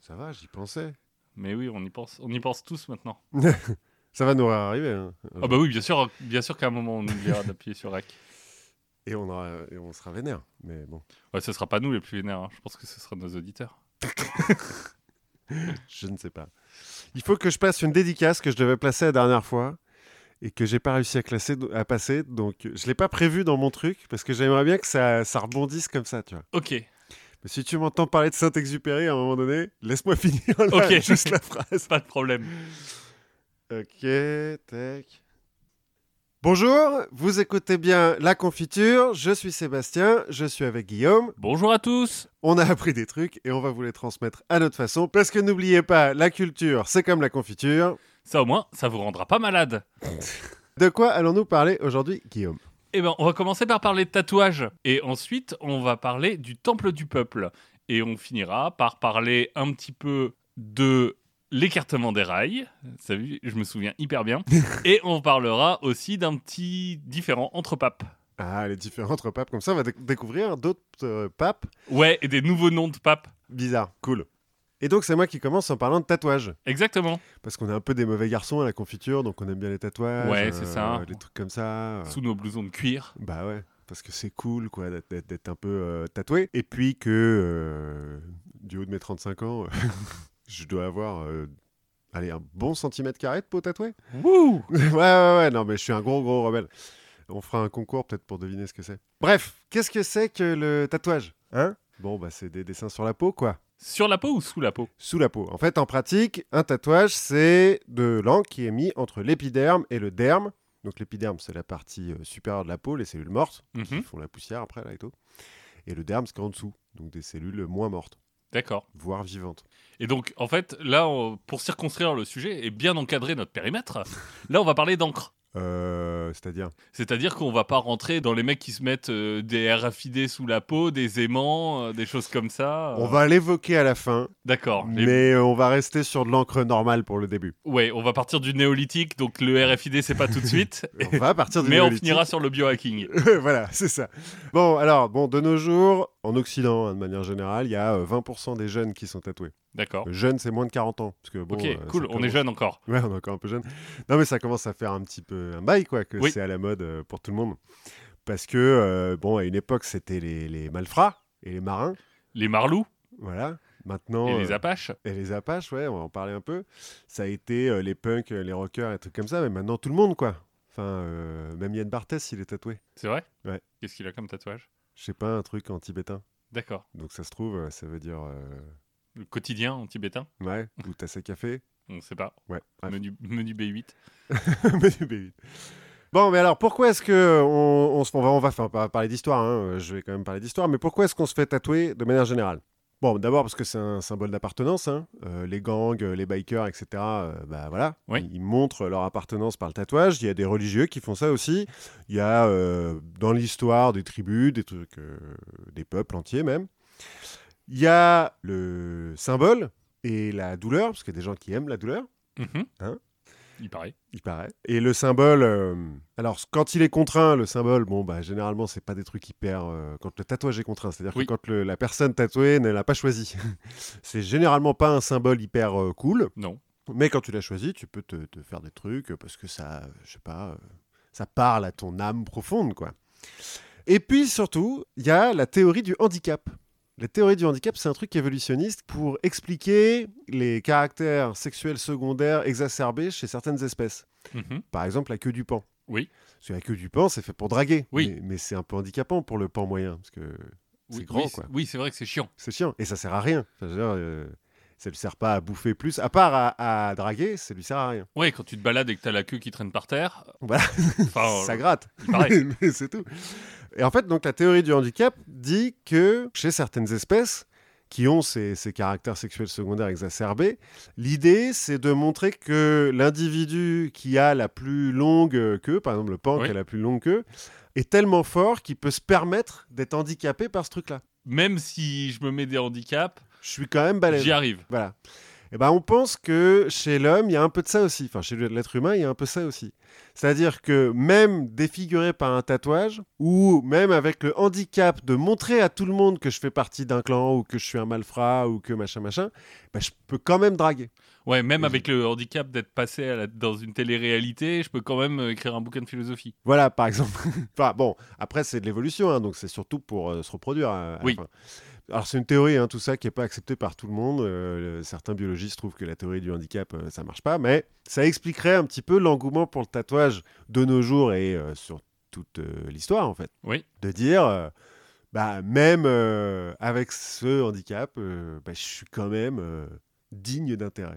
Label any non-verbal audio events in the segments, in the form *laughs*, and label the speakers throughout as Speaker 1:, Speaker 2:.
Speaker 1: Ça va, j'y pensais.
Speaker 2: Mais oui, on y pense, on y pense tous maintenant.
Speaker 1: Ça va nous arriver. hein.
Speaker 2: Ah bah oui, bien sûr, bien sûr qu'à un moment on oubliera d'appuyer sur REC.
Speaker 1: Et, on aura- et on sera vénère. Mais bon,
Speaker 2: Ouais, ce sera pas nous les plus vénères, hein. je pense que ce sera nos auditeurs.
Speaker 1: je ne sais pas. Il faut que je passe une dédicace que je devais placer la dernière fois et que j'ai pas réussi à, classer, à passer. Donc, je l'ai pas prévu dans mon truc parce que j'aimerais bien que ça, ça rebondisse comme ça, tu vois. *laughs*
Speaker 2: Ok,
Speaker 1: Mais si tu m'entends parler de Saint-Exupéry à un moment donné, laisse-moi *laughs* finir là,
Speaker 2: Ok.
Speaker 1: juste la phrase.
Speaker 2: pas de problème.
Speaker 1: Ok, tac. Bonjour, vous écoutez bien La Confiture, je suis Sébastien, je suis avec Guillaume.
Speaker 2: Bonjour à tous
Speaker 1: On a appris des trucs et on va vous les transmettre à notre façon parce que n'oubliez pas, la culture, c'est comme la confiture.
Speaker 2: Ça au moins, ça vous rendra pas malade.
Speaker 1: De quoi allons-nous parler aujourd'hui, Guillaume
Speaker 2: Eh ben, on va commencer par parler de tatouage. Et ensuite, on va parler du temple du peuple. Et on finira par parler un petit peu de l'écartement des rails. Ça, oui, je me souviens
Speaker 1: *laughs*
Speaker 2: hyper bien. Et on parlera aussi d'un petit différent entre papes.
Speaker 1: Ah, les différents entre papes, comme ça on va déc- découvrir d'autres euh, papes
Speaker 2: Ouais, et des nouveaux noms de papes.
Speaker 1: bizarres, cool. Et donc c'est moi qui commence en parlant de tatouage.
Speaker 2: Exactement.
Speaker 1: Parce qu'on est un peu des mauvais garçons à la confiture, donc on aime bien les tatouages.
Speaker 2: Ouais, c'est ça.
Speaker 1: Les trucs comme ça. euh,
Speaker 2: Sous nos blousons de cuir.
Speaker 1: Bah ouais, parce que c'est cool, quoi, d'être- d'être d'être un peu euh, tatoué. Et puis que, euh, du haut de mes 35 ans, *laughs* je dois avoir, euh, allez, un bon centimètre carré de peau tatouée. *laughs*
Speaker 2: Wouh
Speaker 1: ouais, ouais, ouais, non, mais je suis un gros, gros rebelle. On fera un concours peut-être pour deviner ce que c'est. Bref, qu'est-ce que c'est que le tatouage Hein Bon, bah c'est des dessins sur la peau, quoi
Speaker 2: Sur la peau ou sous la peau
Speaker 1: sous la peau. En fait, en pratique, un tatouage, c'est de l'encre qui est mis entre l'épiderme et le derme. Donc l'épiderme, c'est la partie euh, supérieure de la peau, les cellules mortes, qui
Speaker 2: Mhm.
Speaker 1: font la poussière après, là et tout. Et le derme, c'est en dessous, donc des cellules moins mortes,
Speaker 2: D'accord.
Speaker 1: voire vivantes.
Speaker 2: Et donc, en fait, là, on- pour circonscrire le sujet et bien encadrer notre périmètre, là, on va parler d'encre.
Speaker 1: Euh, C'est-à-dire
Speaker 2: C'est-à-dire qu'on va pas rentrer dans les mecs qui se mettent euh, des RFID sous la peau, des aimants, euh, des choses comme ça. euh.
Speaker 1: On va l'évoquer à la fin,
Speaker 2: D'accord. Oh, Les-
Speaker 1: mais euh, on va rester sur de l'encre normale pour le
Speaker 2: *laughs*
Speaker 1: début.
Speaker 2: Ouais, on va partir du néolithique, donc le RFID c'est pas tout de suite,
Speaker 1: *laughs* On va partir du
Speaker 2: mais on
Speaker 1: néolithique. *laughs*
Speaker 2: finira sur le biohacking.
Speaker 1: voilà, c'est ça. Bon, alors, bon, de nos jours, en Occident, hein, de manière générale, il y a euh, 20% des jeunes qui sont tatoués.
Speaker 2: D'accord.
Speaker 1: Jeune, c'est moins de 40 ans. Parce que, bon,
Speaker 2: Oh. ok,
Speaker 1: euh,
Speaker 2: cool.
Speaker 1: ça
Speaker 2: On est
Speaker 1: commence-
Speaker 2: jeune encore.
Speaker 1: Ouais, on est encore un peu jeune. Non, mais ça commence à faire un petit peu un bail, quoi, que
Speaker 2: Oui.
Speaker 1: c'est à la mode euh, pour tout le monde. Parce que, euh, bon, à une époque, c'était les, les malfrats et les marins.
Speaker 2: Les marlous
Speaker 1: Voilà. Maintenant.
Speaker 2: et
Speaker 1: euh,
Speaker 2: les apaches.
Speaker 1: et les Apaches, ouais, on va en parler un peu. Ça a été euh, les punks, euh, les rockers, et trucs comme ça. Mais maintenant, tout le monde, quoi. Enfin, euh, même Yann Barthès, il est tatoué.
Speaker 2: C'est vrai.
Speaker 1: Ouais.
Speaker 2: Qu'est-ce qu'il a comme tatouage
Speaker 1: Je sais pas, un truc en tibétain.
Speaker 2: D'accord.
Speaker 1: Donc, ça se trouve, euh, ça veut dire. euh,
Speaker 2: Le quotidien en tibétain.
Speaker 1: ouais, ou tasse à café.
Speaker 2: On sait pas.
Speaker 1: Ouais, bref.
Speaker 2: Menu, menu B8.
Speaker 1: *laughs* Menu B8. Bon, mais alors pourquoi est-ce que euh, on, on se, on va, on va faire- on va parler d'histoire, hein, euh, je vais quand même parler d'histoire, mais pourquoi est-ce qu'on se fait tatouer de manière générale Bon, d'abord parce que c'est un symbole d'appartenance, hein, euh, les gangs, euh, les bikers, etc. euh, bah voilà,
Speaker 2: Oui.
Speaker 1: ils, ils montrent leur appartenance par le tatouage. Il y a des religieux qui font ça aussi. Il y a euh, dans l'histoire des tribus, des trucs, euh, des peuples entiers même. Il y a le symbole et la douleur, parce qu'il y a des gens qui aiment la douleur.
Speaker 2: Mhm.
Speaker 1: Hein
Speaker 2: Il paraît.
Speaker 1: Il paraît. Et le symbole, euh, alors c- quand il est contraint, le symbole, bon, bah généralement, c'est pas des trucs hyper. euh, quand le tatouage est contraint, c'est-à-dire
Speaker 2: Oui.
Speaker 1: que quand le- la personne tatouée ne l'a pas choisi, *laughs* c'est généralement pas un symbole hyper euh, cool.
Speaker 2: Non.
Speaker 1: Mais quand tu l'as choisi, tu peux te, te faire des trucs euh, parce que ça, euh, je sais pas, euh, ça parle à ton âme profonde, quoi. Et puis surtout, il y a la théorie du handicap. La théorie du handicap, c'est un truc évolutionniste pour expliquer les caractères sexuels secondaires exacerbés chez certaines espèces.
Speaker 2: Mhm.
Speaker 1: Par exemple, la queue du pan.
Speaker 2: Oui.
Speaker 1: Parce que la queue du pan, c'est fait pour draguer.
Speaker 2: Oui.
Speaker 1: Mais, mais c'est un peu handicapant pour le pan moyen. Parce que C'est
Speaker 2: Oui,
Speaker 1: grand,
Speaker 2: oui,
Speaker 1: quoi.
Speaker 2: Oui, c'est vrai que c'est chiant.
Speaker 1: c'est chiant. Et ça sert à rien. Enfin, je veux dire, euh, ça ne sert pas à bouffer plus. À part à, à draguer, ça lui sert à rien.
Speaker 2: Ouais, quand tu te balades et que t'as la queue qui traîne par terre.
Speaker 1: Voilà.
Speaker 2: *laughs* Enfin, euh,
Speaker 1: ça gratte.
Speaker 2: il paraît.
Speaker 1: *laughs* mais c'est tout. Et en fait, donc, la théorie du handicap dit que chez certaines espèces qui ont ces, ces caractères sexuels secondaires exacerbés, l'idée, c'est de montrer que l'individu qui a la plus longue queue, par exemple le pan
Speaker 2: Oui.
Speaker 1: qui a la plus longue queue, est tellement fort qu'il peut se permettre d'être handicapé par ce truc-là.
Speaker 2: Même si je me mets des handicaps,
Speaker 1: Je suis quand même balèze.
Speaker 2: j'y arrive.
Speaker 1: Voilà. eh ben, on pense que chez l'homme, il y a un peu de ça aussi. Enfin, chez l'être humain, il y a un peu ça aussi. C'est-à-dire que même défiguré par un tatouage, ou même avec le handicap de montrer à tout le monde que je fais partie d'un clan, ou que je suis un malfrat, ou que machin, machin, ben, je peux quand même draguer.
Speaker 2: Ouais, même avec le handicap d'être passé à la- dans une télé-réalité, je peux quand même euh, écrire un bouquin de philosophie.
Speaker 1: Voilà, par exemple. *laughs* enfin, bon, après, c'est de l'évolution, hein, donc c'est surtout pour euh, se reproduire. hein, à la
Speaker 2: Oui.
Speaker 1: fin. Alors, c'est une théorie, hein, tout ça, qui n'est pas acceptée par tout le monde. Euh, le- certains biologistes trouvent que la théorie du handicap, euh, ça marche pas, mais ça expliquerait un petit peu l'engouement pour le tatouage de nos jours et euh, sur toute euh, l'histoire, en fait.
Speaker 2: Oui.
Speaker 1: De dire, euh, bah, même euh, avec ce handicap, euh, bah, je suis quand même euh, digne d'intérêt.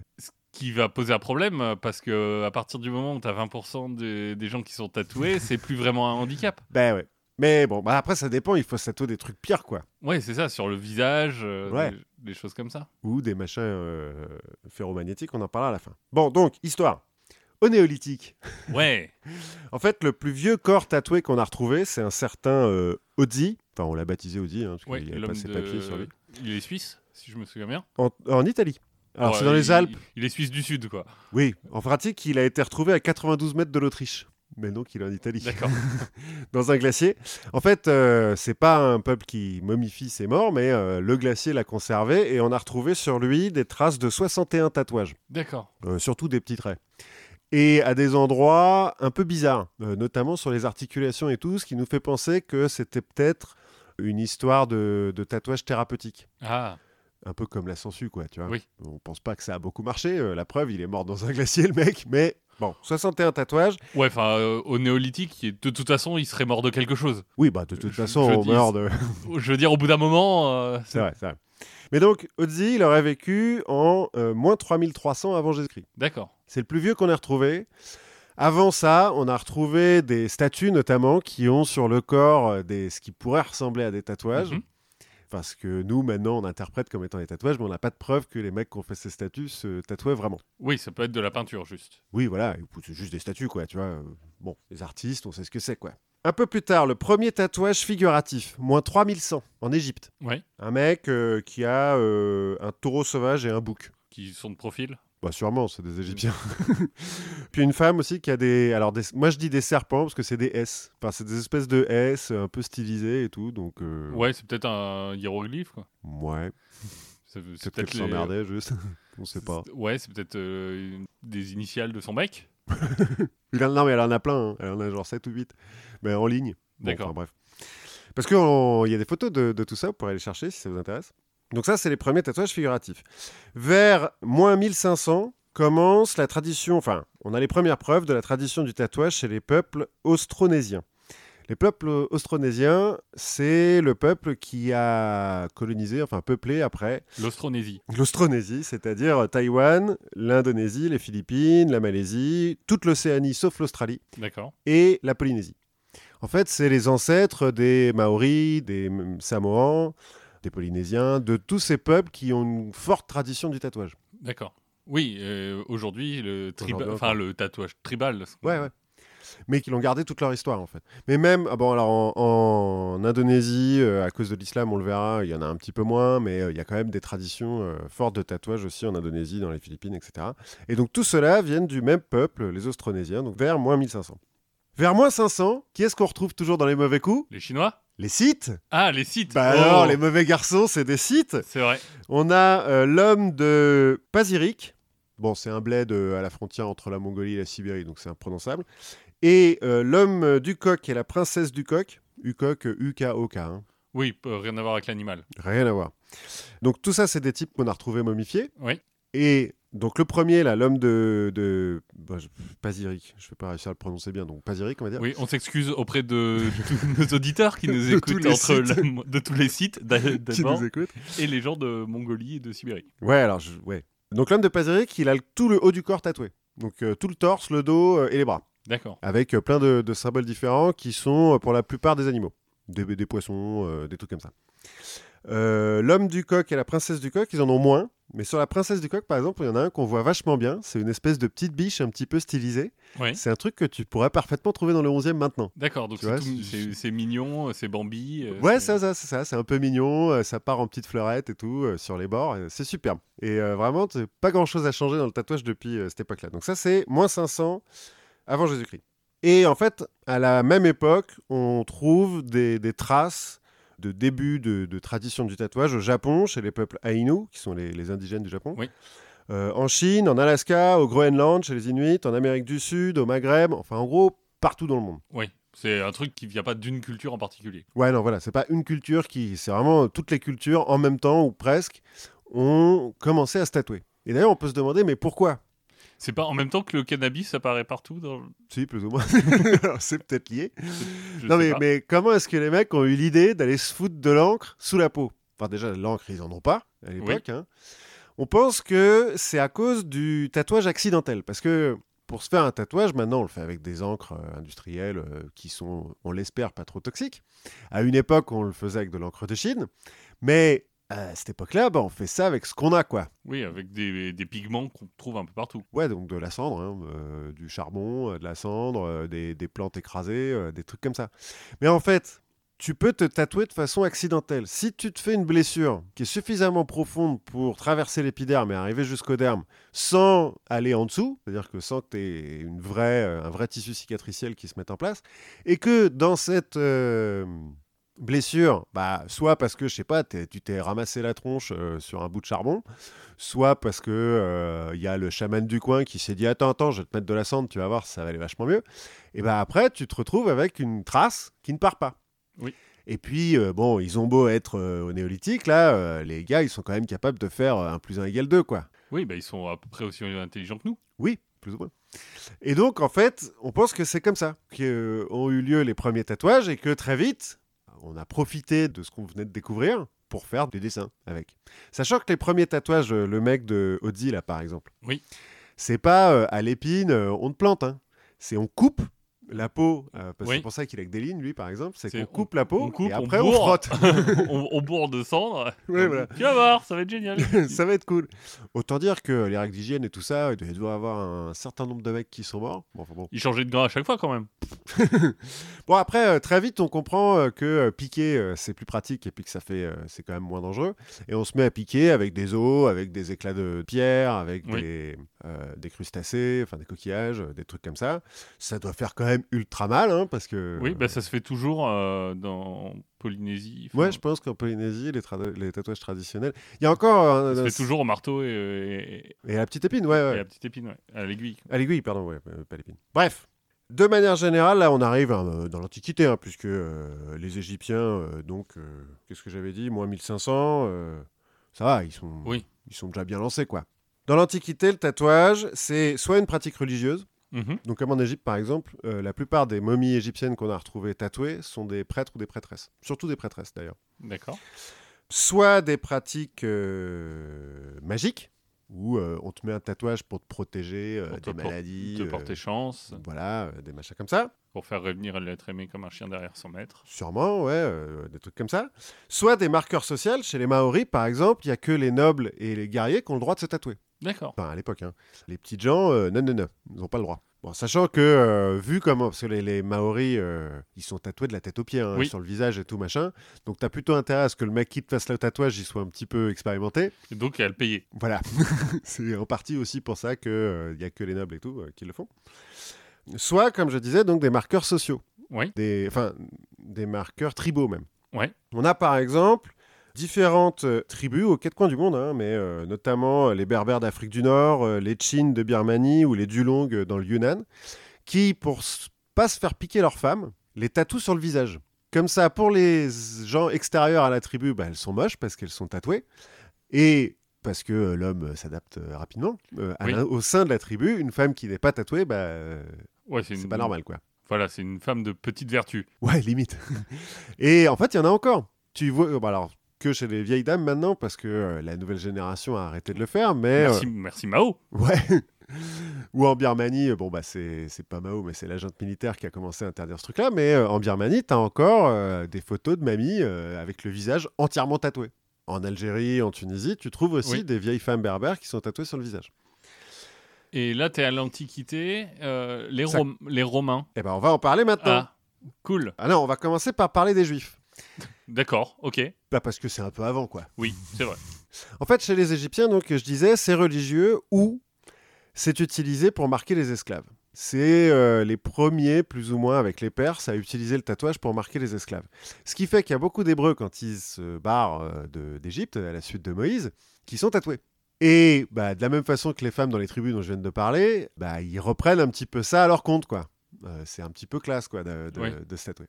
Speaker 2: Qui va poser un problème euh, parce que euh, à partir du moment où tu as 20% des- des gens qui sont tatoués, c'est plus vraiment un handicap.
Speaker 1: Ben ouais. Mais bon, bah, après, ça dépend, il faut se tatouer des trucs pires, quoi.
Speaker 2: Ouais, c'est ça, sur le visage, euh,
Speaker 1: Ouais.
Speaker 2: des, des choses comme
Speaker 1: *laughs*
Speaker 2: ça.
Speaker 1: ou des machins euh, ferromagnétiques, on en parlera à la fin. Bon, donc, histoire. Au néolithique.
Speaker 2: Ouais.
Speaker 1: En fait, le plus vieux corps tatoué qu'on a retrouvé, c'est un certain euh, Audi. Enfin, on l'a baptisé Audi, hein, parce
Speaker 2: ouais
Speaker 1: qu'il avait
Speaker 2: l'homme
Speaker 1: pas ses
Speaker 2: de-
Speaker 1: papiers sur lui.
Speaker 2: Il est suisse, si je me souviens bien.
Speaker 1: En, en Italie. Alors,
Speaker 2: Ouais,
Speaker 1: c'est dans les
Speaker 2: il-
Speaker 1: Alpes.
Speaker 2: Il est suisse du
Speaker 1: *laughs*
Speaker 2: sud, quoi.
Speaker 1: Oui, en pratique, il a été retrouvé à 92 mètres de l'Autriche. Mais donc, il est en Italie.
Speaker 2: D'accord.
Speaker 1: *laughs* dans un glacier. En fait, euh, c'est pas un peuple qui momifie ses morts, mais euh, le glacier l'a conservé et on a retrouvé sur lui des traces de 61 tatouages.
Speaker 2: D'accord.
Speaker 1: Euh, surtout des petits traits. Et à des endroits un peu bizarres, euh, notamment sur les articulations et tout, ce qui nous fait penser que c'était peut-être une histoire de, de tatouage thérapeutique.
Speaker 2: Ah,
Speaker 1: Un peu comme la sangsue, quoi, tu vois.
Speaker 2: Oui.
Speaker 1: On pense pas que ça a beaucoup marché. euh, la preuve, il est mort dans un *laughs* glacier, le mec. Mais bon, 61 tatouages.
Speaker 2: ouais, enfin, euh, au néolithique, il- de toute façon, il serait mort de quelque chose.
Speaker 1: Oui, bah, de toute
Speaker 2: Je-
Speaker 1: façon,
Speaker 2: je
Speaker 1: on
Speaker 2: dis-
Speaker 1: meurt de.
Speaker 2: Je veux dire, au bout d'un moment, euh,
Speaker 1: *laughs* c'est vrai, c'est vrai. Mais donc, Ozzy, il aurait vécu en euh, moins 3300 avant Jésus-Christ.
Speaker 2: D'accord.
Speaker 1: C'est le plus vieux qu'on ait retrouvé. Avant ça, on a retrouvé des statues notamment qui ont sur le corps euh, des, ce qui pourrait ressembler à des tatouages.
Speaker 2: Mhm.
Speaker 1: Parce que nous, maintenant, on interprète comme étant des tatouages, mais on n'a pas de preuve que les mecs qui ont fait ces statues se tatouaient vraiment.
Speaker 2: Oui, ça peut être de la peinture, juste.
Speaker 1: Oui, voilà, et puis c'est juste des statues, quoi, tu vois. euh, Bon, les artistes, on sait ce que c'est, quoi. Un peu plus tard, le premier tatouage figuratif, moins 3100, en Égypte.
Speaker 2: Ouais.
Speaker 1: Un mec euh, qui a euh, un taureau sauvage et un bouc.
Speaker 2: Qui sont de profil.
Speaker 1: Bah sûrement, c'est des Égyptiens. *laughs* Puis une femme aussi qui a des... Alors des- moi je dis des serpents parce que c'est des S. Enfin c'est des espèces de S un peu stylisées et tout. Donc euh,
Speaker 2: Ouais, c'est peut-être un hiéroglyphe, quoi.
Speaker 1: ouais.
Speaker 2: C'est
Speaker 1: C'est peut-être
Speaker 2: les- euh,
Speaker 1: qu'elle s'emmerdait juste. *laughs* On sait pas.
Speaker 2: c'est- Ouais, c'est peut-être euh, une- des initiales de son mec.
Speaker 1: Il en- Non mais elle en a plein. hein. Elle en a genre 7 ou 8. Mais en ligne. Bon,
Speaker 2: D'accord.
Speaker 1: enfin, bref. Parce qu'il y a des photos de, de tout ça, vous pourrez aller chercher si ça vous intéresse. Donc ça, c'est les premiers tatouages figuratifs. Vers moins 1500 commence la tradition, enfin, on a les premières preuves de la tradition du tatouage chez les peuples austronésiens. Les peuples austronésiens, c'est le peuple qui a colonisé, enfin peuplé après
Speaker 2: L'Austronésie.
Speaker 1: l'Austronésie, c'est-à-dire Taïwan, l'Indonésie, les Philippines, la Malaisie, toute l'Océanie sauf l'Australie
Speaker 2: D'accord.
Speaker 1: et la Polynésie. En fait, c'est les ancêtres des Maoris, des mm, Samoans, des Polynésiens, de tous ces peuples qui ont une forte tradition du tatouage.
Speaker 2: D'accord. Oui, euh, aujourd'hui, le, triba-
Speaker 1: Aujourd'hui,
Speaker 2: enfin, le tatouage tribal. ce qu'on-
Speaker 1: hein. Ouais, ouais. Mais qui l'ont gardé toute leur histoire, en fait. Mais même, ah bon, alors en, en Indonésie, euh, à cause de l'islam, on le verra, il y en a un petit peu moins, mais euh, il y a quand même des traditions euh, fortes de tatouage aussi en Indonésie, dans les Philippines, etc. Et donc tout cela viennent du même peuple, les Austronésiens, donc vers moins 1500. Vers moins 500, qui est-ce qu'on retrouve toujours dans les mauvais coups
Speaker 2: Les Chinois
Speaker 1: Les sites
Speaker 2: Ah, les sites
Speaker 1: Bah
Speaker 2: Oh
Speaker 1: alors, les mauvais garçons, c'est des sites.
Speaker 2: C'est vrai.
Speaker 1: On a euh, l'homme de Pazirik. Bon, c'est un bled euh, à la frontière entre la Mongolie et la Sibérie, donc c'est imprononçable. Et euh, l'homme euh, du coq et la princesse du coq. Ucoq, euh, U-K-O-K. hein.
Speaker 2: Oui, p- rien à voir avec l'animal.
Speaker 1: Rien à voir. Donc tout ça, c'est des types qu'on a retrouvés momifiés.
Speaker 2: Oui.
Speaker 1: Et donc le premier, là, l'homme de, de... bon, je- Pazirik. Je ne vais pas réussir à le prononcer bien, donc Pazirik, on va dire.
Speaker 2: Oui, on s'excuse auprès de *laughs* tous nos auditeurs qui nous
Speaker 1: De tous
Speaker 2: écoutent
Speaker 1: les
Speaker 2: entre
Speaker 1: sites.
Speaker 2: la- de tous les sites d'a-
Speaker 1: Qui
Speaker 2: d'abord
Speaker 1: nous écoute
Speaker 2: et les gens de Mongolie et de Sibérie.
Speaker 1: Ouais, alors, je- ouais. Donc l'homme de Pazirik, il a le- tout le haut du corps tatoué. Donc euh, tout le torse, le dos euh, et les bras.
Speaker 2: D'accord.
Speaker 1: avec euh, plein de, de symboles différents qui sont euh, pour la plupart des animaux, des, des poissons, euh, des trucs comme ça. Euh, L'homme du coq et la princesse du coq, ils en ont moins. Mais sur la princesse du coq, par exemple, il y en a un qu'on voit vachement bien. C'est une espèce de petite biche un petit peu stylisée.
Speaker 2: Oui.
Speaker 1: C'est un truc que tu pourrais parfaitement trouver dans le 11e maintenant.
Speaker 2: D'accord, donc
Speaker 1: Tu vois,
Speaker 2: c'est tout-
Speaker 1: c'est-
Speaker 2: c'est c'est mignon, euh, c'est Bambi. euh,
Speaker 1: Ouais,
Speaker 2: c'est-
Speaker 1: ça, ça, c'est ça, c'est un peu mignon, euh, ça part en petite fleurette et tout, euh, sur les bords, euh, c'est superbe. Et euh, vraiment, t'as pas grand-chose à changer dans le tatouage depuis euh, cette époque-là. Donc ça, c'est moins 500 avant Jésus-Christ. Et en fait, à la même époque, on trouve des, des traces de début de, de tradition du tatouage au Japon, chez les peuples Ainu, qui sont les, les indigènes du Japon.
Speaker 2: Oui.
Speaker 1: Euh, en Chine, en Alaska, au Groenland, chez les Inuits, en Amérique du Sud, au Maghreb, enfin en gros, partout dans le monde.
Speaker 2: Oui, c'est un truc qui vient pas d'une culture en particulier.
Speaker 1: Ouais, non, voilà, c'est pas une culture qui. C'est vraiment euh, toutes les cultures en même temps ou presque ont commencé à se tatouer. Et d'ailleurs, on peut se demander, mais pourquoi
Speaker 2: C'est pas en même temps que le cannabis apparaît partout dans. le-
Speaker 1: Si, plus ou moins. *laughs* Alors, c'est peut-être lié.
Speaker 2: Je
Speaker 1: non,
Speaker 2: sais
Speaker 1: mais,
Speaker 2: pas.
Speaker 1: mais comment est-ce que les mecs ont eu l'idée d'aller se foutre de l'encre sous la peau Enfin, déjà, l'encre, ils en ont pas à l'époque. hein. On pense que c'est à cause du tatouage accidentel. Parce que pour se faire un tatouage, maintenant, on le fait avec des encres euh, industrielles euh, qui sont, on l'espère, pas trop toxiques. À une époque, on le faisait avec de l'encre de Chine. Mais à cette époque-là, bah, on fait ça avec ce qu'on a, quoi.
Speaker 2: Oui, avec des, des pigments qu'on trouve un peu partout.
Speaker 1: Ouais, donc de la cendre, hein, euh, du charbon, euh, de la cendre, euh, des, des plantes écrasées, euh, des trucs comme ça. Mais en fait, tu peux te tatouer de façon accidentelle. Si tu te fais une blessure qui est suffisamment profonde pour traverser l'épiderme et arriver jusqu'au derme sans aller en dessous, c'est-à-dire que sans que tu aies une vraie, euh, un vrai tissu cicatriciel qui se mette en place, et que dans cette euh, blessure, bah, soit parce que, je sais pas, t'es- tu t'es ramassé la tronche euh, sur un bout de charbon, soit parce que euh, il y a le chaman du coin qui s'est dit attends attends je vais te mettre de la cendre tu vas voir ça va aller vachement mieux et ben après tu te retrouves avec une trace qui ne part pas
Speaker 2: Oui.
Speaker 1: et puis euh, bon ils ont beau être euh, au néolithique là euh, les gars ils sont quand même capables de faire euh, un plus un égale deux quoi
Speaker 2: Oui, bah, ils sont à peu près aussi intelligents que
Speaker 1: *laughs*
Speaker 2: nous. *laughs*
Speaker 1: oui, plus ou moins. Et donc, en fait, on pense que c'est comme ça qu'ont eu lieu les premiers tatouages et que très vite, on a profité de ce qu'on venait de découvrir pour faire des dessins avec. Sachant que les premiers tatouages, euh, le mec de Audi, là, par exemple,
Speaker 2: Oui.
Speaker 1: c'est pas euh, à l'épine, euh, on te plante, hein. c'est on coupe la peau, euh, parce que
Speaker 2: Oui.
Speaker 1: c'est pour ça qu'il a que des lignes, lui, par exemple, c'est
Speaker 2: C'est-
Speaker 1: qu'on coupe la peau
Speaker 2: on coupe,
Speaker 1: et
Speaker 2: on
Speaker 1: après on,
Speaker 2: bourre. *laughs*
Speaker 1: frotte.
Speaker 2: on, on bourre de cendre.
Speaker 1: Ouais, voilà.
Speaker 2: Tu vas voir, ça va être génial.
Speaker 1: ça va être cool. Autant dire que les règles d'hygiène et tout ça, il doit y avoir un certain nombre de mecs qui sont morts. Bon, enfin bon.
Speaker 2: Ils changeaient de gras à chaque fois quand même.
Speaker 1: Bon, après, euh, très vite, on comprend euh, que euh, piquer, euh, c'est plus pratique et puis que ça fait, euh, c'est quand même moins dangereux. Et on se met à piquer avec des os, avec des éclats de pierre, avec
Speaker 2: Oui.
Speaker 1: des, euh, des crustacés, enfin des coquillages, euh, des trucs comme ça. Ça doit faire quand même ultra mal, hein, parce que.
Speaker 2: Oui, bah, ça se fait toujours euh, dans Polynésie. Enfin,
Speaker 1: Ouais, je pense qu'en Polynésie, les, trad- les tatouages traditionnels. Il y a encore. euh,
Speaker 2: ça se
Speaker 1: un-
Speaker 2: fait toujours au marteau et, et-
Speaker 1: Et la petite épine, ouais,
Speaker 2: et
Speaker 1: ouais.
Speaker 2: à la petite épine, ouais, à l'aiguille.
Speaker 1: À l'aiguille, pardon, ouais, euh, pas l'épine. Bref. De manière générale, là, on arrive hein, dans l'Antiquité, hein, puisque euh, les Égyptiens, euh, donc, euh, qu'est-ce que j'avais dit Moins 1500, euh, ça va, ils sont,
Speaker 2: Oui.
Speaker 1: ils sont déjà bien lancés, quoi. Dans l'Antiquité, le tatouage, c'est soit une pratique religieuse,
Speaker 2: Mhm.
Speaker 1: donc comme en Égypte, par exemple, euh, la plupart des momies égyptiennes qu'on a retrouvées tatouées sont des prêtres ou des prêtresses, surtout des prêtresses, d'ailleurs
Speaker 2: D'accord.
Speaker 1: soit des pratiques euh, magiques, où euh, on te met un tatouage pour te protéger euh,
Speaker 2: Pour te
Speaker 1: des
Speaker 2: por-
Speaker 1: maladies.
Speaker 2: Te
Speaker 1: euh,
Speaker 2: porter chance
Speaker 1: voilà, euh, des machins comme ça.
Speaker 2: pour faire revenir l'être aimé comme un chien derrière son maître.
Speaker 1: Sûrement, ouais, euh, des trucs comme ça. Soit des marqueurs sociaux. Chez les Maoris, par exemple, il n'y a que les nobles et les guerriers qui ont le droit de se tatouer.
Speaker 2: D'accord.
Speaker 1: Enfin, à l'époque, hein. les petites gens, euh, non, non, non, ils n'ont pas le droit. Bon, sachant que, euh, vu comment, parce que les, les Maoris, euh, ils sont tatoués de la tête aux pieds, hein,
Speaker 2: Oui.
Speaker 1: sur le visage et tout machin, donc tu as plutôt intérêt à ce que le mec qui te fasse le tatouage, il soit un petit peu expérimenté.
Speaker 2: Et donc, à le payer.
Speaker 1: Voilà, *laughs* c'est en partie aussi pour ça qu'il n'y a que les nobles et tout euh, qui le font. Soit, comme je disais, donc des marqueurs sociaux.
Speaker 2: Oui.
Speaker 1: Des, enfin, des marqueurs tribaux même.
Speaker 2: Ouais.
Speaker 1: On a par exemple différentes euh, tribus aux quatre coins du monde, hein, mais euh, notamment euh, les Berbères d'Afrique du Nord, euh, les Chin de Birmanie ou les Dulong euh, dans le Yunnan, qui, pour s- pas se faire piquer leurs femmes, les tatouent sur le visage. Comme ça, pour les gens extérieurs à la tribu, bah, elles sont moches parce qu'elles sont tatouées. Et parce que euh, l'homme euh, s'adapte euh, rapidement. euh, à
Speaker 2: Oui.
Speaker 1: l'in- au sein de la tribu, une femme qui n'est pas tatouée, bah, euh,
Speaker 2: Ouais, c'est
Speaker 1: c'est
Speaker 2: une-
Speaker 1: pas normal, quoi. *laughs*
Speaker 2: Voilà, c'est une femme de petite vertu.
Speaker 1: Ouais, limite. *laughs* Et en fait, il y en a encore. Tu vois, euh, bah, alors que chez les vieilles dames maintenant, Eh parce que euh, *laughs* la nouvelle génération a arrêté de le faire, mais euh,
Speaker 2: Merci, merci Mao.
Speaker 1: ouais. Ou en Birmanie, bon, bah, c'est c'est pas Mao, mais c'est la junte militaire qui a commencé à interdire ce truc-là. Mais euh, en Birmanie, t'as encore euh, des photos de mamie euh, avec le visage entièrement tatoué. En Algérie, en Tunisie, tu trouves aussi
Speaker 2: Oui.
Speaker 1: des vieilles femmes berbères qui sont tatouées sur le visage.
Speaker 2: Et là, t'es à l'Antiquité, euh, les,
Speaker 1: Ça-
Speaker 2: Rom- les Romains.
Speaker 1: Eh ben, on va en parler maintenant.
Speaker 2: Ah, cool.
Speaker 1: Ah non, on va commencer par parler des juifs.
Speaker 2: D'accord, ok.
Speaker 1: Bah, parce que c'est un peu avant, quoi.
Speaker 2: Oui, c'est vrai.
Speaker 1: En fait, chez les Égyptiens, donc, je disais, c'est religieux ou c'est utilisé pour marquer les esclaves. C'est euh, les premiers, plus ou moins, avec les Perses, à utiliser le tatouage pour marquer les esclaves. Ce qui fait qu'il y a beaucoup d'Hébreux, quand ils se barrent euh, de- d'Égypte, à la suite de Moïse, qui sont tatoués. Et bah, de la même façon que les femmes dans les tribus dont je viens de parler, bah, ils reprennent un petit peu ça à leur compte. quoi. Euh, c'est un petit peu classe quoi, de, de-
Speaker 2: Ouais.
Speaker 1: de se tatouer.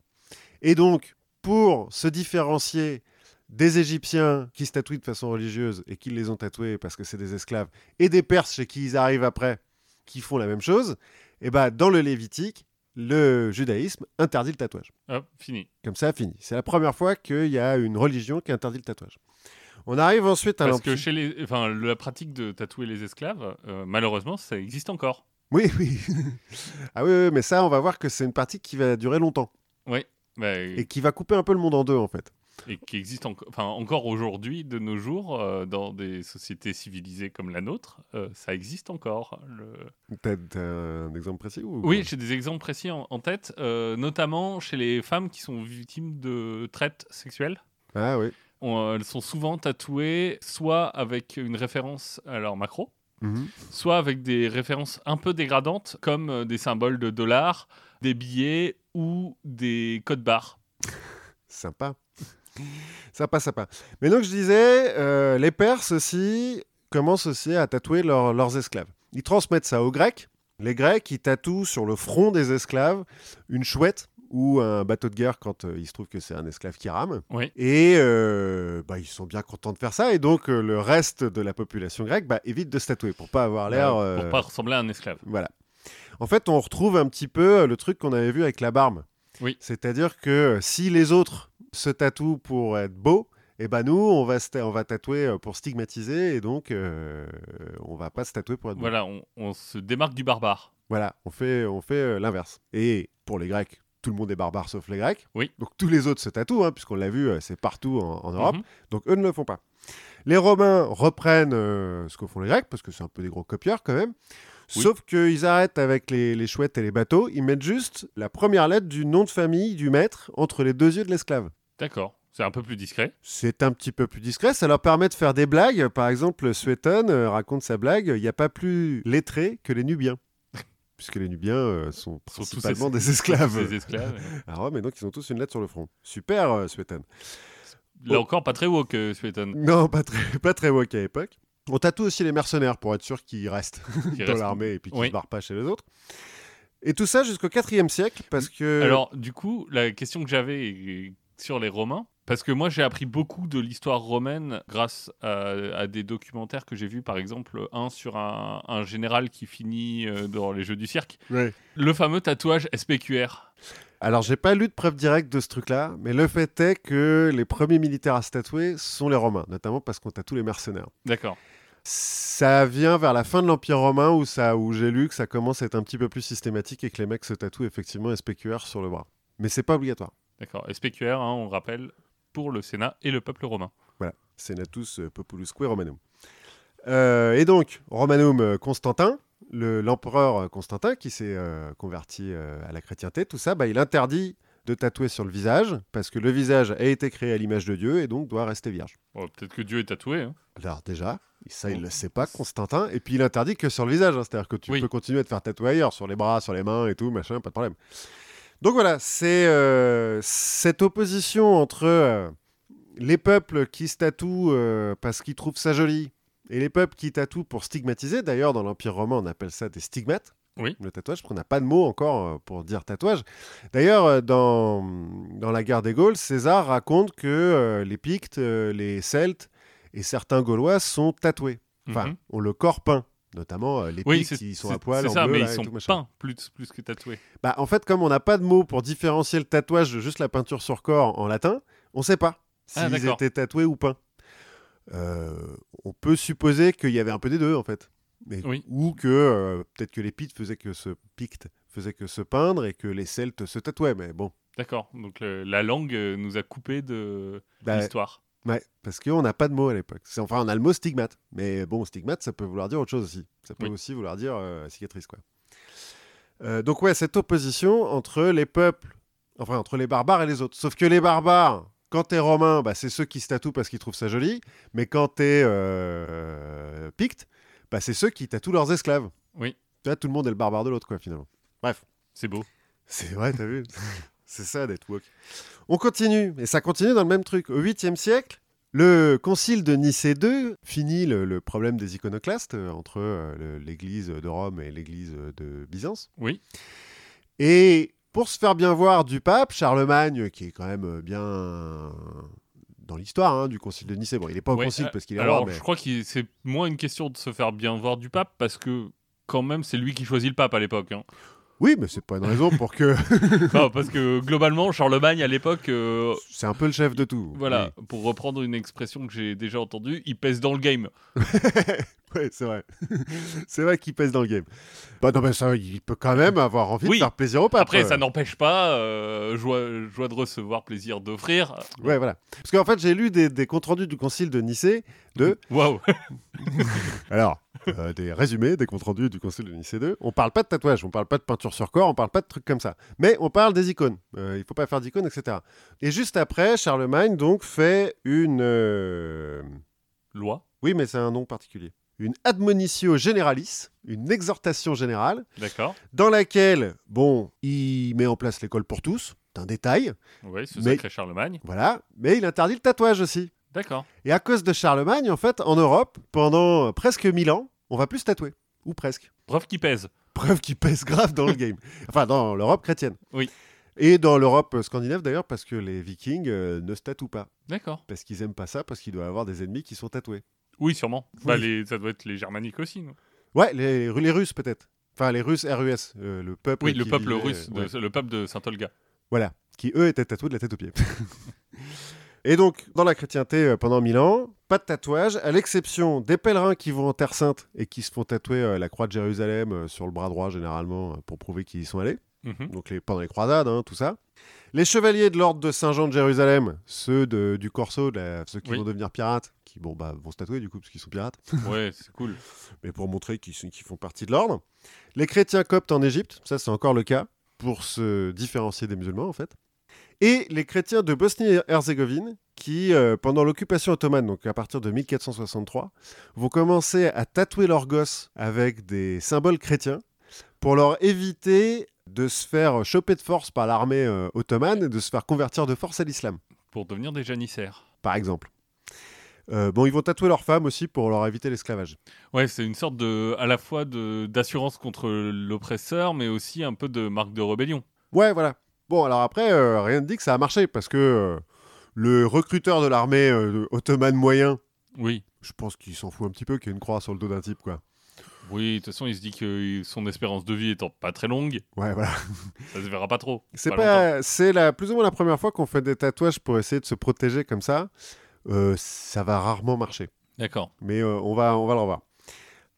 Speaker 1: Et donc, pour se différencier des Égyptiens qui se tatouent de façon religieuse et qui les ont tatoués parce que c'est des esclaves, et des Perses chez qui ils arrivent après, qui font la même chose, et ben dans le Lévitique, le judaïsme interdit le tatouage.
Speaker 2: Hop, fini.
Speaker 1: Comme ça, fini. C'est la première fois qu'il y a une religion qui interdit le tatouage. On arrive ensuite à
Speaker 2: Parce que
Speaker 1: l'Empire.
Speaker 2: chez les... enfin, la pratique de tatouer les esclaves, euh, malheureusement, ça existe encore.
Speaker 1: Oui, oui. *laughs* ah oui, oui, mais ça, on va voir que c'est une partie qui va durer longtemps
Speaker 2: Bah,
Speaker 1: et
Speaker 2: et...
Speaker 1: qui va couper un peu le monde en deux, en fait.
Speaker 2: qui existe enco- enfin, encore aujourd'hui, de nos jours, euh, dans des sociétés civilisées comme la nôtre, euh, ça existe encore. Le...
Speaker 1: T'as t'as euh, un exemple précis ou...
Speaker 2: Oui, j'ai des exemples précis en, en tête, euh, notamment chez les femmes qui sont victimes de traite sexuelle.
Speaker 1: Ah oui.
Speaker 2: On- elles sont souvent tatouées soit avec une référence à leur macro,
Speaker 1: Mhm.
Speaker 2: soit avec des références un peu dégradantes comme euh, des symboles de dollars, des billets ou des codes barres.
Speaker 1: Sympa. sympa, sympa. Mais donc, je disais, euh, les Perses aussi commencent aussi à tatouer leurs- leurs esclaves. Ils transmettent ça aux Grecs. Les Grecs, ils tatouent sur le front des esclaves une chouette ou un bateau de guerre quand euh, il se trouve que c'est un esclave qui rame.
Speaker 2: Oui.
Speaker 1: Et euh, bah, ils sont bien contents de faire ça. Et donc, euh, le reste de la population grecque bah, évite de se tatouer pour pas avoir l'air...
Speaker 2: Euh, Pour
Speaker 1: euh,
Speaker 2: pas ressembler à un esclave.
Speaker 1: voilà. En fait, on retrouve un petit peu euh, le truc qu'on avait vu avec la barbe.
Speaker 2: Oui.
Speaker 1: C'est-à-dire que euh, si les autres se tatouent pour être beaux, eh ben nous, on va, se ta- on va tatouer euh, pour stigmatiser et donc euh, on va pas se tatouer pour être beau.
Speaker 2: Voilà, on, on se démarque du barbare.
Speaker 1: Voilà, on fait, on fait euh, l'inverse. Et pour les Grecs, tout le monde est barbare sauf les Grecs.
Speaker 2: Oui.
Speaker 1: Donc tous les autres se tatouent, hein, puisqu'on l'a vu, euh, c'est partout en, en Europe.
Speaker 2: Mhm.
Speaker 1: Donc eux ne le font pas. Les Romains reprennent euh, ce que font les Grecs, parce que c'est un peu des gros copieurs quand même.
Speaker 2: Oui.
Speaker 1: Sauf qu'ils arrêtent avec les, les chouettes et les bateaux, ils mettent juste la première lettre du nom de famille du maître entre les deux yeux de l'esclave.
Speaker 2: D'accord, c'est un peu plus discret.
Speaker 1: C'est un petit peu plus discret, ça leur permet de faire des blagues. Par exemple, Suétone euh, raconte sa blague, il n'y a pas plus lettré que les Nubiens. *laughs* Puisque les Nubiens euh, sont
Speaker 2: Sont tous
Speaker 1: principalement
Speaker 2: es-
Speaker 1: des
Speaker 2: *laughs*
Speaker 1: esclaves
Speaker 2: Des
Speaker 1: *laughs*
Speaker 2: esclaves.
Speaker 1: à Rome, et donc ils ont tous une lettre sur le front. Super, euh, Suétone.
Speaker 2: Là
Speaker 1: Oh.
Speaker 2: encore, pas très woke,
Speaker 1: *laughs*
Speaker 2: euh, Suétone.
Speaker 1: Non, pas très, pas très woke à l'époque. On tatoue aussi les mercenaires pour être sûr qu'ils restent *laughs*
Speaker 2: qui
Speaker 1: dans
Speaker 2: reste-
Speaker 1: l'armée et puis qu'ils
Speaker 2: Oui.
Speaker 1: ne se barrent pas chez les autres. Et tout ça jusqu'au 4 siècle parce que.
Speaker 2: Alors, du coup, la question que j'avais est sur les Romains, parce que moi j'ai appris beaucoup de l'histoire romaine grâce à, à des documentaires que j'ai vus, par exemple un sur un, un général qui finit euh, dans les Jeux du cirque,
Speaker 1: Ouais.
Speaker 2: le fameux tatouage SPQR.
Speaker 1: Alors, j'ai pas lu de preuve directe de ce truc-là, mais le fait est que les premiers militaires à se tatouer sont les Romains, notamment parce qu'on tatoue les mercenaires.
Speaker 2: D'accord.
Speaker 1: Ça vient vers la fin de l'Empire romain où, ça- où j'ai lu que ça commence à être un petit peu plus systématique et que les mecs se tatouent effectivement SPQR sur le bras. Mais c'est pas obligatoire.
Speaker 2: D'accord. SPQR, hein, on rappelle, pour le Sénat et le peuple romain.
Speaker 1: Voilà, Senatus euh, Populusque Romanum. Euh, et donc, Romanum euh, Constantin, le- l'empereur euh, Constantin qui s'est euh, converti euh, à la chrétienté, tout ça, bah, il interdit de tatouer sur le visage parce que le visage a été créé à l'image de Dieu et donc doit rester vierge.
Speaker 2: Bon, Peut-être que Dieu est tatoué. hein.
Speaker 1: Alors déjà, ça il le sait pas, Constantin, et puis il interdit que sur le visage, hein, c'est-à-dire que tu
Speaker 2: Oui.
Speaker 1: peux continuer à te faire tatouer ailleurs, sur les bras, sur les mains et tout, machin, pas de problème. Donc voilà, c'est euh, cette opposition entre euh, les peuples qui se tatouent euh, parce qu'ils trouvent ça joli et les peuples qui tatouent pour stigmatiser. D'ailleurs, dans l'Empire romain, on appelle ça des stigmates.
Speaker 2: Oui.
Speaker 1: Le tatouage, parce qu'on n'a pas de mot encore euh, pour dire tatouage. D'ailleurs, euh, dans, dans la guerre des Gaules, César raconte que euh, les Pictes, euh, les Celtes et certains Gaulois sont tatoués. Enfin,
Speaker 2: Mhm.
Speaker 1: ont le corps peint, notamment euh, les
Speaker 2: Oui,
Speaker 1: Pictes
Speaker 2: c'est
Speaker 1: qui sont
Speaker 2: c'est-
Speaker 1: à poil
Speaker 2: c'est
Speaker 1: en
Speaker 2: ça,
Speaker 1: bleu,
Speaker 2: mais
Speaker 1: là,
Speaker 2: ils
Speaker 1: et
Speaker 2: sont
Speaker 1: tout, machin.
Speaker 2: peints plus, plus que tatoués.
Speaker 1: Bah, en fait, comme on n'a pas de mots pour différencier le tatouage de juste la peinture sur corps en latin, on ne sait pas s'ils
Speaker 2: Ah, d'accord.
Speaker 1: étaient tatoués ou peints. Euh, on peut supposer qu'il y avait un peu des deux, en fait. Mais-
Speaker 2: Oui.
Speaker 1: Ou que euh, peut-être que les Pictes faisaient que se Pictes faisaient que se peindre et que les Celtes se tatouaient. Mais bon,
Speaker 2: D'accord. Donc le- la langue euh, nous a coupé de
Speaker 1: bah,
Speaker 2: l'histoire.
Speaker 1: ouais, parce qu'on n'a pas de mot à l'époque. C'est- Enfin, on a le mot stigmate. Mais bon, stigmate, ça peut vouloir dire autre chose aussi. Ça peut
Speaker 2: Oui.
Speaker 1: aussi vouloir dire euh, cicatrice, quoi. Euh, donc ouais, cette opposition entre les peuples, enfin entre les barbares et les autres. Sauf que les barbares, quand t'es romain, bah, c'est ceux qui se tatouent parce qu'ils trouvent ça joli, mais quand t'es euh, picte, bah, c'est ceux qui tatouent leurs esclaves.
Speaker 2: Oui.
Speaker 1: Tu vois, tout le monde est le barbare de l'autre, quoi, finalement. Bref.
Speaker 2: C'est beau.
Speaker 1: C'est vrai, t'as vu *laughs* C'est ça d'être woke. On continue, et ça continue dans le même truc. Au 8e siècle, le concile de Nicée II finit le, le problème des iconoclastes euh, entre euh, le- l'église de Rome et l'église de Byzance.
Speaker 2: Oui.
Speaker 1: Et pour se faire bien voir du pape, Charlemagne, qui est quand même euh, bien dans l'histoire hein, du concile de Nicée, bon, il n'est pas au
Speaker 2: Ouais,
Speaker 1: concile
Speaker 2: euh,
Speaker 1: parce qu'il est
Speaker 2: Alors
Speaker 1: roi, mais...
Speaker 2: je crois que c'est moins une question de se faire bien voir du pape parce que quand même c'est lui qui choisit le pape à
Speaker 1: *laughs*
Speaker 2: l'époque. hein.
Speaker 1: Oui, mais c'est pas une raison pour
Speaker 2: *laughs*
Speaker 1: que...
Speaker 2: Enfin, parce que globalement Charlemagne à l'époque, euh,
Speaker 1: c'est un peu le chef de tout.
Speaker 2: voilà, pour reprendre une expression que j'ai déjà entendue, il pèse dans le game.
Speaker 1: *laughs* Ouais, c'est vrai. c'est vrai qu'il pèse dans le game. Bah non, mais ça, il peut quand même avoir envie
Speaker 2: Oui.
Speaker 1: de faire plaisir au pape.
Speaker 2: Après ça
Speaker 1: Euh,
Speaker 2: n'empêche pas euh, joie, joie de recevoir, plaisir d'offrir.
Speaker 1: Ouais, voilà. Parce qu'en fait, j'ai lu des, des comptes rendus du concile de Nicée. De-
Speaker 2: *laughs* Waouh.
Speaker 1: Alors, euh, *laughs* des résumés des comptes rendus du concile de Nicée 2. On parle pas de tatouage, on parle pas de peinture sur corps, on parle pas de trucs comme ça. Mais on parle des icônes. Euh, il faut pas faire d'icônes, etc. Et juste après, Charlemagne, donc, fait une. euh,
Speaker 2: Loi.
Speaker 1: Oui, mais c'est un nom particulier. Une admonitio generalis, une exhortation générale.
Speaker 2: D'accord.
Speaker 1: dans laquelle, bon, il met en place l'école pour tous, c'est un détail,
Speaker 2: Oui, ce
Speaker 1: Mais-
Speaker 2: sacré Charlemagne.
Speaker 1: voilà, mais il interdit le tatouage aussi.
Speaker 2: D'accord.
Speaker 1: Et à cause de Charlemagne, en fait, en Europe, pendant presque 1000 ans, on va plus se tatouer, ou presque.
Speaker 2: Preuve qui pèse.
Speaker 1: Preuve qui pèse grave
Speaker 2: *laughs*
Speaker 1: dans le game. Enfin, dans l'Europe chrétienne.
Speaker 2: Oui.
Speaker 1: Et dans l'Europe scandinave d'ailleurs, parce que les Vikings euh, ne se tatouent pas.
Speaker 2: D'accord.
Speaker 1: Parce qu'ils aiment pas ça, parce qu'ils doivent avoir des ennemis qui sont tatoués.
Speaker 2: Oui, sûrement. Bah,
Speaker 1: Oui.
Speaker 2: les- ça doit être les germaniques aussi, non
Speaker 1: Ouais, les, les Russes peut-être. Enfin, les Russes RUS, euh, le peuple.
Speaker 2: Oui, le
Speaker 1: qui
Speaker 2: peuple
Speaker 1: vivait,
Speaker 2: russe,
Speaker 1: euh,
Speaker 2: de-
Speaker 1: ouais.
Speaker 2: le peuple de Saint-Olga.
Speaker 1: Voilà, qui eux étaient tatoués de la tête aux pieds. *laughs* Et donc, dans la chrétienté, euh, pendant mille ans, pas de tatouage, à l'exception des pèlerins qui vont en Terre Sainte et qui se font tatouer euh, la croix de Jérusalem euh, sur le bras droit, généralement, euh, pour prouver qu'ils y sont allés.
Speaker 2: Mhm.
Speaker 1: Donc, les, pendant les croisades, hein, tout ça. Les chevaliers de l'ordre de Saint-Jean de Jérusalem, ceux de- du Corso, de la- ceux qui
Speaker 2: Oui.
Speaker 1: vont devenir pirates, qui bon, bah, vont se tatouer du coup, parce qu'ils sont pirates,
Speaker 2: *laughs* Ouais, c'est cool.
Speaker 1: mais pour montrer qu'ils sont- qu'ils font partie de l'ordre. Les chrétiens coptes en Égypte, ça c'est encore le cas, pour se différencier des musulmans en fait. Et les chrétiens de Bosnie-Herzégovine, qui euh, pendant l'occupation ottomane, donc à partir de 1463, vont commencer à tatouer leurs gosses avec des symboles chrétiens pour leur éviter de se faire choper de force par l'armée euh, ottomane et de se faire convertir de force à l'islam
Speaker 2: Pour devenir des janissaires.
Speaker 1: par exemple. Euh, bon, ils vont tatouer leurs femmes aussi pour leur éviter l'esclavage.
Speaker 2: Ouais, c'est une sorte de, à la fois de d'assurance contre l'oppresseur, mais aussi un peu de marque de rébellion.
Speaker 1: Ouais, voilà. Bon, alors après, euh, rien ne dit que ça a marché parce que euh, le recruteur de l'armée euh, ottomane moyen,
Speaker 2: Oui.
Speaker 1: je pense qu'il s'en fout un petit peu qu'il y ait une croix sur le dos d'un type, quoi.
Speaker 2: Oui, de toute façon, il se dit que son espérance de vie étant pas très longue,
Speaker 1: Ouais, voilà.
Speaker 2: ça se verra pas trop.
Speaker 1: C'est
Speaker 2: Pas
Speaker 1: pas, c'est la plus ou moins la première fois qu'on fait des tatouages pour essayer de se protéger comme ça. Euh, ça va rarement marcher.
Speaker 2: D'accord.
Speaker 1: mais euh, on, va, on va le revoir.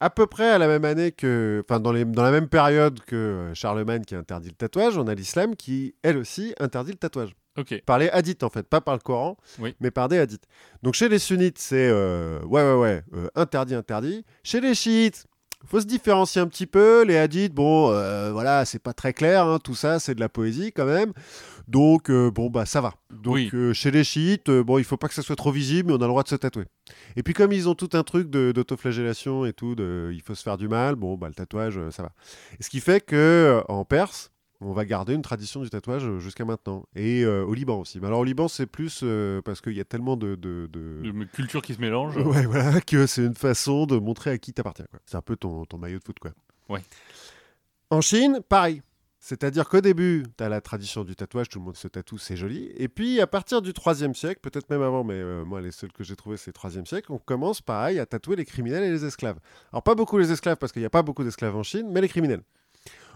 Speaker 1: À peu près à la même année que, enfin dans, les- dans la même période que euh, Charlemagne qui interdit le tatouage, on a l'islam qui, elle aussi, interdit le tatouage.
Speaker 2: Ok.
Speaker 1: Par les hadiths en fait, pas par le Coran,
Speaker 2: Oui.
Speaker 1: mais par des hadiths. Donc chez les sunnites, c'est euh, ouais ouais ouais, euh, interdit interdit. Chez les chiites, faut se différencier un petit peu. Les hadiths, bon euh, voilà, c'est pas très clair, hein, tout ça, c'est de la poésie quand même. Donc euh, bon bah ça va. Donc
Speaker 2: Oui.
Speaker 1: euh, chez les chiites, euh, bon il faut pas que ça soit trop visible, mais on a le droit de se tatouer. Et puis comme ils ont tout un truc de- d'autoflagellation et tout, de, il faut se faire du mal, bon, bah, le tatouage, euh, ça va. Et ce qui fait que euh, en Perse, on va garder une tradition du tatouage euh, jusqu'à maintenant. Et euh, au Liban aussi. Mais alors au Liban, c'est plus euh, parce qu'il y a tellement de... de, de-
Speaker 2: De culture qui se mélange.
Speaker 1: Ouais, voilà, *laughs* que c'est une façon de montrer à qui t'appartiens. quoi. C'est un peu ton, ton maillot de foot, quoi.
Speaker 2: Ouais.
Speaker 1: En Chine, pareil. C'est-à-dire qu'au début, tu as la tradition du tatouage, tout le monde se tatoue, c'est joli. Et puis, à partir du 3e siècle, peut-être même avant, mais euh, moi, les seuls que j'ai trouvés, c'est le 3e siècle, on commence, pareil, à tatouer les criminels et les esclaves. Alors, pas beaucoup les esclaves, parce qu'il n'y a pas beaucoup d'esclaves en Chine, mais les criminels.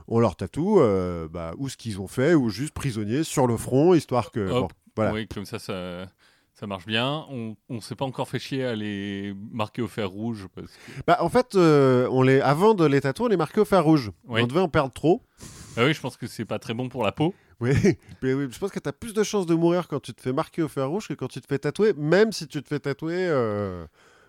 Speaker 1: On leur tatoue euh, bah, ou ce qu'ils ont fait, ou juste prisonniers sur le front, histoire que...
Speaker 2: Hop.
Speaker 1: bon, voilà.
Speaker 2: Oui, comme ça, ça, Ça marche bien. On, on s'est pas encore fait chier à les marquer au fer rouge. Parce que...
Speaker 1: Bah, en fait, euh, on les... avant de les tatouer, on les marquait au fer rouge.
Speaker 2: Oui.
Speaker 1: On devait en perdre trop. *laughs*
Speaker 2: Ah oui, je pense que c'est pas très bon pour la peau.
Speaker 1: Oui, mais oui, je pense que tu as plus de chances de mourir quand tu te fais marquer au fer rouge que quand tu te fais tatouer, même si tu te fais tatouer. euh,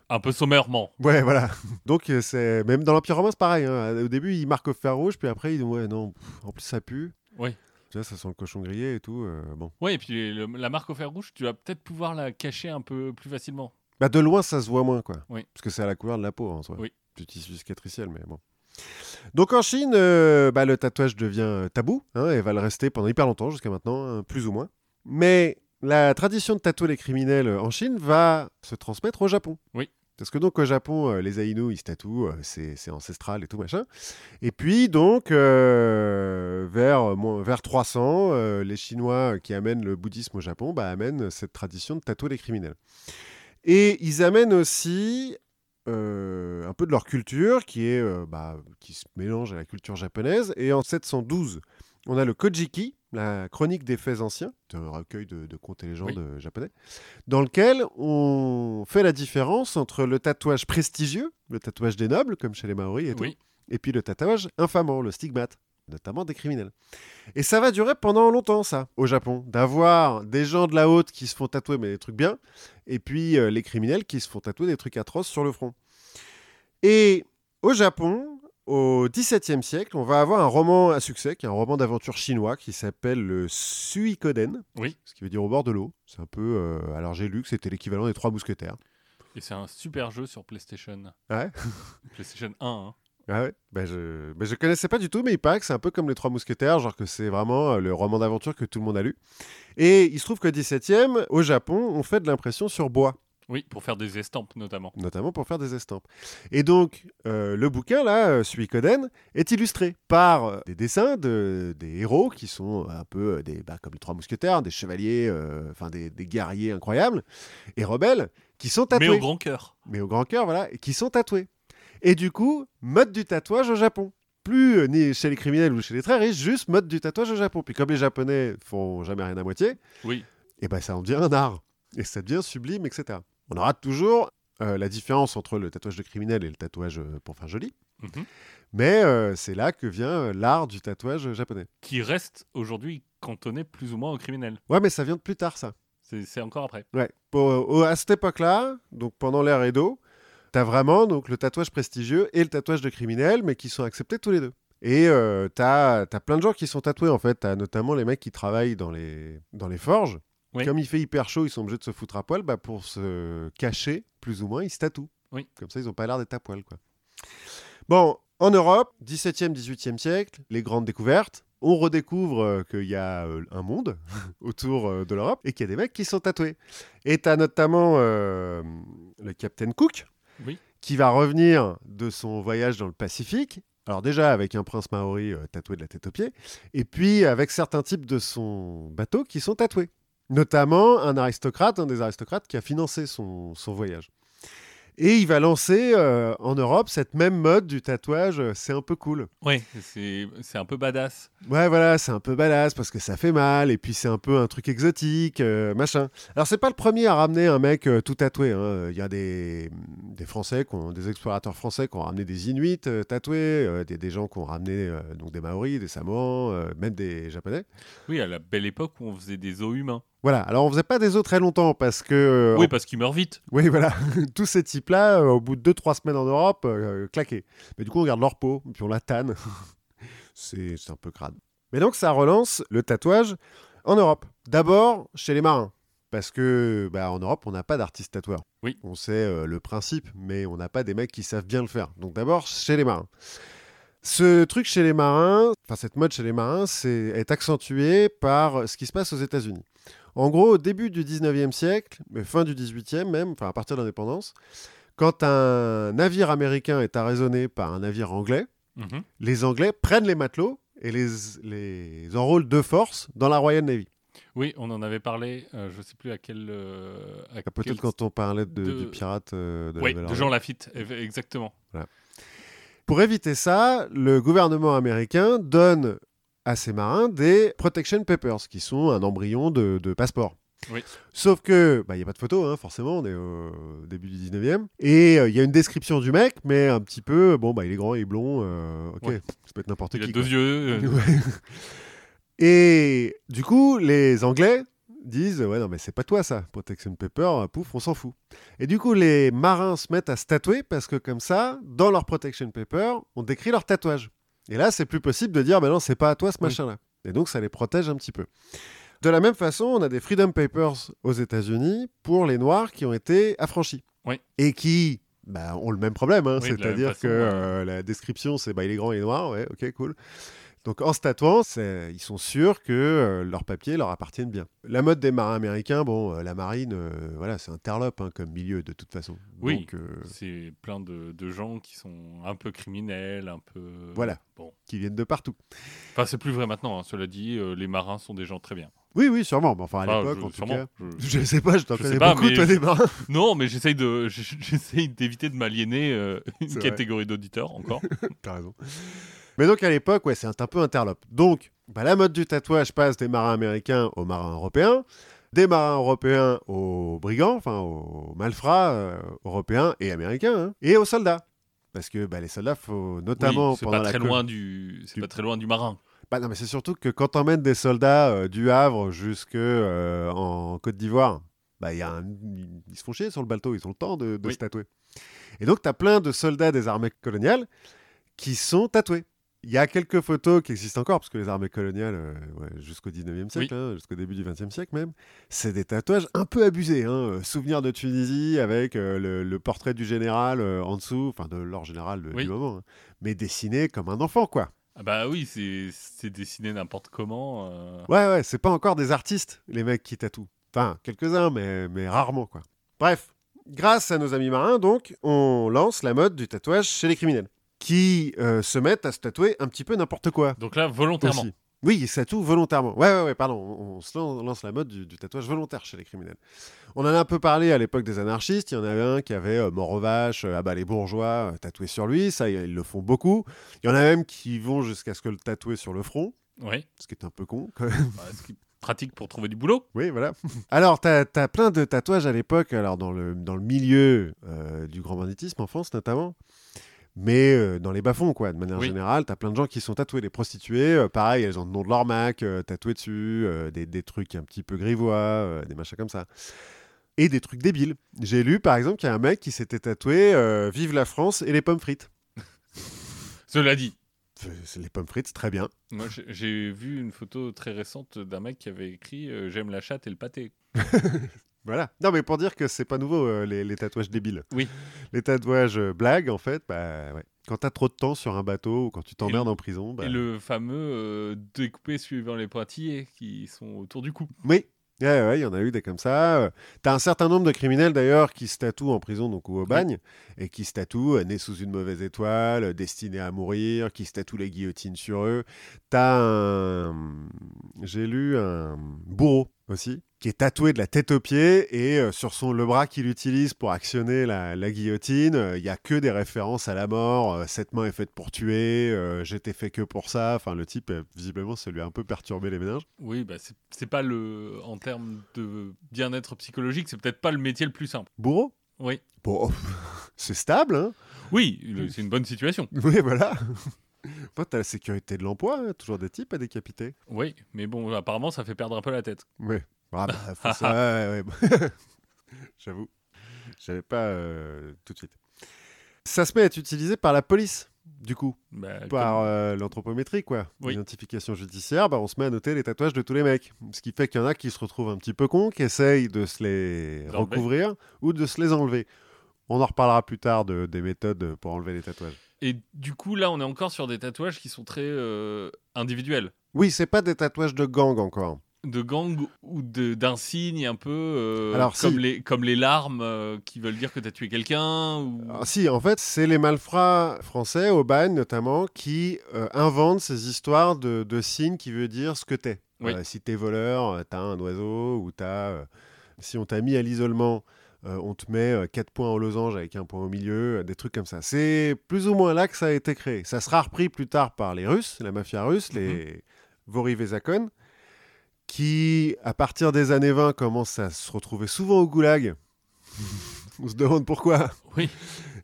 Speaker 2: Un peu sommairement.
Speaker 1: Ouais, voilà. *laughs* Donc, euh, c'est même dans l'Empire romain, c'est pareil. hein. Au début, ils marquent au fer rouge, puis après, ils disent Ouais, non, pff, en plus, ça pue.
Speaker 2: Oui.
Speaker 1: Tu vois, ça sent le cochon grillé et tout. euh, bon.
Speaker 2: Ouais, et puis le- la marque au fer rouge, tu vas peut-être pouvoir la cacher un peu plus facilement.
Speaker 1: Bah, de loin, ça se voit moins, quoi.
Speaker 2: Oui.
Speaker 1: Parce que c'est à la couleur de la peau, en soi.
Speaker 2: Oui.
Speaker 1: Du tissu cicatriciel, mais bon. Donc, en Chine, euh, bah, le tatouage devient euh, tabou hein, et va le rester pendant hyper longtemps, jusqu'à maintenant, hein, plus ou moins. Mais la tradition de tatouer les criminels euh, en Chine va se transmettre au Japon.
Speaker 2: Oui.
Speaker 1: Parce que donc au Japon, euh, les Ainu, ils se tatouent, euh, c'est c'est ancestral et tout machin. Et puis donc, euh, vers, euh, moins- vers 300, euh, les Chinois qui amènent le bouddhisme au Japon bah, amènent cette tradition de tatouer les criminels. Et ils amènent aussi euh, un peu de leur culture qui, est, euh, bah, qui se mélange à la culture japonaise. Et en 712, on a le Kojiki, la chronique des faits anciens, c'est un recueil de, de contes et légendes euh, japonais, dans lequel on fait la différence entre le tatouage prestigieux, le tatouage des nobles, comme chez les Maoris et tout,
Speaker 2: Oui.
Speaker 1: et puis le tatouage infamant, le stigmate, notamment des criminels. Et ça va durer pendant longtemps, ça, au Japon, d'avoir des gens de la haute qui se font tatouer, mais des trucs bien, et puis euh, les criminels qui se font tatouer des trucs atroces sur le front. Et au Japon, au XVIIe siècle, on va avoir un roman à succès, qui est un roman d'aventure chinois, qui s'appelle le Suikoden,
Speaker 2: Oui.
Speaker 1: ce qui veut dire au bord de l'eau. C'est un peu... euh, alors j'ai lu que c'était l'équivalent des Trois Mousquetaires.
Speaker 2: Et c'est un super jeu sur PlayStation.
Speaker 1: Ouais.
Speaker 2: *laughs* PlayStation 1. hein.
Speaker 1: Ah ouais ben je... ben je connaissais pas du tout, mais il paraît que c'est un peu comme les Trois Mousquetaires, genre que c'est vraiment euh, le roman d'aventure que tout le monde a lu. Et il se trouve que 17e, au Japon, on fait de l'impression sur bois,
Speaker 2: Oui, pour faire des estampes notamment.
Speaker 1: notamment pour faire des estampes. Et donc, euh, le bouquin, là, euh, Suikoden, est illustré par euh, des dessins de, des héros qui sont un peu euh, des, bah, comme les Trois Mousquetaires, des chevaliers, euh, enfin des, des guerriers incroyables et rebelles, qui sont tatoués
Speaker 2: Mais au grand cœur.
Speaker 1: mais au grand cœur, voilà, et qui sont tatoués. Et du coup, mode du tatouage au Japon. Plus euh, ni chez les criminels ou chez les très riches, juste mode du tatouage au Japon. Puis comme les Japonais font jamais rien à moitié,
Speaker 2: Oui.
Speaker 1: et ben ça en devient un art. Et ça devient sublime, etc. On aura toujours euh, la différence entre le tatouage de criminel et le tatouage euh, pour faire joli.
Speaker 2: Mhm.
Speaker 1: Mais euh, c'est là que vient euh, l'art du tatouage japonais.
Speaker 2: Qui reste aujourd'hui cantonné plus ou moins aux criminels.
Speaker 1: Ouais, mais ça vient de plus tard, ça.
Speaker 2: C'est c'est encore après.
Speaker 1: Ouais. Pour- euh, au- à cette époque-là, donc pendant l'ère Edo, t'as vraiment donc le tatouage prestigieux et le tatouage de criminel, mais qui sont acceptés tous les deux. Et euh, t'as as plein de gens qui sont tatoués en fait. T'as notamment les mecs qui travaillent dans les dans les forges.
Speaker 2: Oui.
Speaker 1: Comme il fait hyper chaud, ils sont obligés de se foutre à poil. Bah pour se cacher, plus ou moins, ils se tatouent.
Speaker 2: Oui.
Speaker 1: Comme ça, ils ont pas l'air d'être à poil quoi. Bon, en Europe, 17e, 18e siècle, les grandes découvertes. On redécouvre euh, qu'il y a euh, un monde *laughs* autour euh, de l'Europe et qu'il y a des mecs qui sont tatoués. Et t'as notamment euh, le Captain Cook,
Speaker 2: Oui.
Speaker 1: qui va revenir de son voyage dans le Pacifique. Alors déjà avec un prince maori euh, tatoué de la tête aux pieds, et puis avec certains types de son bateau qui sont tatoués. Notamment un aristocrate, un des aristocrates qui a financé son, son voyage. Et il va lancer euh, en Europe cette même mode du tatouage, euh, c'est un peu cool.
Speaker 2: Oui. C'est c'est un peu badass.
Speaker 1: Ouais, voilà, c'est un peu balasse parce que ça fait mal, et puis c'est un peu un truc exotique, euh, machin. Alors, c'est pas le premier à ramener un mec euh, tout tatoué. hein. Il y a des, des Français, qui ont- des explorateurs français qui ont ramené des Inuits euh, tatoués, euh, des, des gens qui ont ramené euh, donc des Maoris, des Samoans, euh, même des Japonais.
Speaker 2: Oui, à la belle époque où on faisait des os humains.
Speaker 1: Voilà, alors on faisait pas des os très longtemps parce que. euh,
Speaker 2: Oui, parce qu'ils meurent vite.
Speaker 1: Oui, voilà. *laughs* Tous ces types-là, euh, au bout de 2-3 semaines en Europe, euh, claqués. Mais du coup, on garde leur peau, puis on la tanne. *laughs* c'est c'est un peu crade. Mais donc, ça relance le tatouage en Europe. D'abord, chez les marins. Parce que, bah, en Europe, on n'a pas d'artistes tatoueurs.
Speaker 2: Oui.
Speaker 1: On sait euh, le principe, mais on n'a pas des mecs qui savent bien le faire. Donc, d'abord, chez les marins. Ce truc chez les marins, enfin cette mode chez les marins, c'est est accentuée par ce qui se passe aux États-Unis. En gros, au début du 19e siècle, mais fin du 18e même, enfin à partir de l'indépendance, quand un navire américain est arraisonné par un navire anglais,
Speaker 2: Mhm.
Speaker 1: les Anglais prennent les matelots et les, les enrôlent de force dans la Royal Navy.
Speaker 2: Oui, on en avait parlé. euh, je sais plus à quel. euh, à
Speaker 1: Ah, Peut-être
Speaker 2: quel-
Speaker 1: quand on parlait de,
Speaker 2: de-
Speaker 1: du pirate euh, de la
Speaker 2: Oui, de
Speaker 1: Valorant.
Speaker 2: Jean Lafitte, eff- exactement.
Speaker 1: Pour éviter ça, le gouvernement américain donne à ses marins des protection papers, qui sont un embryon de, de passeport.
Speaker 2: Oui.
Speaker 1: Sauf que, bah, il n'y a pas de photo, hein, forcément, on est au début du 19e. Et euh, il y a une description du mec, mais un petit peu, bon, bah, il est grand, il est blond, euh, ok,
Speaker 2: Ouais.
Speaker 1: ça peut être n'importe
Speaker 2: Il
Speaker 1: qui.
Speaker 2: a
Speaker 1: quoi.
Speaker 2: deux yeux. euh,
Speaker 1: *laughs* Ouais. Et du coup, les Anglais disent Ouais, non, mais c'est pas toi ça, Protection Paper, euh, pouf, on s'en fout. Et du coup, les marins se mettent à se tatouer parce que, comme ça, dans leur Protection Paper, on décrit leur tatouage. Et là, c'est plus possible de dire Bah non, c'est pas à toi ce
Speaker 2: Oui.
Speaker 1: machin-là. Et donc, ça les protège un petit peu. De la même façon, on a des Freedom Papers aux États-Unis pour les Noirs qui ont été affranchis.
Speaker 2: Oui.
Speaker 1: Et qui bah, ont le même problème. hein.
Speaker 2: Oui, de la même
Speaker 1: C'est-à-dire
Speaker 2: façon,
Speaker 1: que
Speaker 2: ouais.
Speaker 1: euh, la description, c'est bah, il est grand, il est noir, ouais, ok, cool. Donc en se tatouant, c'est- ils sont sûrs que euh, leurs papiers leur appartiennent bien. La mode des marins américains, bon, euh, la marine, euh, voilà, c'est un terlope hein, comme milieu de toute façon.
Speaker 2: Oui.
Speaker 1: Donc, euh,
Speaker 2: C'est plein de, de gens qui sont un peu criminels, un peu.
Speaker 1: Voilà.
Speaker 2: Bon.
Speaker 1: qui viennent de partout.
Speaker 2: Enfin, c'est plus vrai maintenant. hein. Cela dit, euh, les marins sont des gens très bien.
Speaker 1: Oui, oui, sûrement. Mais enfin, à
Speaker 2: Enfin,
Speaker 1: l'époque,
Speaker 2: je-
Speaker 1: en tout
Speaker 2: sûrement,
Speaker 1: cas. *laughs*
Speaker 2: je- *laughs*
Speaker 1: Je sais pas, je t'en
Speaker 2: Je
Speaker 1: connais
Speaker 2: sais pas,
Speaker 1: beaucoup,
Speaker 2: mais
Speaker 1: toi,
Speaker 2: je-
Speaker 1: des marins.
Speaker 2: Non, mais j'essaye de, *laughs* j- j'essaye d'éviter de m'aliéner euh, une
Speaker 1: C'est vrai.
Speaker 2: catégorie d'auditeurs encore.
Speaker 1: T'as raison. Mais donc à l'époque, ouais, c'est un, un peu interlope. Donc, bah, la mode du tatouage passe des marins américains aux marins européens, des marins européens aux brigands, enfin aux malfrats euh, européens et américains, hein, et aux soldats. Parce que bah, les soldats, faut notamment
Speaker 2: Oui, c'est
Speaker 1: pendant
Speaker 2: pas
Speaker 1: la
Speaker 2: très
Speaker 1: colo-
Speaker 2: loin du, c'est
Speaker 1: Du-
Speaker 2: pas très loin du marin.
Speaker 1: Bah, non, mais c'est surtout que quand on mène des soldats euh, du Havre jusque euh, en Côte d'Ivoire, bah, il y a un- ils se font chier sur le bateau, ils ont le temps de, de
Speaker 2: Oui.
Speaker 1: se tatouer. Et donc, tu as plein de soldats des armées coloniales qui sont tatoués. Il y a quelques photos qui existent encore, parce que les armées coloniales, euh, ouais, jusqu'au 19e siècle, hein, jusqu'au début du 20e siècle même, c'est des tatouages un peu abusés. Hein. Euh, Souvenir de Tunisie avec euh, le, le portrait du général euh, en dessous, enfin de leur général euh,
Speaker 2: Oui.
Speaker 1: du moment, hein. mais dessiné comme un enfant, quoi.
Speaker 2: Ah bah oui, c'est, c'est dessiné n'importe comment. euh.
Speaker 1: Ouais, ouais, c'est pas encore des artistes, les mecs qui tatouent. Enfin, quelques-uns, mais, mais rarement, quoi. Bref, grâce à nos amis marins, donc, on lance la mode du tatouage chez les criminels, qui euh, se mettent à se tatouer un petit peu n'importe quoi.
Speaker 2: Donc là, volontairement.
Speaker 1: Aussi. Oui, ils se tatouent volontairement. Ouais, ouais, ouais, pardon, on, on se lan- lance la mode du, du tatouage volontaire chez les criminels. On en a un peu parlé à l'époque des anarchistes, il y en avait un qui avait euh, mort aux vaches, euh, abat les bourgeois, euh, tatoué sur lui, ça, ils le font beaucoup. Il y en a même qui vont jusqu'à ce que le tatoué sur le front,
Speaker 2: Oui.
Speaker 1: ce qui est un peu con,
Speaker 2: Bah, ce qui est pratique pour trouver du boulot.
Speaker 1: Oui, voilà. *laughs* Alors, t'as as plein de tatouages à l'époque, alors dans le, dans le milieu euh, du grand banditisme, en France notamment, mais euh, dans les bas-fonds, quoi. De manière
Speaker 2: Oui.
Speaker 1: générale, t'as plein de gens qui sont tatoués. Les prostituées, euh, pareil, elles ont le nom de leur Mac euh, tatoué dessus, euh, des, des trucs un petit peu grivois, euh, des machins comme ça. Et des trucs débiles. J'ai lu, par exemple, qu'il y a un mec qui s'était tatoué euh, Vive la France et les pommes frites.
Speaker 2: Cela dit,
Speaker 1: C'est- Les pommes frites, c'est très bien.
Speaker 2: moi j'ai- j'ai vu une photo très récente d'un mec qui avait écrit euh, J'aime la chatte et le pâté.
Speaker 1: Voilà. Non, mais pour dire que c'est pas nouveau, euh, les, les tatouages débiles.
Speaker 2: Oui.
Speaker 1: Les tatouages euh, blagues, en fait, bah ouais. Quand t'as trop de temps sur un bateau ou quand tu t'emmerdes
Speaker 2: le-
Speaker 1: en prison, bah.
Speaker 2: Et le fameux euh, découpé suivant les pointillés qui sont autour du cou.
Speaker 1: Oui. Ouais, ouais, il y en a eu des comme ça. Euh, T'as un certain nombre de criminels d'ailleurs qui se tatouent en prison, donc ou au bagne, et qui se tatouent euh, nés sous une mauvaise étoile, euh, destinés à mourir, qui se tatouent la guillotine sur eux. T'as un. J'ai lu un bourreau aussi, qui est tatoué de la tête aux pieds, et euh, sur son, le bras qu'il utilise pour actionner la, la guillotine, euh, il n'y a que des références à la mort. euh, Cette main est faite pour tuer, euh, j'étais fait que pour ça. Enfin, le type, euh, visiblement, ça lui a un peu perturbé les ménages.
Speaker 2: Oui, bah c'est- c'est pas le. En termes de bien-être psychologique, c'est peut-être pas le métier le plus simple.
Speaker 1: Bourreau
Speaker 2: Oui.
Speaker 1: Bon, *laughs* c'est stable, hein
Speaker 2: Oui, le- c'est une bonne situation.
Speaker 1: Oui, voilà. *laughs* Toi, t'as la sécurité de l'emploi, hein, toujours des types à décapiter.
Speaker 2: Oui, mais bon, apparemment, ça fait perdre un peu la tête.
Speaker 1: Oui. Ah bah,
Speaker 2: *laughs*
Speaker 1: faut ça, ouais, ouais. *laughs* J'avoue, j'avais pas euh, tout de suite. Ça se met à être utilisé par la police, du coup,
Speaker 2: Bah,
Speaker 1: par euh, l'anthropométrie, quoi.
Speaker 2: Oui.
Speaker 1: L'identification judiciaire, bah, on se met à noter les tatouages de tous les mecs. Ce qui fait qu'il y en a qui se retrouvent un petit peu cons, qui essayent de se les
Speaker 2: D'enlever.
Speaker 1: recouvrir ou de se les enlever. On en reparlera plus tard de- des méthodes pour enlever les tatouages.
Speaker 2: Et du coup, là, on est encore sur des tatouages qui sont très euh, individuels.
Speaker 1: Oui, c'est pas des tatouages de gang encore.
Speaker 2: De gang ou de- d'un signe un peu euh,
Speaker 1: Alors,
Speaker 2: comme,
Speaker 1: si.
Speaker 2: les, comme les larmes euh, qui veulent dire que t'as tué quelqu'un. Ou...
Speaker 1: Ah, si, en fait, c'est les malfrats français, au bagne notamment, qui euh, inventent ces histoires de, de signes qui veut dire ce que t'es.
Speaker 2: Oui.
Speaker 1: Euh, si t'es voleur, euh, t'as un oiseau, ou t'as. euh, si on t'a mis à l'isolement, euh, on te met 4 points en losange avec un point au milieu, euh, des trucs comme ça. C'est plus ou moins là que ça a été créé. Ça sera repris plus tard par les Russes, la mafia russe, les Vorivesakon, qui, à partir des années 20, commence à se retrouver souvent au goulag. On se demande pourquoi.
Speaker 2: Oui.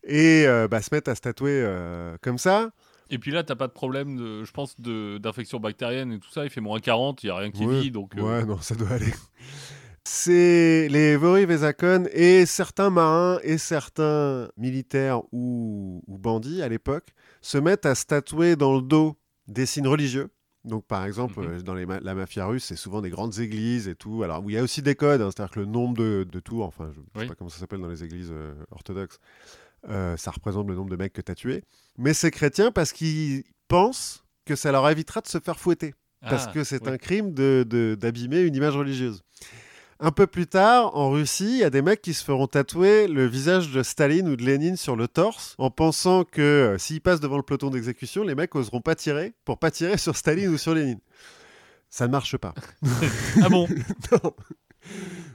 Speaker 1: Et euh, bah, se mettent à se tatouer euh, comme ça.
Speaker 2: Et puis là, t'as pas de problème, de, je pense, de- d'infection bactérienne et tout ça. Il fait moins 40, il y a rien qui
Speaker 1: Ouais,
Speaker 2: vit, donc euh,
Speaker 1: Ouais, non, ça doit aller. C'est les Vori Vesakon et certains marins et certains militaires ou, ou bandits à l'époque se mettent à se tatouer dans le dos des signes religieux. Donc, par exemple,
Speaker 2: Mhm.
Speaker 1: euh, dans les ma- la mafia russe, c'est souvent des grandes églises et tout. Alors, où il y a aussi des codes, hein, c'est-à-dire que le nombre de, de tours, enfin, je ne
Speaker 2: Oui.
Speaker 1: sais pas comment ça s'appelle dans les églises euh, orthodoxes, euh, ça représente le nombre de mecs que tu as tués. Mais c'est chrétien parce qu'ils pensent que ça leur évitera de se faire fouetter parce
Speaker 2: ah,
Speaker 1: que c'est
Speaker 2: ouais.
Speaker 1: un crime de- de- d'abîmer une image religieuse. Un peu plus tard, en Russie, il y a des mecs qui se feront tatouer le visage de Staline ou de Lénine sur le torse en pensant que euh, s'ils passent devant le peloton d'exécution, les mecs oseront pas tirer pour pas tirer sur Staline ou sur Lénine. Ça ne marche pas. *laughs*
Speaker 2: Ah bon
Speaker 1: Non.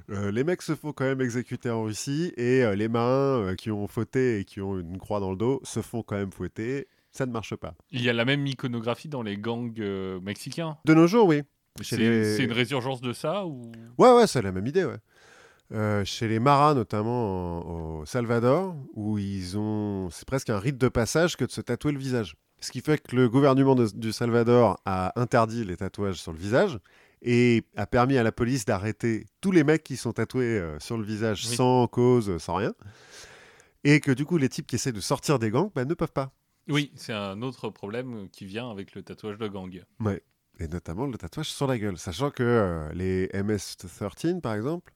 Speaker 1: Euh, les mecs se font quand même exécuter en Russie et euh, les marins euh, qui ont fauté et qui ont une croix dans le dos se font quand même fouetter. Ça ne marche pas.
Speaker 2: Il y a la même iconographie dans les gangs euh, mexicains.
Speaker 1: De nos jours, oui. Chez
Speaker 2: C'est
Speaker 1: les-
Speaker 2: c'est une résurgence de ça ou
Speaker 1: Ouais, ouais, c'est la même idée, ouais. Euh, chez les Maras, notamment en- au Salvador, où ils ont. C'est presque un rite de passage que de se tatouer le visage. Ce qui fait que le gouvernement de- du Salvador a interdit les tatouages sur le visage et a permis à la police d'arrêter tous les mecs qui sont tatoués euh, sur le visage
Speaker 2: Oui.
Speaker 1: sans cause, sans rien. Et que du coup, les types qui essaient de sortir des gangs bah, ne peuvent pas.
Speaker 2: Oui, c'est un autre problème qui vient avec le tatouage de gang.
Speaker 1: Et notamment le tatouage sur la gueule. Sachant que euh, les MS-13, par exemple,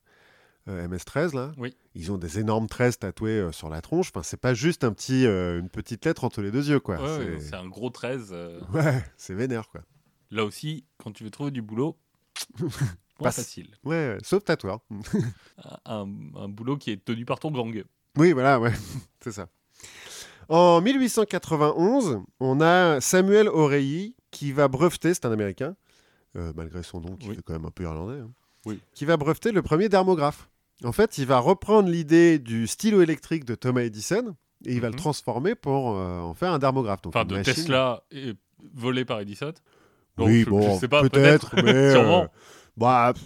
Speaker 1: euh, MS-13, là,
Speaker 2: Oui.
Speaker 1: ils ont des énormes tresses tatouées euh, sur la tronche. Enfin, c'est pas juste un petit, euh, une petite lettre entre les deux yeux, quoi.
Speaker 2: Ouais, ouais,
Speaker 1: Ah, C'est-
Speaker 2: non, c'est un gros 13. euh,
Speaker 1: *laughs* Ouais, c'est vénère, quoi.
Speaker 2: Là aussi, quand tu veux trouver
Speaker 1: *laughs*
Speaker 2: du boulot, moins
Speaker 1: Passe.
Speaker 2: facile.
Speaker 1: Ouais, ouais, sauf tatoueur.
Speaker 2: Un, un boulot qui est tenu par ton gang.
Speaker 1: oui, voilà, ouais, *laughs* c'est ça. En 1891, on a Samuel Oreilly qui va breveter, c'est un Américain, euh, malgré son nom qui
Speaker 2: Oui.
Speaker 1: fait quand même un peu irlandais, hein,
Speaker 2: Oui.
Speaker 1: qui va breveter le premier dermographe. En fait, il va reprendre l'idée du stylo électrique de Thomas Edison et il va le
Speaker 2: Mhm.
Speaker 1: transformer pour euh, en faire un dermographe. Donc
Speaker 2: Enfin,
Speaker 1: une
Speaker 2: de
Speaker 1: machine-
Speaker 2: Tesla et volé par Edison. Donc,
Speaker 1: oui,
Speaker 2: je- je
Speaker 1: bon,
Speaker 2: sais pas,
Speaker 1: peut-être,
Speaker 2: peut-être, *laughs*
Speaker 1: mais euh,
Speaker 2: sûrement.
Speaker 1: bah, pff,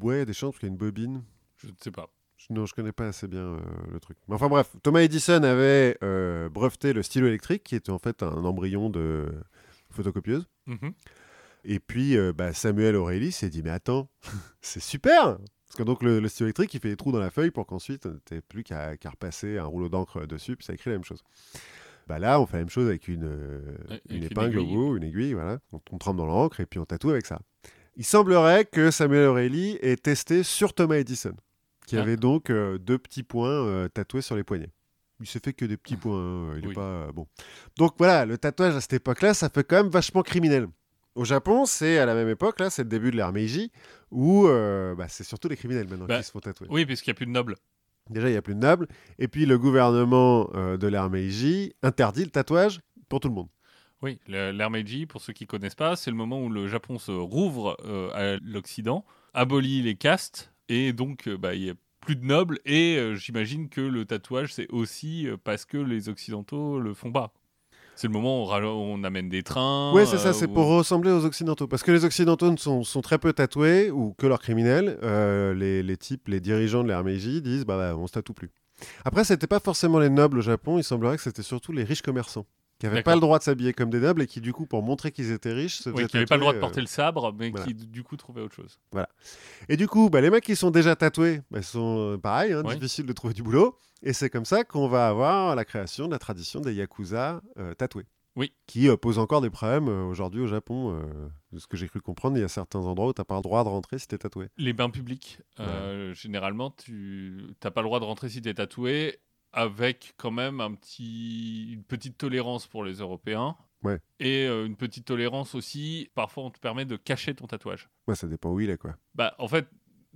Speaker 1: ouais, il y a des chances parce qu'il y a une bobine.
Speaker 2: Je ne sais pas.
Speaker 1: Je- Non, je connais pas assez bien euh, le truc. Mais enfin bref, Thomas Edison avait euh, breveté le stylo électrique, qui était en fait un embryon de photocopieuse.
Speaker 2: Mhm.
Speaker 1: Et puis euh, bah, Samuel O'Reilly s'est dit, mais attends, *laughs* c'est super Parce que donc le, le stylo électrique, il fait des trous dans la feuille pour qu'ensuite, euh, t'aies plus qu'à qu'à repasser un rouleau d'encre dessus, puis ça écrit la même chose. Bah là, on fait la même chose avec une, euh,
Speaker 2: Ouais, avec
Speaker 1: une
Speaker 2: une
Speaker 1: épingle au
Speaker 2: aiguille.
Speaker 1: bout, une aiguille, voilà. On, on trempe dans l'encre et puis on tatoue avec ça. Il semblerait que Samuel O'Reilly ait testé sur Thomas Edison, qui
Speaker 2: Ah.
Speaker 1: avait donc euh, deux petits points euh, tatoués sur les poignets. Il s'est fait que des petits points, hein, il est
Speaker 2: Ah. Oui.
Speaker 1: pas euh, bon. Donc voilà, le tatouage à cette époque-là, ça fait quand même vachement criminel. Au Japon, c'est à la même époque, là, c'est le début de l'ère Meiji, où euh, bah, c'est surtout les criminels maintenant
Speaker 2: Bah,
Speaker 1: qui se font tatouer.
Speaker 2: Oui, parce qu'il n'y a plus de nobles.
Speaker 1: Déjà, il n'y a plus de nobles, et puis le gouvernement euh, de l'ère Meiji interdit le tatouage pour tout le monde.
Speaker 2: Oui, le- l'ère Meiji, pour ceux qui connaissent pas, c'est le moment où le Japon se rouvre euh, à l'Occident, abolit les castes, et donc euh, bah, il n'y a plus de nobles, et euh, j'imagine que le tatouage, c'est aussi euh, parce que les Occidentaux le font pas. C'est le moment où on, ralo- on amène des trains.
Speaker 1: Oui, c'est ça,
Speaker 2: euh,
Speaker 1: c'est
Speaker 2: où-
Speaker 1: pour ressembler aux Occidentaux. Parce que les Occidentaux ne sont, sont très peu tatoués, ou que leurs criminels, euh, les, les types, les dirigeants de l'Armégie disent bah, bah, on se tatoue plus. Après, c'était pas forcément les nobles au Japon, il semblerait que c'était surtout les riches commerçants, qui n'avaient
Speaker 2: D'accord.
Speaker 1: pas le droit de s'habiller comme des nobles et qui, du coup, pour montrer qu'ils étaient riches, se
Speaker 2: Oui,
Speaker 1: faisaient
Speaker 2: qui n'avait pas le droit de
Speaker 1: tatouer, euh,
Speaker 2: porter le sabre, mais
Speaker 1: voilà.
Speaker 2: qui du coup trouvait autre chose.
Speaker 1: Et du coup, bah, les mecs qui sont déjà tatoués, bah, ils sont euh, pareil, hein,
Speaker 2: Ouais.
Speaker 1: difficile de trouver du boulot. Et c'est comme ça qu'on va avoir la création de la tradition des yakuza euh, tatoués.
Speaker 2: Oui.
Speaker 1: Qui euh, pose encore des problèmes euh, aujourd'hui au Japon. euh, de ce que j'ai cru comprendre, il y a certains endroits où t'as pas le droit de rentrer si t'es tatoué.
Speaker 2: Les bains publics, euh, généralement, tu n'as pas le droit de rentrer si tu es tatoué, avec quand même un petit, une petite tolérance pour les Européens.
Speaker 1: Ouais.
Speaker 2: Et euh, une petite tolérance aussi, parfois on te permet de cacher ton tatouage.
Speaker 1: Ouais, ça dépend où il est, quoi.
Speaker 2: Bah, en fait,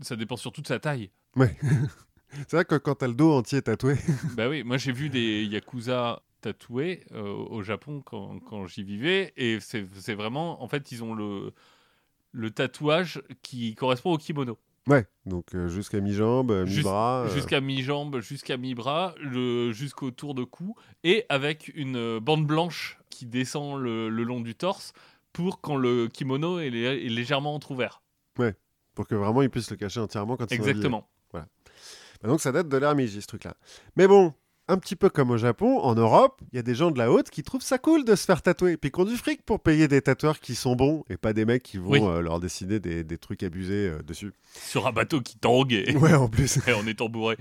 Speaker 2: ça dépend surtout de
Speaker 1: *laughs*
Speaker 2: sa taille.
Speaker 1: C'est vrai que quand t'as le dos entier tatoué, *laughs*
Speaker 2: bah oui, moi j'ai vu des Yakuza tatoués euh, au Japon quand, quand j'y vivais, et c'est c'est vraiment, en fait, ils ont le, le tatouage qui correspond au kimono.
Speaker 1: ouais. Donc euh, jusqu'à mi-jambe, euh,
Speaker 2: Jus-
Speaker 1: mi-bras. euh,
Speaker 2: jusqu'à mi-jambe, jusqu'à mi-bras, le- jusqu'au tour de cou, et avec une euh, bande blanche qui descend le, le long du torse pour quand le kimono est, lé- est légèrement entrouvert.
Speaker 1: pour que vraiment ils puissent le cacher entièrement quand ils sont habillés.
Speaker 2: Exactement.
Speaker 1: Bah donc ça date de l'ère Meiji, ce truc-là. Mais bon, un petit peu comme au Japon, en Europe, il y a des gens de la haute qui trouvent ça cool de se faire tatouer, et puis qui ont du fric pour payer des tatoueurs qui sont bons, et pas des mecs qui vont
Speaker 2: Oui.
Speaker 1: euh, leur dessiner des, des trucs abusés euh, dessus.
Speaker 2: Sur un bateau qui tangue et,
Speaker 1: *laughs* Ouais, en plus.
Speaker 2: *laughs* et en étant bourré.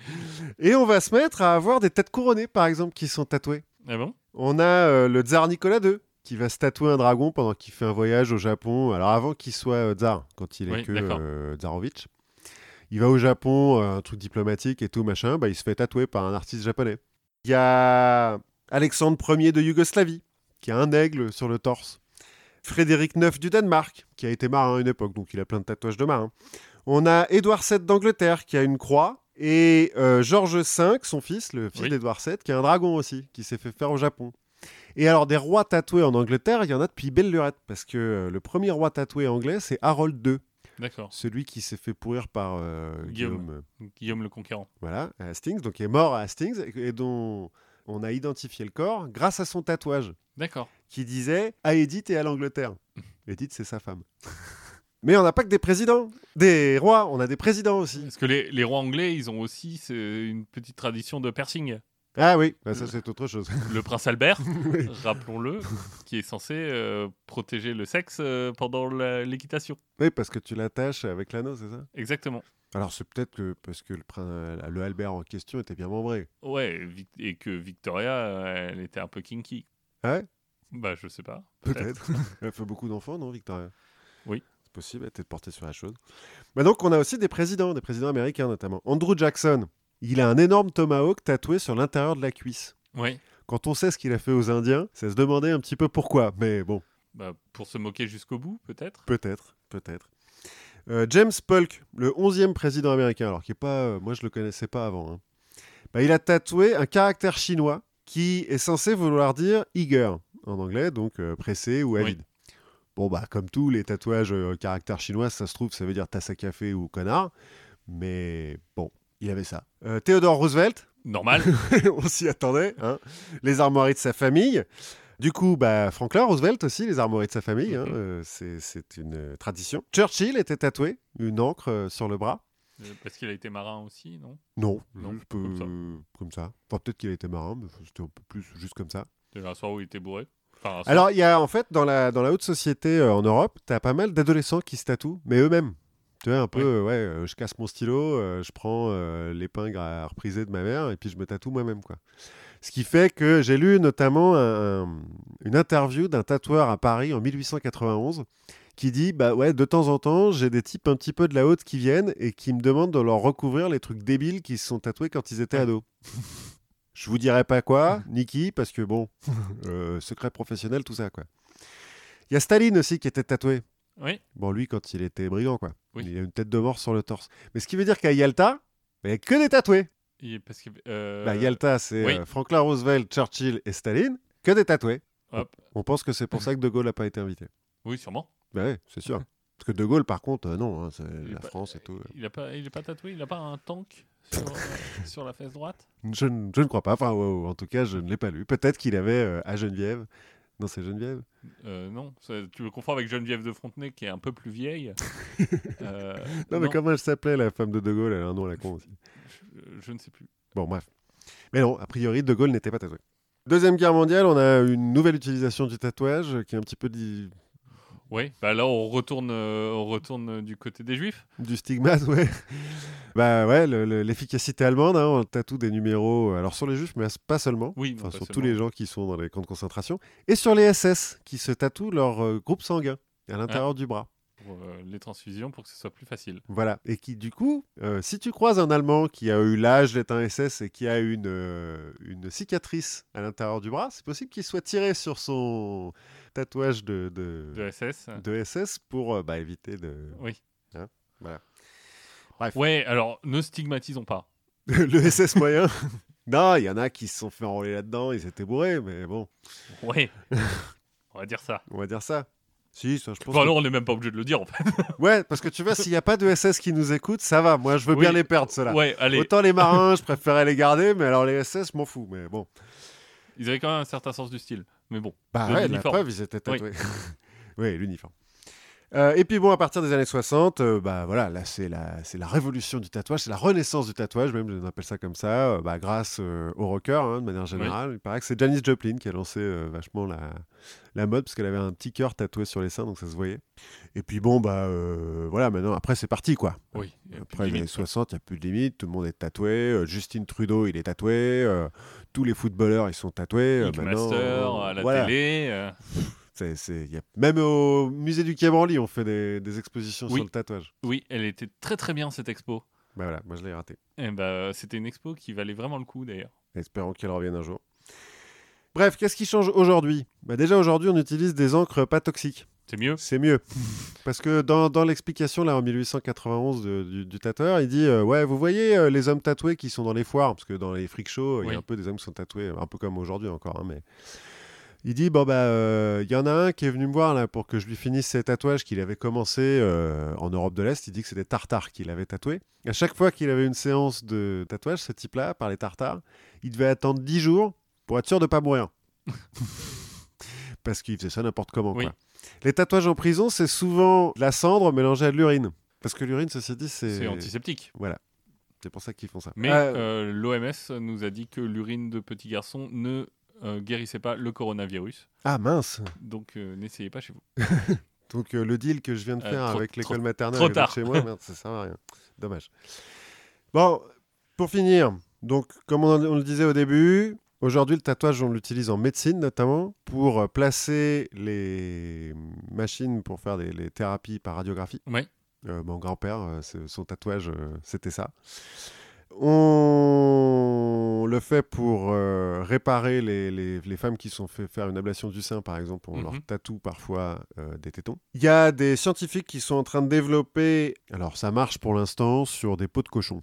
Speaker 1: Et on va se mettre à avoir des têtes couronnées, par exemple, qui sont tatouées.
Speaker 2: Ah bon
Speaker 1: On a euh, le tsar Nicolas II, qui va se tatouer un dragon pendant qu'il fait un voyage au Japon. Alors avant qu'il soit euh, tsar, quand il est
Speaker 2: Oui,
Speaker 1: que
Speaker 2: d'accord.
Speaker 1: euh, tsarovitch. Il va au Japon, euh, un truc diplomatique et tout, machin. Bah, il se fait tatouer par un artiste japonais. Il y a Alexandre Ier de Yougoslavie, qui a un aigle sur le torse. Frédéric IX du Danemark, qui a été marin à une époque, donc il a plein de tatouages de marin. On a Édouard VII d'Angleterre, qui a une croix. Et euh, George V, son fils, le fils
Speaker 2: Oui.
Speaker 1: d'Édouard VII, qui a un dragon aussi, qui s'est fait faire au Japon. Et alors, des rois tatoués en Angleterre, il y en a depuis belle lurette, parce que euh, le premier roi tatoué anglais, c'est Harold II,
Speaker 2: D'accord.
Speaker 1: celui qui s'est fait pourrir par euh,
Speaker 2: Guillaume.
Speaker 1: Guillaume
Speaker 2: Guillaume le Conquérant.
Speaker 1: voilà, à Hastings, donc qui est mort à Hastings et et dont on a identifié le corps grâce à son tatouage
Speaker 2: D'accord.
Speaker 1: qui disait à Edith et à l'Angleterre.
Speaker 2: *laughs*
Speaker 1: Edith, c'est sa femme. *laughs* Mais on n'a pas que des présidents, des rois, on a des présidents aussi.
Speaker 2: Parce que les, les rois anglais, ils ont aussi c'est une petite tradition de piercing.
Speaker 1: Ah oui, bah ça c'est autre chose. *laughs*
Speaker 2: Le prince Albert,
Speaker 1: Oui.
Speaker 2: rappelons-le, qui est censé euh, protéger le sexe euh, pendant la- l'équitation.
Speaker 1: Oui, parce que tu l'attaches avec l'anneau, c'est ça
Speaker 2: Exactement.
Speaker 1: Alors c'est peut-être que parce que le, prin- euh, le Albert en question était bien membré.
Speaker 2: Ouais, Vic- et que Victoria, euh, elle était un peu kinky.
Speaker 1: Ah ouais
Speaker 2: Bah, je sais pas.
Speaker 1: Peut-être. Elle fait beaucoup d'enfants, non, Victoria
Speaker 2: Oui.
Speaker 1: C'est possible, elle était portée sur la chose. Mais donc, on a aussi des présidents, des présidents américains notamment. Andrew Jackson, il a un énorme tomahawk tatoué sur l'intérieur de la cuisse.
Speaker 2: Ouais.
Speaker 1: Quand on sait ce qu'il a fait aux Indiens, ça se demandait un petit peu pourquoi. Mais bon,
Speaker 2: Bah, pour se moquer jusqu'au bout, peut-être.
Speaker 1: peut-être, peut-être. Euh, James Polk, le 11e président américain, alors qui est pas, euh, moi je le connaissais pas avant. hein. Bah, il a tatoué un caractère chinois qui est censé vouloir dire eager en anglais, donc euh, pressé ou
Speaker 2: Oui.
Speaker 1: avide. Bon bah comme tous les tatouages euh, caractère chinois, ça se trouve ça veut dire tasse à café ou connard, mais bon, il avait ça. Euh, Theodore Roosevelt, *laughs*
Speaker 2: Normal.
Speaker 1: on s'y attendait. hein. Les armoiries de sa famille. Du coup, bah, Franklin Roosevelt aussi, les armoiries de sa famille, hein,
Speaker 2: Mhm.
Speaker 1: euh, c'est- c'est une euh, tradition. Churchill était tatoué, une encre euh, sur le bras.
Speaker 2: Euh, Parce qu'il a été marin aussi, non
Speaker 1: Non,
Speaker 2: Non,
Speaker 1: juste,
Speaker 2: comme ça.
Speaker 1: euh, comme ça. Enfin, peut-être qu'il était marin, mais c'était un peu plus juste comme ça.
Speaker 2: C'était un soir où il était bourré. Enfin, un soir-
Speaker 1: Alors, il y a en fait, dans la, dans la haute société euh, en Europe, t'as pas mal d'adolescents qui se tatouent, mais eux-mêmes. Tu vois, un peu,
Speaker 2: Oui.
Speaker 1: euh, ouais, euh, je casse mon stylo, euh, je prends euh, l'épingle à repriser de ma mère et puis je me tatoue moi-même, quoi. Ce qui fait que j'ai lu notamment un- un- une interview d'un tatoueur à Paris en 1891 qui dit bah ouais de temps en temps j'ai des types un petit peu de la haute qui viennent et qui me demandent de leur recouvrir les trucs débiles qui se sont tatoués quand ils étaient ados. *laughs* Je vous dirai pas
Speaker 2: *laughs*
Speaker 1: quoi, Niki, parce que bon, euh, secret professionnel, tout ça quoi. Il y a Staline aussi qui était tatoué.
Speaker 2: Oui.
Speaker 1: Bon lui quand il était brigand quoi.
Speaker 2: Oui.
Speaker 1: Il a une tête de mort sur le torse. Mais ce qui veut dire qu'à Yalta, bah, il n'y a que des tatoués.
Speaker 2: Il- Parce que, euh,
Speaker 1: Bah, Yalta c'est
Speaker 2: oui.
Speaker 1: euh, Franklin Roosevelt, Churchill et Staline, que des tatoués.
Speaker 2: Hop.
Speaker 1: On pense que c'est pour ça que De Gaulle n'a pas été invité.
Speaker 2: Oui, sûrement.
Speaker 1: Bah ouais, c'est sûr. Parce que De Gaulle, par contre, euh, non, hein, c'est
Speaker 2: Il est
Speaker 1: la
Speaker 2: pas-
Speaker 1: France et tout. euh.
Speaker 2: Il n'est pas, il est pas tatoué, il n'a pas un tank
Speaker 1: *laughs*
Speaker 2: sur, euh, sur la fesse droite
Speaker 1: Je, ne- je ne crois pas. Enfin, wow, en tout cas, je ne l'ai pas lu. Peut-être qu'il avait euh, à Geneviève. Non, c'est Geneviève.
Speaker 2: Euh, Non, ça- tu le confonds avec Geneviève de Frontenay qui est un peu
Speaker 1: *laughs*
Speaker 2: plus vieille. Euh,
Speaker 1: Non, mais
Speaker 2: non,
Speaker 1: comment elle s'appelait, la femme de De Gaulle Elle a un nom à la con aussi.
Speaker 2: je, je ne sais plus.
Speaker 1: Bon, bref. Mais non, a priori, De Gaulle n'était pas tatoué. Deuxième guerre mondiale, on a une nouvelle utilisation du tatouage euh, qui est un petit peu di-
Speaker 2: Oui, bah là on retourne, euh, on retourne euh, du côté des juifs.
Speaker 1: du stigmate, *laughs* ouais. bah ouais, le- le- l'efficacité allemande, hein, on tatoue des numéros, euh, alors sur les juifs, mais pas seulement.
Speaker 2: Oui, non,
Speaker 1: Enfin,
Speaker 2: pas
Speaker 1: sur tous
Speaker 2: seulement.
Speaker 1: les gens qui sont dans les camps de concentration, et sur les SS qui se tatouent leur euh, groupe sanguin à l'intérieur du bras.
Speaker 2: Pour, euh, les transfusions pour que ce soit plus facile.
Speaker 1: Voilà. Et qui, du coup, euh, si tu croises un Allemand qui a eu l'âge d'être un SS et qui a une, euh, une cicatrice à l'intérieur du bras, c'est possible qu'il soit tiré sur son tatouage de, de-
Speaker 2: De SS
Speaker 1: de SS pour euh, bah, éviter de. *laughs*
Speaker 2: Oui.
Speaker 1: Hein, Bref,
Speaker 2: Ouais, alors ne stigmatisons pas.
Speaker 1: le SS moyen. *laughs* non, il y en a qui se sont fait enrôler là-dedans, ils étaient bourrés, mais bon, *laughs*
Speaker 2: Ouais, on va dire ça.
Speaker 1: on va dire ça. Si, ça, je pense. que-
Speaker 2: Enfin, non, on n'est même pas obligé de le dire en fait.
Speaker 1: Ouais, parce que tu vois, s'il n'y a pas de SS qui nous écoute, ça va. Moi, je veux
Speaker 2: Oui.
Speaker 1: bien les perdre, ceux-là.
Speaker 2: Ouais, allez,
Speaker 1: Autant les marins, je préférais les garder, mais alors les SS, je m'en fous. Mais bon.
Speaker 2: ils avaient quand même un certain sens du style. Mais bon,
Speaker 1: Bah
Speaker 2: De
Speaker 1: ouais, la *laughs*
Speaker 2: l'uniforme.
Speaker 1: preuve, ils étaient tatoués. Oui, l'uniforme. Euh, et puis bon, à partir des années 60, euh, bah voilà, là c'est la, c'est la révolution du tatouage, c'est la renaissance du tatouage, même on appelle ça comme ça, euh, bah, grâce au rocker hein, de manière générale. Il paraît que c'est Janis Joplin qui a lancé euh, vachement la, la mode parce qu'elle avait un petit cœur tatoué sur les seins, donc ça se voyait. Et puis bon, bah voilà, maintenant après c'est parti quoi.
Speaker 2: Oui. y a plus de
Speaker 1: Après les années
Speaker 2: limite, quoi.
Speaker 1: 60, il n'y a plus de limite, tout le monde est tatoué. euh, Justin Trudeau, il est tatoué. euh, tous les footballeurs, ils sont tatoués. euh,
Speaker 2: Ink
Speaker 1: maintenant,
Speaker 2: Master,
Speaker 1: euh,
Speaker 2: à la
Speaker 1: voilà.
Speaker 2: télé. euh,
Speaker 1: C'est- c'est- y a- Même au musée du Quai Branly, on fait des, des expositions
Speaker 2: Oui.
Speaker 1: sur le tatouage.
Speaker 2: Oui, elle était très très bien cette expo.
Speaker 1: Bah voilà, moi je l'ai raté.
Speaker 2: Eh ben, c'était une expo qui valait vraiment le coup d'ailleurs.
Speaker 1: Espérons qu'elle revienne un jour. Bref, qu'est-ce qui change aujourd'hui bah Déjà aujourd'hui, on utilise des encres pas toxiques.
Speaker 2: C'est mieux
Speaker 1: C'est mieux. Parce que dans, dans l'explication, là, en 1891 de- du, du tatoueur, il dit euh, Ouais, vous voyez euh, les hommes tatoués qui sont dans les foires, parce que dans les freak shows, il y
Speaker 2: Oui.
Speaker 1: a un peu des hommes qui sont tatoués, un peu comme aujourd'hui encore, hein, mais. Il dit Bon, bah, euh, il y en a un qui est venu me voir là pour que je lui finisse ses tatouages qu'il avait commencé euh, en Europe de l'Est. Il dit que c'est des tartares qu'il avait tatoués. À chaque fois qu'il avait une séance de tatouage, ce type-là, par les tartares, il devait attendre 10 jours pour être sûr de pas mourir. *laughs* Parce qu'il faisait ça n'importe comment.
Speaker 2: Oui.
Speaker 1: Quoi. Les tatouages en prison, c'est souvent de la cendre mélangée à de l'urine. Parce que l'urine, ceci dit, c'est.
Speaker 2: C'est antiseptique.
Speaker 1: Voilà. C'est pour ça qu'ils font ça.
Speaker 2: Mais
Speaker 1: Euh,
Speaker 2: l'OMS nous a dit que l'urine de petits garçons ne euh, guérissait pas le coronavirus.
Speaker 1: Ah mince
Speaker 2: Donc euh, n'essayez pas chez vous.
Speaker 1: Donc euh, le deal que je viens de
Speaker 2: Euh,
Speaker 1: faire
Speaker 2: trop-
Speaker 1: avec l'école
Speaker 2: trop-
Speaker 1: maternelle
Speaker 2: trop
Speaker 1: et
Speaker 2: tard.
Speaker 1: chez moi, merde, ça sert à rien. Dommage. Bon, pour finir, donc comme on, en- on le disait au début, aujourd'hui le tatouage on l'utilise en médecine notamment pour euh, placer les machines pour faire des- les thérapies par radiographie.
Speaker 2: Ouais.
Speaker 1: Euh, mon grand-père, euh, c'est- son tatouage, euh, c'était ça. On le fait pour euh, réparer les, les- les femmes qui se sont fait faire une ablation du sein, par exemple, on
Speaker 2: Mhm.
Speaker 1: leur tatoue parfois euh, des tétons. Il y a des scientifiques qui sont en train de développer, alors ça marche pour l'instant sur des peaux de cochon,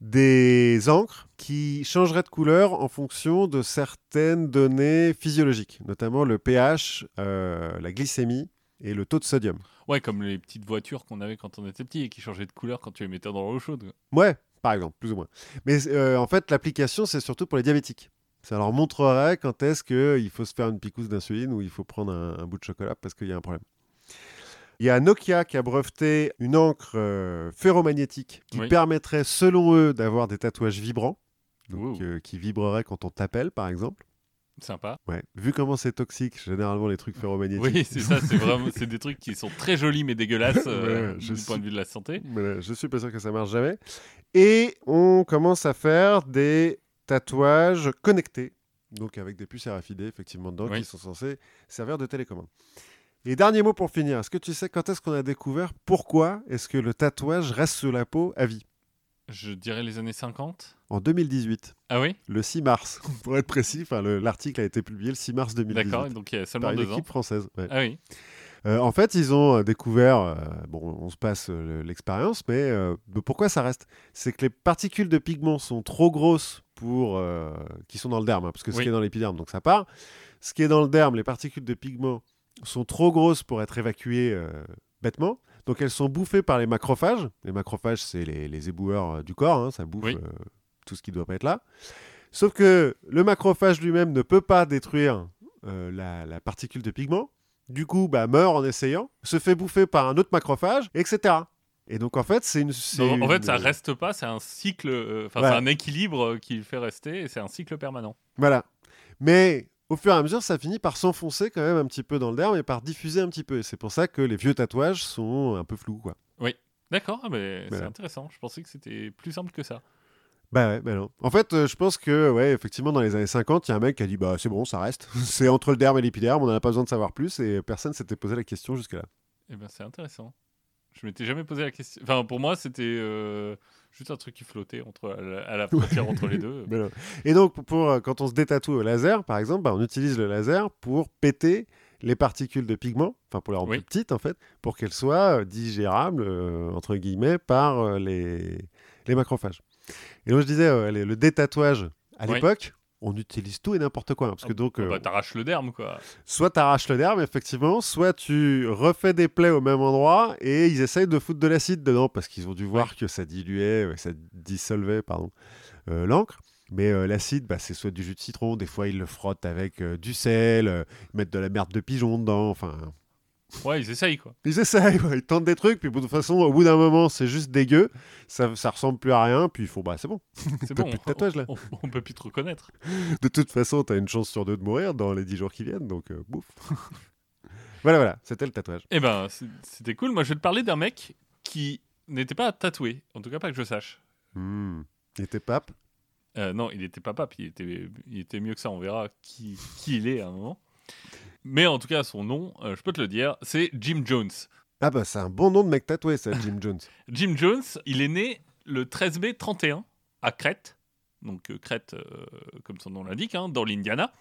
Speaker 1: des encres qui changeraient de couleur en fonction de certaines données physiologiques, notamment le pH, euh, la glycémie et le taux de sodium.
Speaker 2: Ouais, comme les petites voitures qu'on avait quand on était petit et qui changeaient de couleur quand tu les mettais dans l'eau chaude. quoi.
Speaker 1: Ouais, par exemple, plus ou moins. Mais euh, en fait, l'application, c'est surtout pour les diabétiques. Ça leur montrerait quand est-ce qu'il faut se faire une picousse d'insuline ou il faut prendre un, un bout de chocolat parce qu'il y a un problème. Il y a Nokia qui a breveté une encre euh, ferromagnétique qui
Speaker 2: Oui.
Speaker 1: permettrait, selon eux, d'avoir des tatouages vibrants, donc,
Speaker 2: Wow.
Speaker 1: euh, qui vibreraient quand on t'appelle, par exemple.
Speaker 2: Sympa.
Speaker 1: Ouais. Vu comment c'est toxique, généralement, les trucs ferromagnétiques.
Speaker 2: Oui, c'est ça, c'est vraiment c'est des trucs qui sont très jolis mais dégueulasses euh,
Speaker 1: Ouais, je
Speaker 2: du
Speaker 1: suis-
Speaker 2: point de vue de la santé.
Speaker 1: Voilà, je suis pas sûr que ça marche jamais. Et on commence à faire des tatouages connectés, donc avec des puces RFID effectivement dedans
Speaker 2: Oui.
Speaker 1: qui sont censés servir de télécommande. Et dernier mot pour finir, est-ce que tu sais quand est-ce qu'on a découvert pourquoi est-ce que le tatouage reste sous la peau à vie
Speaker 2: Je dirais les années 50.
Speaker 1: En 2018,
Speaker 2: Ah oui
Speaker 1: le 6 mars, *laughs* pour être précis, enfin, le- l'article a été publié le 6 mars 2018
Speaker 2: D'accord, donc il y a seulement
Speaker 1: par une
Speaker 2: deux ans.
Speaker 1: équipe française. ouais.
Speaker 2: Ah oui,
Speaker 1: Euh, en fait, ils ont euh, découvert, euh, bon, on se passe euh, le- l'expérience, mais euh, mais pourquoi ça reste C'est que les particules de pigments sont trop grosses pour, euh, qui sont dans le derme, hein, parce que ce
Speaker 2: Oui.
Speaker 1: qui est dans l'épiderme, donc ça part. Ce qui est dans le derme, les particules de pigments sont trop grosses pour être évacuées euh, bêtement. Donc elles sont bouffées par les macrophages. Les macrophages, c'est les, les éboueurs euh, du corps, hein, ça bouffe
Speaker 2: Oui.
Speaker 1: euh, tout ce qui ne doit pas être là. Sauf que le macrophage lui-même ne peut pas détruire euh, la, la particule de pigment. Du coup, bah, meurt en essayant, se fait bouffer par un autre macrophage, etc. Et donc en fait, c'est une. c'est
Speaker 2: Donc, en fait, ça
Speaker 1: une-
Speaker 2: reste pas, c'est un cycle, euh, enfin,
Speaker 1: Ouais.
Speaker 2: c'est un équilibre euh, qui le fait rester et c'est un cycle permanent.
Speaker 1: Voilà. Mais au fur et à mesure, ça finit par s'enfoncer quand même un petit peu dans le derme et par diffuser un petit peu. Et c'est pour ça que les vieux tatouages sont un peu flous, quoi.
Speaker 2: D'accord, ah, mais c'est
Speaker 1: Voilà.
Speaker 2: intéressant. Je pensais que c'était plus simple que ça.
Speaker 1: Bah ouais, bah non. En fait, euh, je pense que, ouais, effectivement, dans les années 50, il y a un mec qui a dit, bah c'est bon, ça reste. *laughs* c'est entre le derme et l'épiderme, on n'en a pas besoin de savoir plus, et personne s'était posé la question jusque-là.
Speaker 2: Eh ben, c'est intéressant. Je m'étais jamais posé la question. Enfin, pour moi, c'était euh, juste un truc qui flottait entre, à la- à la frontière entre
Speaker 1: *laughs*
Speaker 2: les deux.
Speaker 1: Mais non. Et donc, pour, pour, euh, quand on se détatoue au laser, par exemple, bah, on utilise le laser pour péter les particules de pigments, enfin pour les rendre
Speaker 2: Oui.
Speaker 1: plus petites, en fait, pour qu'elles soient euh, digérables, euh, entre guillemets, par euh, les, les macrophages. Et donc, je disais, euh, les- le détatouage, à
Speaker 2: Oui.
Speaker 1: l'époque, on utilise tout et n'importe quoi. hein, parce que donc,
Speaker 2: Ah
Speaker 1: euh,
Speaker 2: bah, t'arraches le derme, quoi.
Speaker 1: Soit t'arraches le derme, effectivement, soit tu refais des plaies au même endroit et ils essayent de foutre de l'acide dedans parce qu'ils ont dû voir que ça diluait, euh, que ça dissolvait, pardon, euh, l'encre. Mais euh, l'acide, bah, c'est soit du jus de citron, des fois ils le frottent avec euh, du sel, euh, ils mettent de la merde de pigeon dedans, enfin.
Speaker 2: Ouais, ils
Speaker 1: *laughs*
Speaker 2: essayent, quoi.
Speaker 1: Ils essayent, ouais, ils tentent des trucs, puis de toute façon, au bout d'un moment, c'est juste dégueu, ça, ça ressemble plus à rien, puis ils font, bah c'est bon,
Speaker 2: C'est
Speaker 1: T'as
Speaker 2: bon.
Speaker 1: plus de tatouage, là.
Speaker 2: *laughs* On, on peut plus te reconnaître.
Speaker 1: de toute façon, t'as une chance sur deux de mourir dans les 10 jours qui viennent, donc euh, bouf. *laughs* voilà, voilà, c'était le tatouage.
Speaker 2: Eh ben, c'est- c'était cool. Moi, je vais te parler d'un mec qui n'était pas tatoué. En tout cas, pas que je sache.
Speaker 1: Hmm. Il était pape.
Speaker 2: Euh, non, il était pas pape. Il était, il était mieux que ça. On verra qui, qui il est à un moment. Mais en tout cas, son nom, euh, je peux te le dire, c'est Jim Jones.
Speaker 1: Ah bah c'est un bon nom de mec tatoué, ça, Jim
Speaker 2: *laughs*
Speaker 1: Jones.
Speaker 2: Jim Jones, il est né le 13 mai 31 à Crète, donc euh, Crète, euh, comme son nom l'indique, hein, dans l'Indiana.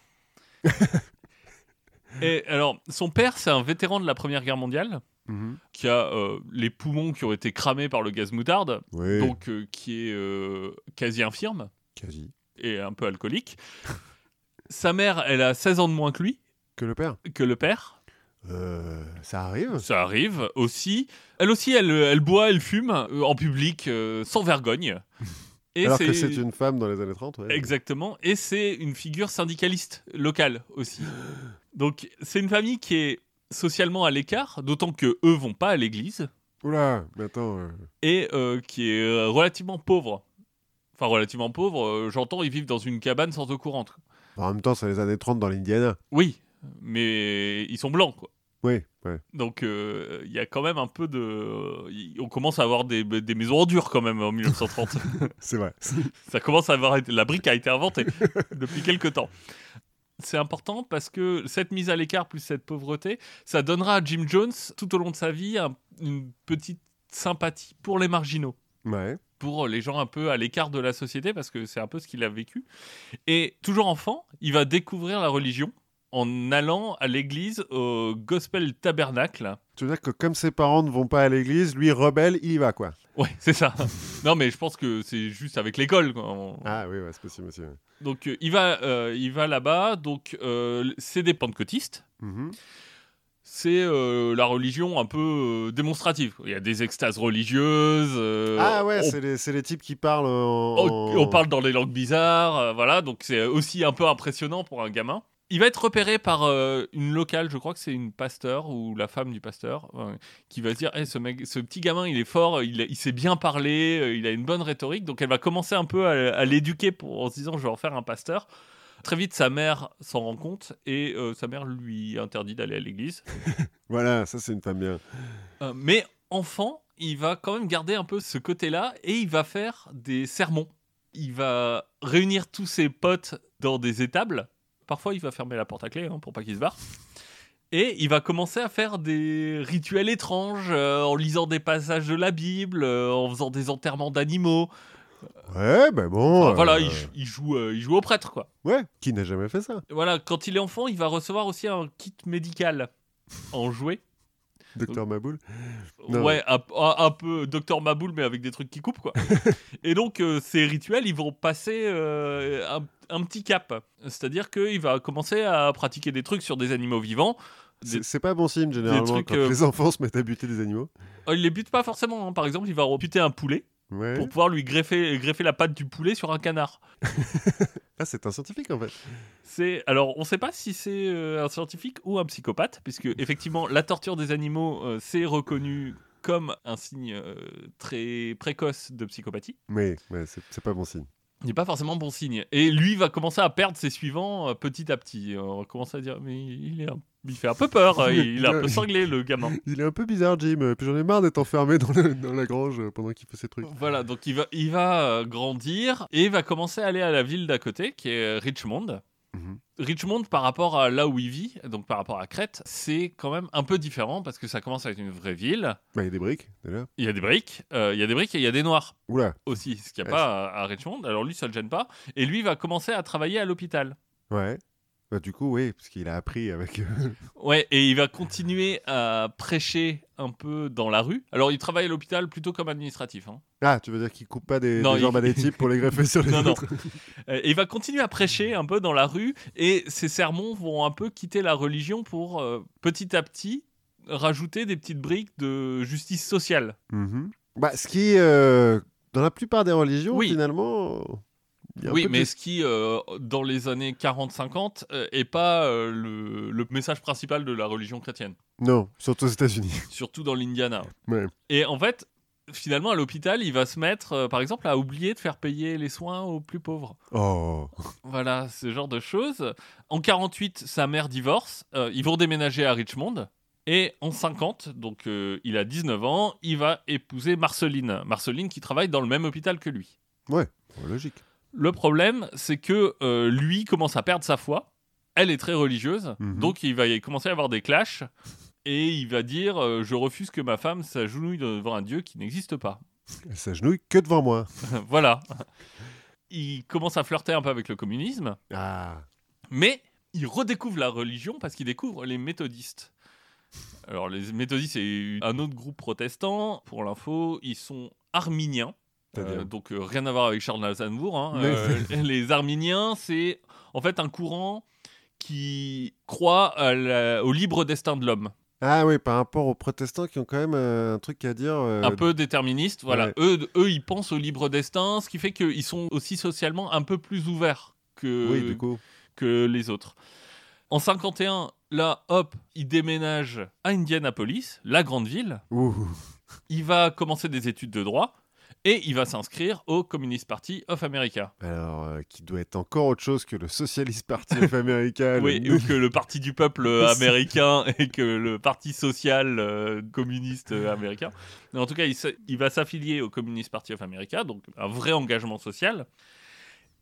Speaker 2: Et alors, son père, c'est un vétéran de la Première Guerre mondiale
Speaker 1: Mhm.
Speaker 2: qui a euh, les poumons qui ont été cramés par le gaz moutarde,
Speaker 1: Oui,
Speaker 2: donc euh, qui est euh, quasi infirme
Speaker 1: quasi.
Speaker 2: et un peu alcoolique. Sa mère, elle a 16 ans de moins que lui,
Speaker 1: Que le père
Speaker 2: que le père.
Speaker 1: Euh, Ça arrive
Speaker 2: Ça arrive aussi. Elle aussi, elle, elle boit, elle fume euh, en public, euh, sans vergogne. Et
Speaker 1: Alors que c'est une femme dans les années 30, ouais.
Speaker 2: Exactement. Et c'est une figure syndicaliste locale aussi. Donc c'est une famille qui est socialement à l'écart, d'autant que eux vont pas à l'église
Speaker 1: Oula, mais attends. euh,
Speaker 2: et euh, qui est euh, relativement pauvre. Enfin relativement pauvre. euh, J'entends, ils vivent dans une cabane sans eau courante.
Speaker 1: En même temps, c'est les années 30 dans l'Indiana.
Speaker 2: Oui, mais ils sont blancs quoi.
Speaker 1: Oui,
Speaker 2: *laughs*
Speaker 1: ouais.
Speaker 2: Donc euh, il y a quand même un peu de. y- On commence à avoir des, des maisons en dur quand même en 1930.
Speaker 1: c'est vrai.
Speaker 2: Ça commence à avoir été- la brique a été inventée depuis quelques temps. C'est important parce que cette mise à l'écart plus cette pauvreté, ça donnera à Jim Jones tout au long de sa vie un- une petite sympathie pour les marginaux,
Speaker 1: *laughs* Ouais.
Speaker 2: pour les gens un peu à l'écart de la société parce que c'est un peu ce qu'il a vécu. Et toujours enfant, il va découvrir la religion en allant à l'église au Gospel Tabernacle.
Speaker 1: Tu veux dire que comme ses parents ne vont pas à l'église, lui, rebelle, il y va, quoi.
Speaker 2: Ouais, *laughs* c'est ça. Non, mais je pense que c'est juste avec l'école. quoi. On-
Speaker 1: Ah oui, ouais, c'est possible, monsieur.
Speaker 2: Donc euh, il va, euh, il va là-bas. Donc euh, c'est des pentecôtistes.
Speaker 1: Mhm.
Speaker 2: C'est euh, la religion un peu euh, démonstrative. Il y a des extases religieuses. euh,
Speaker 1: ah ouais,
Speaker 2: on, Oh,
Speaker 1: c'est les, c'est les types qui parlent en...
Speaker 2: on- on parle dans des langues bizarres. euh, voilà, donc c'est aussi un peu impressionnant pour un gamin. Il va être repéré par euh, une locale, je crois que c'est une pasteur ou la femme du pasteur, euh, qui va se dire Eh, ce, mec, ce petit gamin, il est fort, il, il sait bien parler, euh, il a une bonne rhétorique. Donc elle va commencer un peu à, à l'éduquer pour- en se disant Je vais en faire un pasteur. Très vite, sa mère s'en rend compte et euh, sa mère lui interdit d'aller à l'église.
Speaker 1: Voilà, ça, c'est une femme bien.
Speaker 2: Euh, mais enfant, il va quand même garder un peu ce côté-là et il va faire des sermons. Il va réunir tous ses potes dans des étables. Parfois, il va fermer la porte à clé hein, pour pas qu'ils se barrent. Et il va commencer à faire des rituels étranges euh, en lisant des passages de la Bible, euh, en faisant des enterrements d'animaux.
Speaker 1: Ouais, ben bon...
Speaker 2: Enfin, voilà,
Speaker 1: euh,
Speaker 2: il, il joue, euh, il joue au prêtre, quoi.
Speaker 1: Ouais, qui n'a jamais fait ça
Speaker 2: Et voilà, quand il est enfant, il va recevoir aussi un kit médical en jouet. Euh,
Speaker 1: Docteur Maboul Non.
Speaker 2: Ouais, un, un- un peu Docteur Maboul, mais avec des trucs qui coupent, quoi. et donc, euh, ces rituels, ils vont passer euh, un, un petit cap. C'est-à-dire qu'il va commencer à pratiquer des trucs sur des animaux vivants.
Speaker 1: C'est
Speaker 2: Des-
Speaker 1: c'est pas bon signe, généralement,
Speaker 2: trucs,
Speaker 1: quand
Speaker 2: euh,
Speaker 1: les enfants *laughs* se mettent à buter des animaux.
Speaker 2: Euh, il les bute pas forcément. hein. Par exemple, il va reputer un poulet
Speaker 1: Ouais.
Speaker 2: pour pouvoir lui greffer, greffer la patte du poulet sur un canard.
Speaker 1: Ah, c'est un scientifique, en fait.
Speaker 2: C'est alors on ne sait pas si c'est euh, un scientifique ou un psychopathe, puisque effectivement la torture des animaux euh, c'est reconnu comme un signe euh, très précoce de psychopathie.
Speaker 1: Mais ouais, c'est c'est pas bon signe.
Speaker 2: n'est pas forcément bon signe. Et lui va commencer à perdre ses suivants euh, petit à petit. Euh, On va commencer à dire, mais il, est un- il fait un peu peur, euh, il est un peu sanglé, le gamin.
Speaker 1: Il est un peu bizarre, Jim. euh, Puis j'en ai marre d'être enfermé dans, le- dans la grange euh, pendant qu'il fait ses trucs.
Speaker 2: Voilà, donc il va, il va euh, grandir et il va commencer à aller à la ville d'à côté, qui est euh, Richmond.
Speaker 1: Mhm.
Speaker 2: Richmond, par rapport à là où il vit, donc par rapport à Crète, c'est quand même un peu différent parce que ça commence à être une vraie ville.
Speaker 1: Bah, il y a des briques, déjà.
Speaker 2: Il y a des briques, euh, il y a des briques et il y a des noirs
Speaker 1: Oula,
Speaker 2: aussi, ce qu'il n'y a
Speaker 1: Ouais.
Speaker 2: pas euh, à, à Richmond. Alors lui, ça ne le gêne pas. Et lui va commencer à travailler à l'hôpital.
Speaker 1: ouais. Bah, du coup, oui, parce qu'il a appris avec... euh,
Speaker 2: Ouais, et il va continuer à prêcher un peu dans la rue. Alors, il travaille à l'hôpital plutôt comme administratif. hein.
Speaker 1: Ah, tu veux dire qu'il coupe pas des,
Speaker 2: Non,
Speaker 1: des
Speaker 2: il-
Speaker 1: jambes à des types pour les greffer sur les
Speaker 2: Non, non.
Speaker 1: autres
Speaker 2: Euh, Et il va continuer à prêcher un peu dans la rue. Et ses sermons vont un peu quitter la religion pour euh, petit à petit rajouter des petites briques de justice sociale.
Speaker 1: Mhm. Bah, ce qui, euh, dans la plupart des religions,
Speaker 2: Oui.
Speaker 1: finalement, Il y a un
Speaker 2: Oui,
Speaker 1: peu de-
Speaker 2: mais ce qui, euh, dans les années 40-50, euh, est pas euh, le, le message principal de la religion chrétienne,
Speaker 1: Non, surtout aux États-Unis.
Speaker 2: surtout dans l'Indiana.
Speaker 1: Ouais.
Speaker 2: Et en fait, finalement, à l'hôpital, il va se mettre, euh, par exemple, à oublier de faire payer les soins aux plus pauvres.
Speaker 1: Oh.
Speaker 2: Voilà, ce genre de choses. En 48, sa mère divorce. Euh, ils vont déménager à Richmond. Et en 50, donc euh, il a 19 ans, il va épouser Marceline. Marceline qui travaille dans le même hôpital que lui.
Speaker 1: Bon, logique.
Speaker 2: Le problème, c'est que euh, lui commence à perdre sa foi. Elle est très religieuse,
Speaker 1: Mhm.
Speaker 2: donc il va y commencer à avoir des clashs. Et il va dire euh, Je refuse que ma femme s'agenouille devant un dieu qui n'existe pas. *laughs*
Speaker 1: Elle s'agenouille que devant moi.
Speaker 2: voilà. Il commence à flirter un peu avec le communisme.
Speaker 1: Ah.
Speaker 2: Mais il redécouvre la religion parce qu'il découvre les méthodistes. Alors, les méthodistes, c'est un autre groupe protestant. Pour l'info, ils sont arméniens.
Speaker 1: C'est-à-dire
Speaker 2: Euh, donc, euh, rien à voir avec Charles Aznavour. hein.
Speaker 1: Mais-
Speaker 2: Euh, les arméniens, c'est en fait un courant qui croit à la- au libre destin de l'homme.
Speaker 1: Ah oui, par rapport aux protestants qui ont quand même euh, un truc à dire. euh,
Speaker 2: un peu déterministe. Voilà.
Speaker 1: ouais.
Speaker 2: Eux, eux, ils pensent au libre destin, ce qui fait qu'ils sont aussi socialement un peu plus ouverts que,
Speaker 1: Oui, du coup.
Speaker 2: que les autres. En 51, là, hop, il déménage à Indianapolis, la grande ville.
Speaker 1: Ouh.
Speaker 2: Il va commencer des études de droit et il va s'inscrire au Communist Party of America.
Speaker 1: Alors, euh, qui doit être encore autre chose que le Socialist Party of
Speaker 2: *laughs*
Speaker 1: America. le-
Speaker 2: oui, ou que le Parti du peuple euh, américain *laughs* et que le Parti social euh, communiste euh, américain. Mais en tout cas, il, s- il va s'affilier au Communist Party of America, donc un vrai engagement social.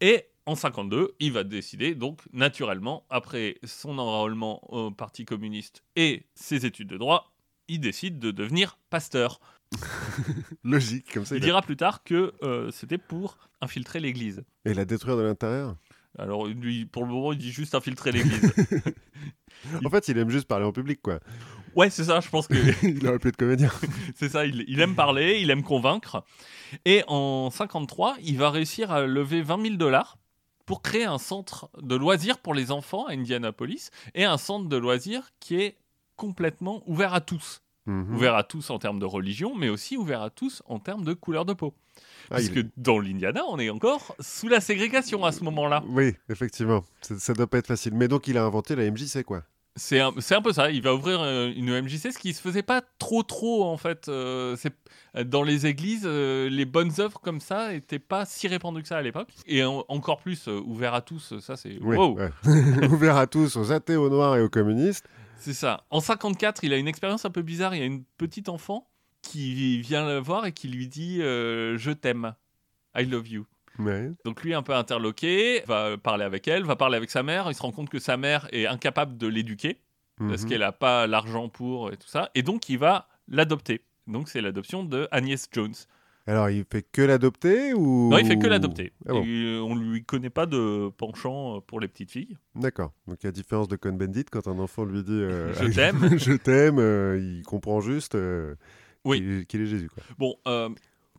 Speaker 2: Et en 52, il va décider, donc naturellement, après son enrôlement au Parti communiste et ses études de droit, il décide de devenir pasteur.
Speaker 1: Logique, comme ça.
Speaker 2: Il
Speaker 1: Il, a-
Speaker 2: dira plus tard que euh, c'était pour infiltrer l'Église.
Speaker 1: Et la détruire de l'intérieur.
Speaker 2: Alors, lui, pour le moment, il dit juste infiltrer l'Église.
Speaker 1: En fait, il aime juste parler en public,
Speaker 2: *laughs*
Speaker 1: quoi.
Speaker 2: Ouais, c'est ça, je pense que
Speaker 1: il aurait pu être comédien.
Speaker 2: C'est ça, il, il aime parler, il aime convaincre. Et en 53, il va réussir à lever 20 000 dollars pour créer un centre de loisirs pour les enfants à Indianapolis et un centre de loisirs qui est complètement ouvert à tous.
Speaker 1: Mhm.
Speaker 2: Ouvert à tous en termes de religion, mais aussi ouvert à tous en termes de couleur de peau.
Speaker 1: Ah, il-
Speaker 2: Puisque dans l'Indiana, on est encore sous la ségrégation à ce moment-là.
Speaker 1: Oui, effectivement. Ça, ça doit pas être facile. Mais donc, il a inventé la MJC, quoi.
Speaker 2: C'est un, c'est un peu ça. Il va ouvrir euh, une MJC, ce qui se faisait pas trop trop en fait. Euh, c'est- euh, dans les églises, euh, les bonnes œuvres comme ça n'étaient pas si répandues que ça à l'époque. Et en- encore plus euh, ouvert à tous. Ça c'est
Speaker 1: Oui,
Speaker 2: wow.
Speaker 1: ouais. *laughs* Ouvert à tous, aux athées, aux noirs et aux communistes.
Speaker 2: C'est ça. En 54, il a une expérience un peu bizarre. Il y a une petite enfant qui vient le voir et qui lui dit euh, je t'aime, I love you.
Speaker 1: Ouais.
Speaker 2: Donc lui, un peu interloqué, va parler avec elle, va parler avec sa mère. Il se rend compte que sa mère est incapable de l'éduquer. parce
Speaker 1: Mhm.
Speaker 2: qu'elle n'a pas l'argent pour et tout ça. Et donc, il va l'adopter. Donc, c'est l'adoption de Agnès Jones.
Speaker 1: Alors, il fait que l'adopter ou
Speaker 2: Non, il fait que l'adopter.
Speaker 1: Ah bon.
Speaker 2: Et, euh, On ne lui connaît pas de penchant euh, pour les petites filles.
Speaker 1: D'accord. Donc, à la différence de Cohn-Bendit, quand un enfant lui dit euh,
Speaker 2: *laughs*
Speaker 1: *laughs*
Speaker 2: Je t'aime.
Speaker 1: je t'aime, euh, il comprend juste euh,
Speaker 2: Oui.
Speaker 1: qu'il qu'il est Jésus, quoi.
Speaker 2: Bon, euh,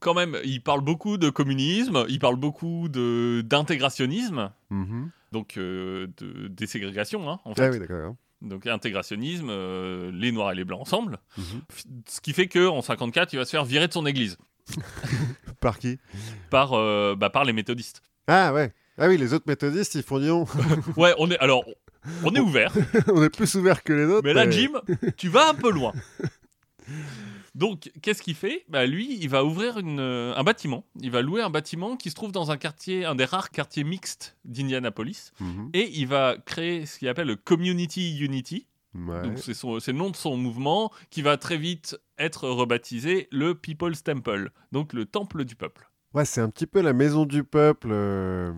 Speaker 2: quand même, il parle beaucoup de communisme, il parle beaucoup de- d'intégrationnisme,
Speaker 1: Mhm.
Speaker 2: donc euh, de déségrégation, hein, en fait.
Speaker 1: Ah oui, d'accord.
Speaker 2: Donc, intégrationnisme, euh, les Noirs et les Blancs ensemble.
Speaker 1: Mhm.
Speaker 2: Ce qui fait qu'en 54, il va se faire virer de son église
Speaker 1: Par qui
Speaker 2: par, euh, bah, par les méthodistes.
Speaker 1: Ah ouais. Ah oui, les autres méthodistes, ils font non.
Speaker 2: Ouais, on est, alors, on est ouvert.
Speaker 1: *laughs* On est plus ouverts que les autres.
Speaker 2: Mais là, Jim, tu vas un peu loin. Donc, qu'est-ce qu'il fait bah, Lui, il va ouvrir une, euh, un bâtiment. Il va louer un bâtiment qui se trouve dans un quartier, un des rares quartiers mixtes d'Indianapolis.
Speaker 1: Mhm.
Speaker 2: Et il va créer ce qu'il appelle le Community Unity.
Speaker 1: Ouais.
Speaker 2: Donc, c'est son- c'est le nom de son mouvement qui va très vite être rebaptisé le People's Temple, donc le temple du peuple.
Speaker 1: Ouais, c'est un petit peu la maison du peuple. euh,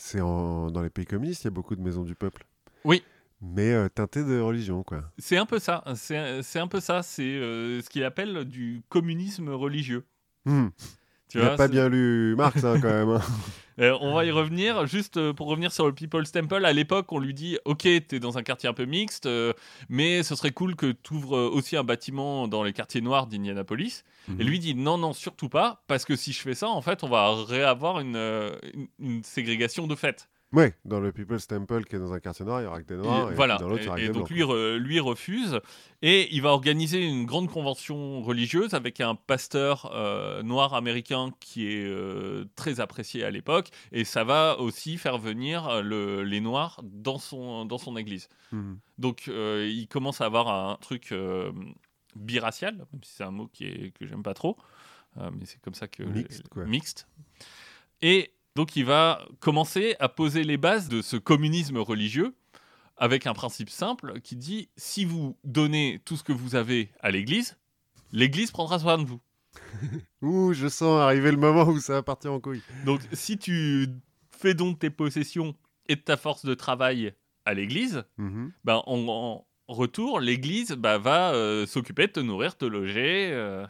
Speaker 1: C'est en- dans les pays communistes, il y a beaucoup de maisons du peuple.
Speaker 2: Oui.
Speaker 1: Mais euh, teintées de religion, quoi.
Speaker 2: C'est un peu ça. C'est c'est un peu ça. C'est euh, ce qu'il appelle du communisme religieux.
Speaker 1: Hmm.
Speaker 2: Tu
Speaker 1: Tu n'as
Speaker 2: vois,
Speaker 1: pas
Speaker 2: c'est-
Speaker 1: bien lu Marx, hein, quand même. hein.
Speaker 2: Euh, on va y revenir. Juste euh, pour revenir sur le People's Temple, à l'époque, on lui dit Ok, t'es dans un quartier un peu mixte, euh, mais ce serait cool que t'ouvres euh, aussi un bâtiment dans les quartiers noirs d'Indianapolis.
Speaker 1: Mhm.
Speaker 2: Et lui dit Non, non, surtout pas, parce que si je fais ça, en fait, on va réavoir une, euh, une, une ségrégation de fait.
Speaker 1: Ouais, dans le People's Temple qui est dans un quartier noir, il y aura que des noirs.
Speaker 2: Et-
Speaker 1: Et,
Speaker 2: voilà.
Speaker 1: Dans l'autre, il y aura
Speaker 2: Et,
Speaker 1: que
Speaker 2: et
Speaker 1: des
Speaker 2: donc
Speaker 1: blancs.
Speaker 2: lui, re- lui refuse et il va organiser une grande convention religieuse avec un pasteur euh, noir américain qui est euh, très apprécié à l'époque et ça va aussi faire venir euh, le- les noirs dans son dans son église.
Speaker 1: Mhm.
Speaker 2: Donc euh, il commence à avoir un truc euh, biracial, même si c'est un mot qui est, que j'aime pas trop, euh, mais c'est comme ça que
Speaker 1: Mixte, quoi.
Speaker 2: mixte. Et donc il va commencer à poser les bases de ce communisme religieux avec un principe simple qui dit si vous donnez tout ce que vous avez à l'Église, l'Église prendra soin de vous.
Speaker 1: Ouh, je sens arriver le moment où ça va partir en couille.
Speaker 2: Donc si tu fais don de tes possessions et de ta force de travail à l'Église,
Speaker 1: Mhm.
Speaker 2: ben, en, en retour, l'Église bah, va euh, s'occuper de te nourrir, te loger. euh.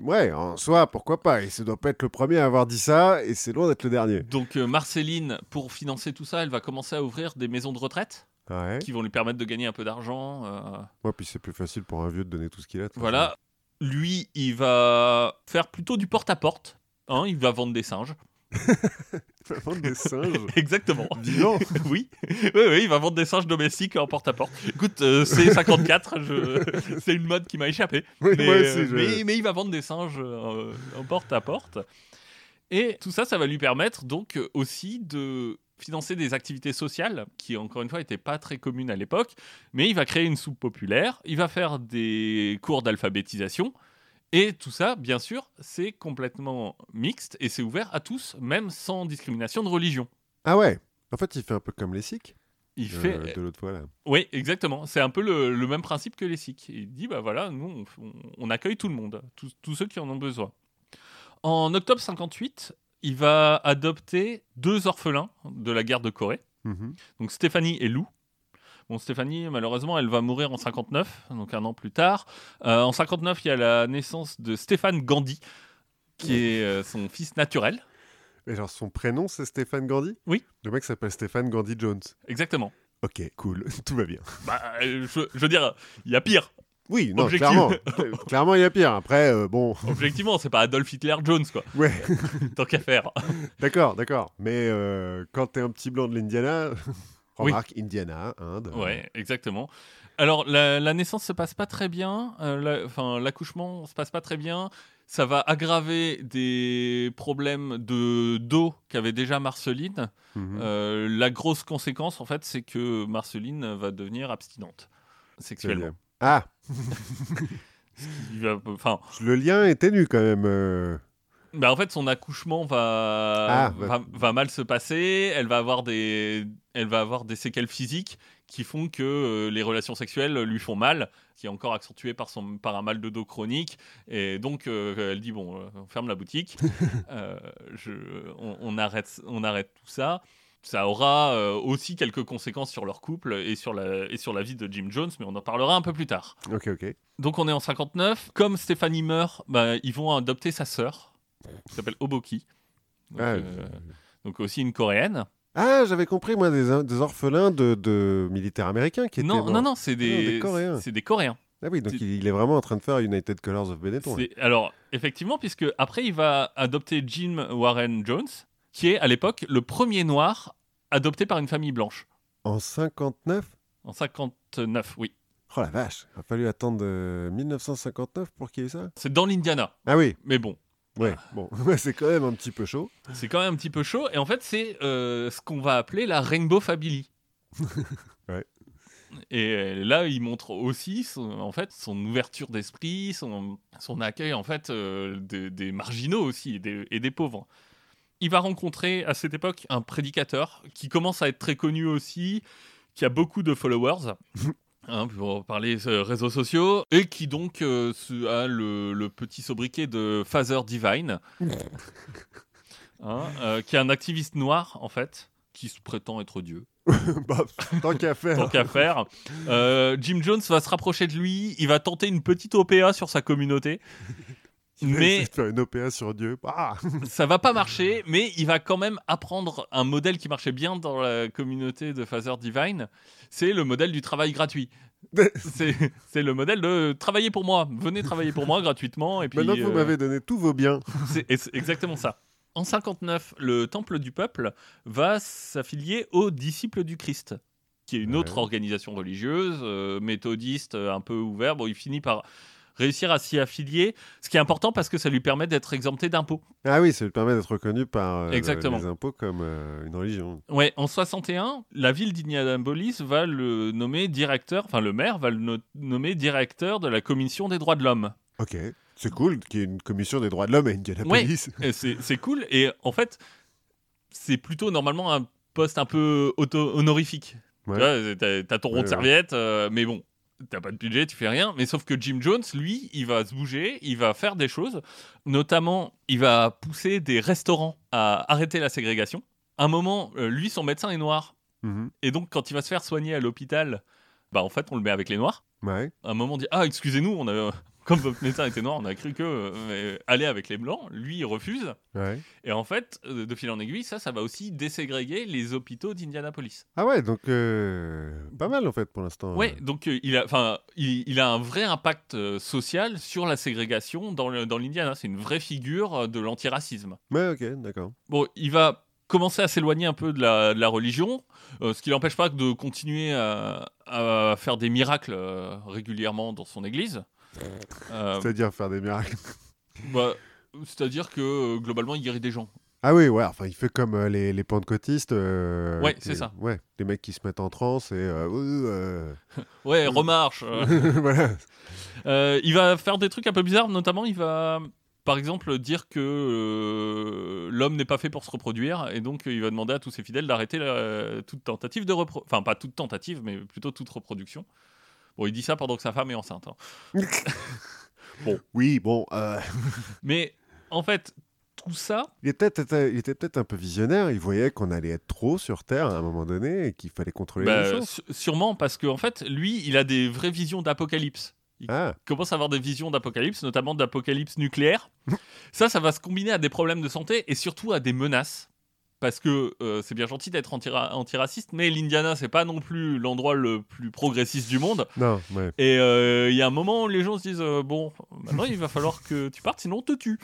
Speaker 1: Ouais, en soi, pourquoi pas. Et ça doit pas être le premier à avoir dit ça, et c'est loin d'être le dernier.
Speaker 2: Donc euh, Marceline, pour financer tout ça, elle va commencer à ouvrir des maisons de retraite
Speaker 1: Ouais.
Speaker 2: qui vont lui permettre de gagner un peu d'argent. euh.
Speaker 1: Ouais, puis c'est plus facile pour un vieux de donner tout ce qu'il a. de toute
Speaker 2: Voilà. Lui, il va faire plutôt du porte-à-porte. Hein, il va vendre des singes. *laughs*
Speaker 1: façon. *laughs* Vendre des singes.
Speaker 2: Exactement.
Speaker 1: Vivant.
Speaker 2: *laughs* oui. oui, oui, il va vendre des singes domestiques en porte-à-porte. Écoute, euh, c'est 54, je- *laughs* c'est une mode qui m'a échappé.
Speaker 1: *laughs* Oui,
Speaker 2: mais,
Speaker 1: moi aussi,
Speaker 2: euh,
Speaker 1: je-
Speaker 2: mais- mais il va vendre des singes euh, en porte à porte. Et tout ça, ça va lui permettre donc euh, aussi de financer des activités sociales qui, encore une fois, n'étaient pas très communes à l'époque. Mais il va créer une soupe populaire, il va faire des cours d'alphabétisation. Et tout ça, bien sûr, c'est complètement mixte et c'est ouvert à tous, même sans discrimination de religion.
Speaker 1: Ah ouais. En fait, il fait un peu comme les sikhs.
Speaker 2: Il
Speaker 1: euh,
Speaker 2: fait,
Speaker 1: De l'autre fois, là.
Speaker 2: oui, exactement. C'est un peu le, le même principe que les Sikhs. Il dit, bah voilà, nous, on, on- on accueille tout le monde, tous, tous ceux qui en ont besoin. En octobre 58, il va adopter deux orphelins de la guerre de Corée,
Speaker 1: Mhm.
Speaker 2: donc Stéphanie et Lou. Bon, Stéphanie, malheureusement, elle va mourir en 59, donc un an plus tard. Euh, en 59, il y a la naissance de Stéphane Gandhi, qui est euh, son fils naturel.
Speaker 1: Et genre, son prénom, c'est Stéphane Gandhi
Speaker 2: Oui.
Speaker 1: Le mec s'appelle Stéphane Gandhi Jones.
Speaker 2: Exactement.
Speaker 1: Ok, cool. *laughs* tout va bien.
Speaker 2: Bah, euh, je, je veux dire, il y a pire.
Speaker 1: Oui, non,
Speaker 2: Objectif. *laughs*
Speaker 1: clairement. Cla- clairement, il y a pire. Après, euh, bon. *laughs*
Speaker 2: Objectivement, c'est pas Adolf Hitler Jones, quoi,
Speaker 1: Ouais.
Speaker 2: tant qu'à faire.
Speaker 1: D'accord, d'accord. Mais euh, quand t'es un petit blanc de l'Indiana, *laughs*
Speaker 2: Oui.
Speaker 1: remarque Indiana, Inde.
Speaker 2: Ouais, exactement. Alors, la, la naissance se passe pas très bien. euh, la- Enfin, l'accouchement se passe pas très bien. Ça va aggraver des problèmes de dos qu'avait déjà Marceline.
Speaker 1: Mhm.
Speaker 2: Euh, la grosse conséquence, en fait, c'est que Marceline va devenir abstinente
Speaker 1: C'est le
Speaker 2: sexuellement.
Speaker 1: lien. Ah,
Speaker 2: Il va- Enfin,
Speaker 1: le lien est ténu quand même. euh.
Speaker 2: bah, en fait, son accouchement va,
Speaker 1: Ah, bah.
Speaker 2: va, va mal se passer. Elle va avoir des, elle va avoir des séquelles physiques qui font que euh, les relations sexuelles lui font mal, qui est encore accentué par son, par un mal de dos chronique. Et donc, euh, elle dit bon, euh, on ferme la boutique, Euh, je, on, on arrête, on arrête tout ça. Ça aura euh, aussi quelques conséquences sur leur couple et sur la, et sur la vie de Jim Jones, mais on en parlera un peu plus tard.
Speaker 1: Ok, ok.
Speaker 2: Donc on est en 59. Comme Stéphanie meurt, bah, ils vont adopter sa sœur, qui s'appelle Oboki. Donc,
Speaker 1: Ah,
Speaker 2: euh, donc aussi une coréenne.
Speaker 1: Ah, j'avais compris, moi, des, des orphelins de, de militaires américains qui étaient.
Speaker 2: Non,
Speaker 1: morts.
Speaker 2: non, non, c'est des,
Speaker 1: Non, des Coréens.
Speaker 2: C'est des Coréens.
Speaker 1: Ah oui, donc il, il est vraiment en train de faire United Colors of Benetton. là.
Speaker 2: C'est- Alors effectivement, puisque après il va adopter Jim Warren Jones, qui est à l'époque le premier noir adopté par une famille blanche.
Speaker 1: En 59
Speaker 2: En 59, oui.
Speaker 1: Oh la vache, il a fallu attendre euh, 1959 pour qu'il y ait ça
Speaker 2: C'est dans l'Indiana.
Speaker 1: Ah oui,
Speaker 2: Mais bon,
Speaker 1: ouais, bon, *laughs* c'est quand même un petit peu chaud.
Speaker 2: c'est quand même un petit peu chaud. Et en fait, c'est euh, ce qu'on va appeler la Rainbow Family.
Speaker 1: Ouais.
Speaker 2: Et euh, là, il montre aussi son, en fait, son ouverture d'esprit, son, son accueil en fait, euh, des, des marginaux aussi et des, et des pauvres. Il va rencontrer à cette époque un prédicateur qui commence à être très connu aussi, qui a beaucoup de followers. hein, pour parler euh, réseaux sociaux, et qui donc euh, se- a le, le petit sobriquet de Father Divine, hein, euh, qui est un activiste noir en fait, qui se prétend être Dieu
Speaker 1: bah, tant qu'à faire. *laughs*
Speaker 2: tant qu'à faire. Euh, Jim Jones va se rapprocher de lui, il va tenter une petite OPA sur sa communauté. Mais
Speaker 1: C'est une OPA sur Dieu. Ah
Speaker 2: ça va pas marcher, mais il va quand même apprendre un modèle qui marchait bien dans la communauté de Father Divine, c'est le modèle du
Speaker 1: *laughs*
Speaker 2: travail gratuit. C'est c'est le modèle de travailler pour moi, venez travailler pour moi gratuitement et puis
Speaker 1: Maintenant que vous
Speaker 2: euh,
Speaker 1: m'avez donné tous vos biens,
Speaker 2: c'est et c'est exactement ça. En 59, le Temple du Peuple va s'affilier aux Disciples du Christ, qui est une
Speaker 1: Ouais.
Speaker 2: autre organisation religieuse, euh, méthodiste, euh, un peu ouverte. Bon, il finit par réussir à s'y affilier, ce qui est important parce que ça lui permet d'être exempté d'impôts.
Speaker 1: Ah oui, ça lui permet d'être reconnu par euh, le-
Speaker 2: Exactement.
Speaker 1: les impôts comme euh, une religion.
Speaker 2: Ouais, en 61, la ville d'Indianapolis va le nommer directeur, enfin le maire va le no- nommer directeur de la Commission des droits de l'homme.
Speaker 1: Ok, c'est cool qu'il y ait une commission des droits de l'homme à Indianapolis.
Speaker 2: Et C'est c'est cool. Et en fait, c'est plutôt normalement un poste un peu auto honorifique.
Speaker 1: *laughs* Ouais.
Speaker 2: Tu vois, T'as t'as ton rond
Speaker 1: Ouais,
Speaker 2: de
Speaker 1: ouais.
Speaker 2: serviette, euh, mais bon, t'as pas de budget, tu fais rien. Mais sauf que Jim Jones, lui, il va se bouger, il va faire des choses. Notamment, il va pousser des restaurants à arrêter la ségrégation. un moment, euh, lui, son médecin est noir.
Speaker 1: Mhm.
Speaker 2: Et donc, quand il va se faire soigner à l'hôpital, bah en fait, on le met avec les noirs
Speaker 1: Ouais.
Speaker 2: à un moment on dit ah excusez-nous on a *laughs* comme votre médecin était noir on a cru que euh, aller avec les blancs lui il refuse
Speaker 1: ouais.
Speaker 2: et en fait euh, de fil en aiguille ça ça va aussi déségréguer les hôpitaux d'Indianapolis
Speaker 1: Ah ouais, donc euh, pas mal en fait pour l'instant.
Speaker 2: ouais donc euh, il a enfin il, il a un vrai impact euh, social sur la ségrégation dans le- dans l'Indiana c'est une vraie figure euh, de l'antiracisme
Speaker 1: Ouais, ok, d'accord.
Speaker 2: bon il va commencer à s'éloigner un peu de la, de la religion euh, ce qui l'empêche pas de continuer à, à faire des miracles euh, régulièrement dans son église Euh,
Speaker 1: C'est-à-dire faire des miracles.
Speaker 2: Bah, C'est-à-dire que euh, globalement, il guérit des gens.
Speaker 1: *laughs* Ah oui, ouais, enfin il fait comme euh, les, les pentecôtistes. euh,
Speaker 2: Ouais,
Speaker 1: qui-
Speaker 2: c'est ça.
Speaker 1: Ouais, les mecs qui se mettent en transe et. euh, euh, *laughs*
Speaker 2: Ouais, remarche. euh.
Speaker 1: euh, voilà.
Speaker 2: Euh, il va faire des trucs un peu bizarres, notamment, il va, par exemple, dire que euh, l'homme n'est pas fait pour se reproduire, et donc euh, il va demander à tous ses fidèles d'arrêter la- toute tentative de reproduction. Enfin, pas toute tentative, mais plutôt toute reproduction. Bon, il dit ça pendant que sa femme est enceinte. hein.
Speaker 1: Oui, bon, euh,
Speaker 2: Mais en fait, tout ça,
Speaker 1: il était peut-être il était peut-être un peu visionnaire. Il voyait qu'on allait être trop sur Terre à un moment donné et qu'il fallait contrôler
Speaker 2: bah,
Speaker 1: les choses.
Speaker 2: su- sûrement parce qu'en fait, lui, il a des vraies visions d'apocalypse.
Speaker 1: Ah,
Speaker 2: commence à avoir des visions d'apocalypse, notamment d'apocalypse nucléaire. ça, ça va se combiner à des problèmes de santé et surtout à des menaces. Parce que euh, c'est bien gentil d'être antira- antiraciste, mais l'Indiana, c'est pas non plus l'endroit le plus progressiste du monde.
Speaker 1: non, ouais.
Speaker 2: Et euh, il y a un moment où les gens se disent euh, Bon, maintenant il va falloir que tu partes, sinon on te tue.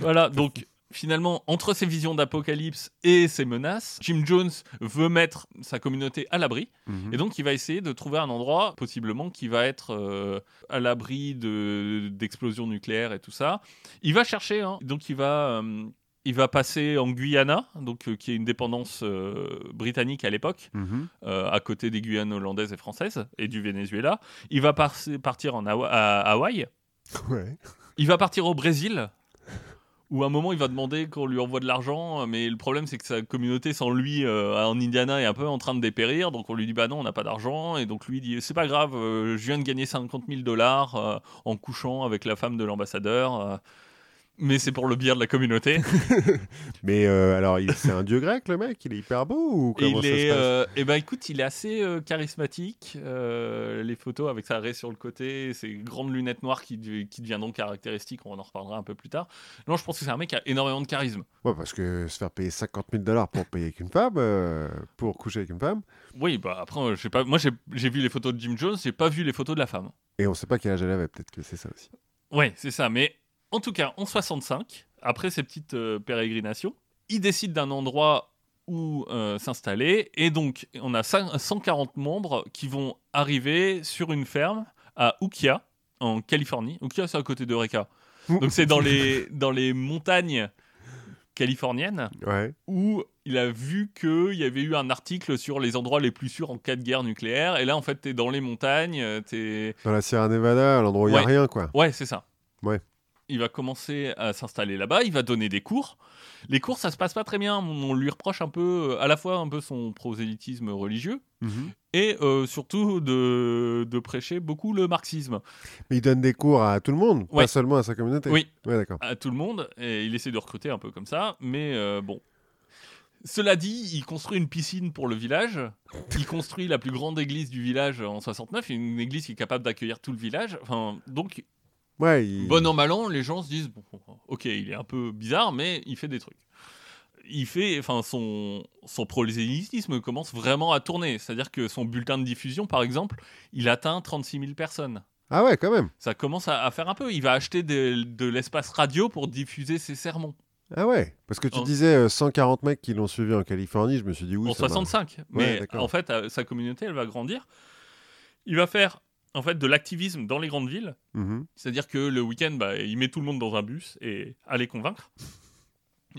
Speaker 2: voilà, donc finalement, entre ses visions d'apocalypse et ses menaces, Jim Jones veut mettre sa communauté à l'abri.
Speaker 1: Mhm.
Speaker 2: Et donc, il va essayer de trouver un endroit, possiblement, qui va être euh, à l'abri de- d'explosions nucléaires et tout ça. Il va chercher, hein. donc il va, euh, il va passer en Guyana, donc, euh, qui est une dépendance euh, britannique à l'époque,
Speaker 1: Mhm.
Speaker 2: euh, à côté des Guyanes hollandaises et françaises, et du Venezuela. Il va par- partir en Hawa- à Hawaï.
Speaker 1: *laughs* Ouais.
Speaker 2: Il va partir au Brésil, où à un moment il va demander qu'on lui envoie de l'argent, mais le problème c'est que sa communauté sans lui euh, en Indiana est un peu en train de dépérir, donc on lui dit bah non on n'a pas d'argent, et donc lui il dit c'est pas grave, euh, je viens de gagner 50 000 dollars euh, en couchant avec la femme de l'ambassadeur, euh, mais c'est pour le bien de la communauté.
Speaker 1: Mais euh, alors, il- c'est un dieu grec, le mec Il est hyper beau ou
Speaker 2: et
Speaker 1: comment
Speaker 2: il
Speaker 1: ça
Speaker 2: est,
Speaker 1: se passe
Speaker 2: euh, eh ben écoute il est assez euh, charismatique, euh, les photos avec sa raie sur le côté, ses grandes lunettes noires qui, qui deviendront caractéristiques, on en reparlera un peu plus tard. Non je pense que c'est un mec qui a énormément de charisme.
Speaker 1: Ouais, parce que se faire payer 50 000 dollars pour payer avec une femme, euh, pour coucher avec une femme,
Speaker 2: Oui, bah après, euh, je sais pas. Moi, j'ai j'ai vu les photos de Jim Jones, j'ai pas vu les photos de la femme.
Speaker 1: et on sait pas quel âge elle avait, peut-être que c'est ça aussi.
Speaker 2: Ouais, c'est ça. Mais en tout cas, en 65, après ces petites euh, pérégrinations, il décide d'un endroit où euh, s'installer. Et donc, on a cin- 140 membres qui vont arriver sur une ferme à Ukiah, en Californie. Ukiah, c'est à côté de Eureka. Donc, c'est dans les, dans les montagnes californiennes
Speaker 1: Ouais.
Speaker 2: où il a vu qu'il y avait eu un article sur les endroits les plus sûrs en cas de guerre nucléaire. Et là, en fait, t'es dans les montagnes, euh, t'es...
Speaker 1: Dans la Sierra Nevada, à l'endroit où il y
Speaker 2: Ouais.
Speaker 1: a rien, quoi.
Speaker 2: Ouais, c'est ça.
Speaker 1: Ouais.
Speaker 2: Il va commencer à s'installer là-bas, il va donner des cours. Les cours, ça se passe pas très bien. On on lui reproche un peu, euh, à la fois un peu son prosélytisme religieux, et euh, surtout de, de prêcher beaucoup le marxisme
Speaker 1: Mais il donne des cours à tout le monde,
Speaker 2: Ouais.
Speaker 1: pas seulement à sa communauté.
Speaker 2: Oui.
Speaker 1: Ouais, d'accord.
Speaker 2: à tout le monde. Et il essaie de recruter un peu comme ça, mais euh, bon. Cela dit, il construit une piscine pour le village. Il construit la plus grande église du village en 69, une église qui est capable d'accueillir tout le village. Enfin, donc,
Speaker 1: Ouais, il...
Speaker 2: bon an, mal an, les gens se disent bon, ok, il est un peu bizarre, mais il fait des trucs. Il fait, enfin, son, son prosélytisme commence vraiment à tourner. C'est-à-dire que son bulletin de diffusion, par exemple, il atteint 36 000 personnes.
Speaker 1: Ah ouais, quand même.
Speaker 2: Ça commence à, à faire un peu. Il va acheter de, de l'espace radio pour diffuser ses sermons.
Speaker 1: Ah ouais Parce que tu
Speaker 2: En-
Speaker 1: disais euh, 140 mecs qui l'ont suivi en Californie, je me suis dit oui.
Speaker 2: en
Speaker 1: ça marche.
Speaker 2: 65.
Speaker 1: Ouais,
Speaker 2: Mais
Speaker 1: d'accord.
Speaker 2: en fait, euh, sa communauté, elle va grandir. Il va faire en fait de l'activisme dans les grandes villes.
Speaker 1: Mhm.
Speaker 2: C'est-à-dire que le week-end, bah, il met tout le monde dans un bus et à les convaincre.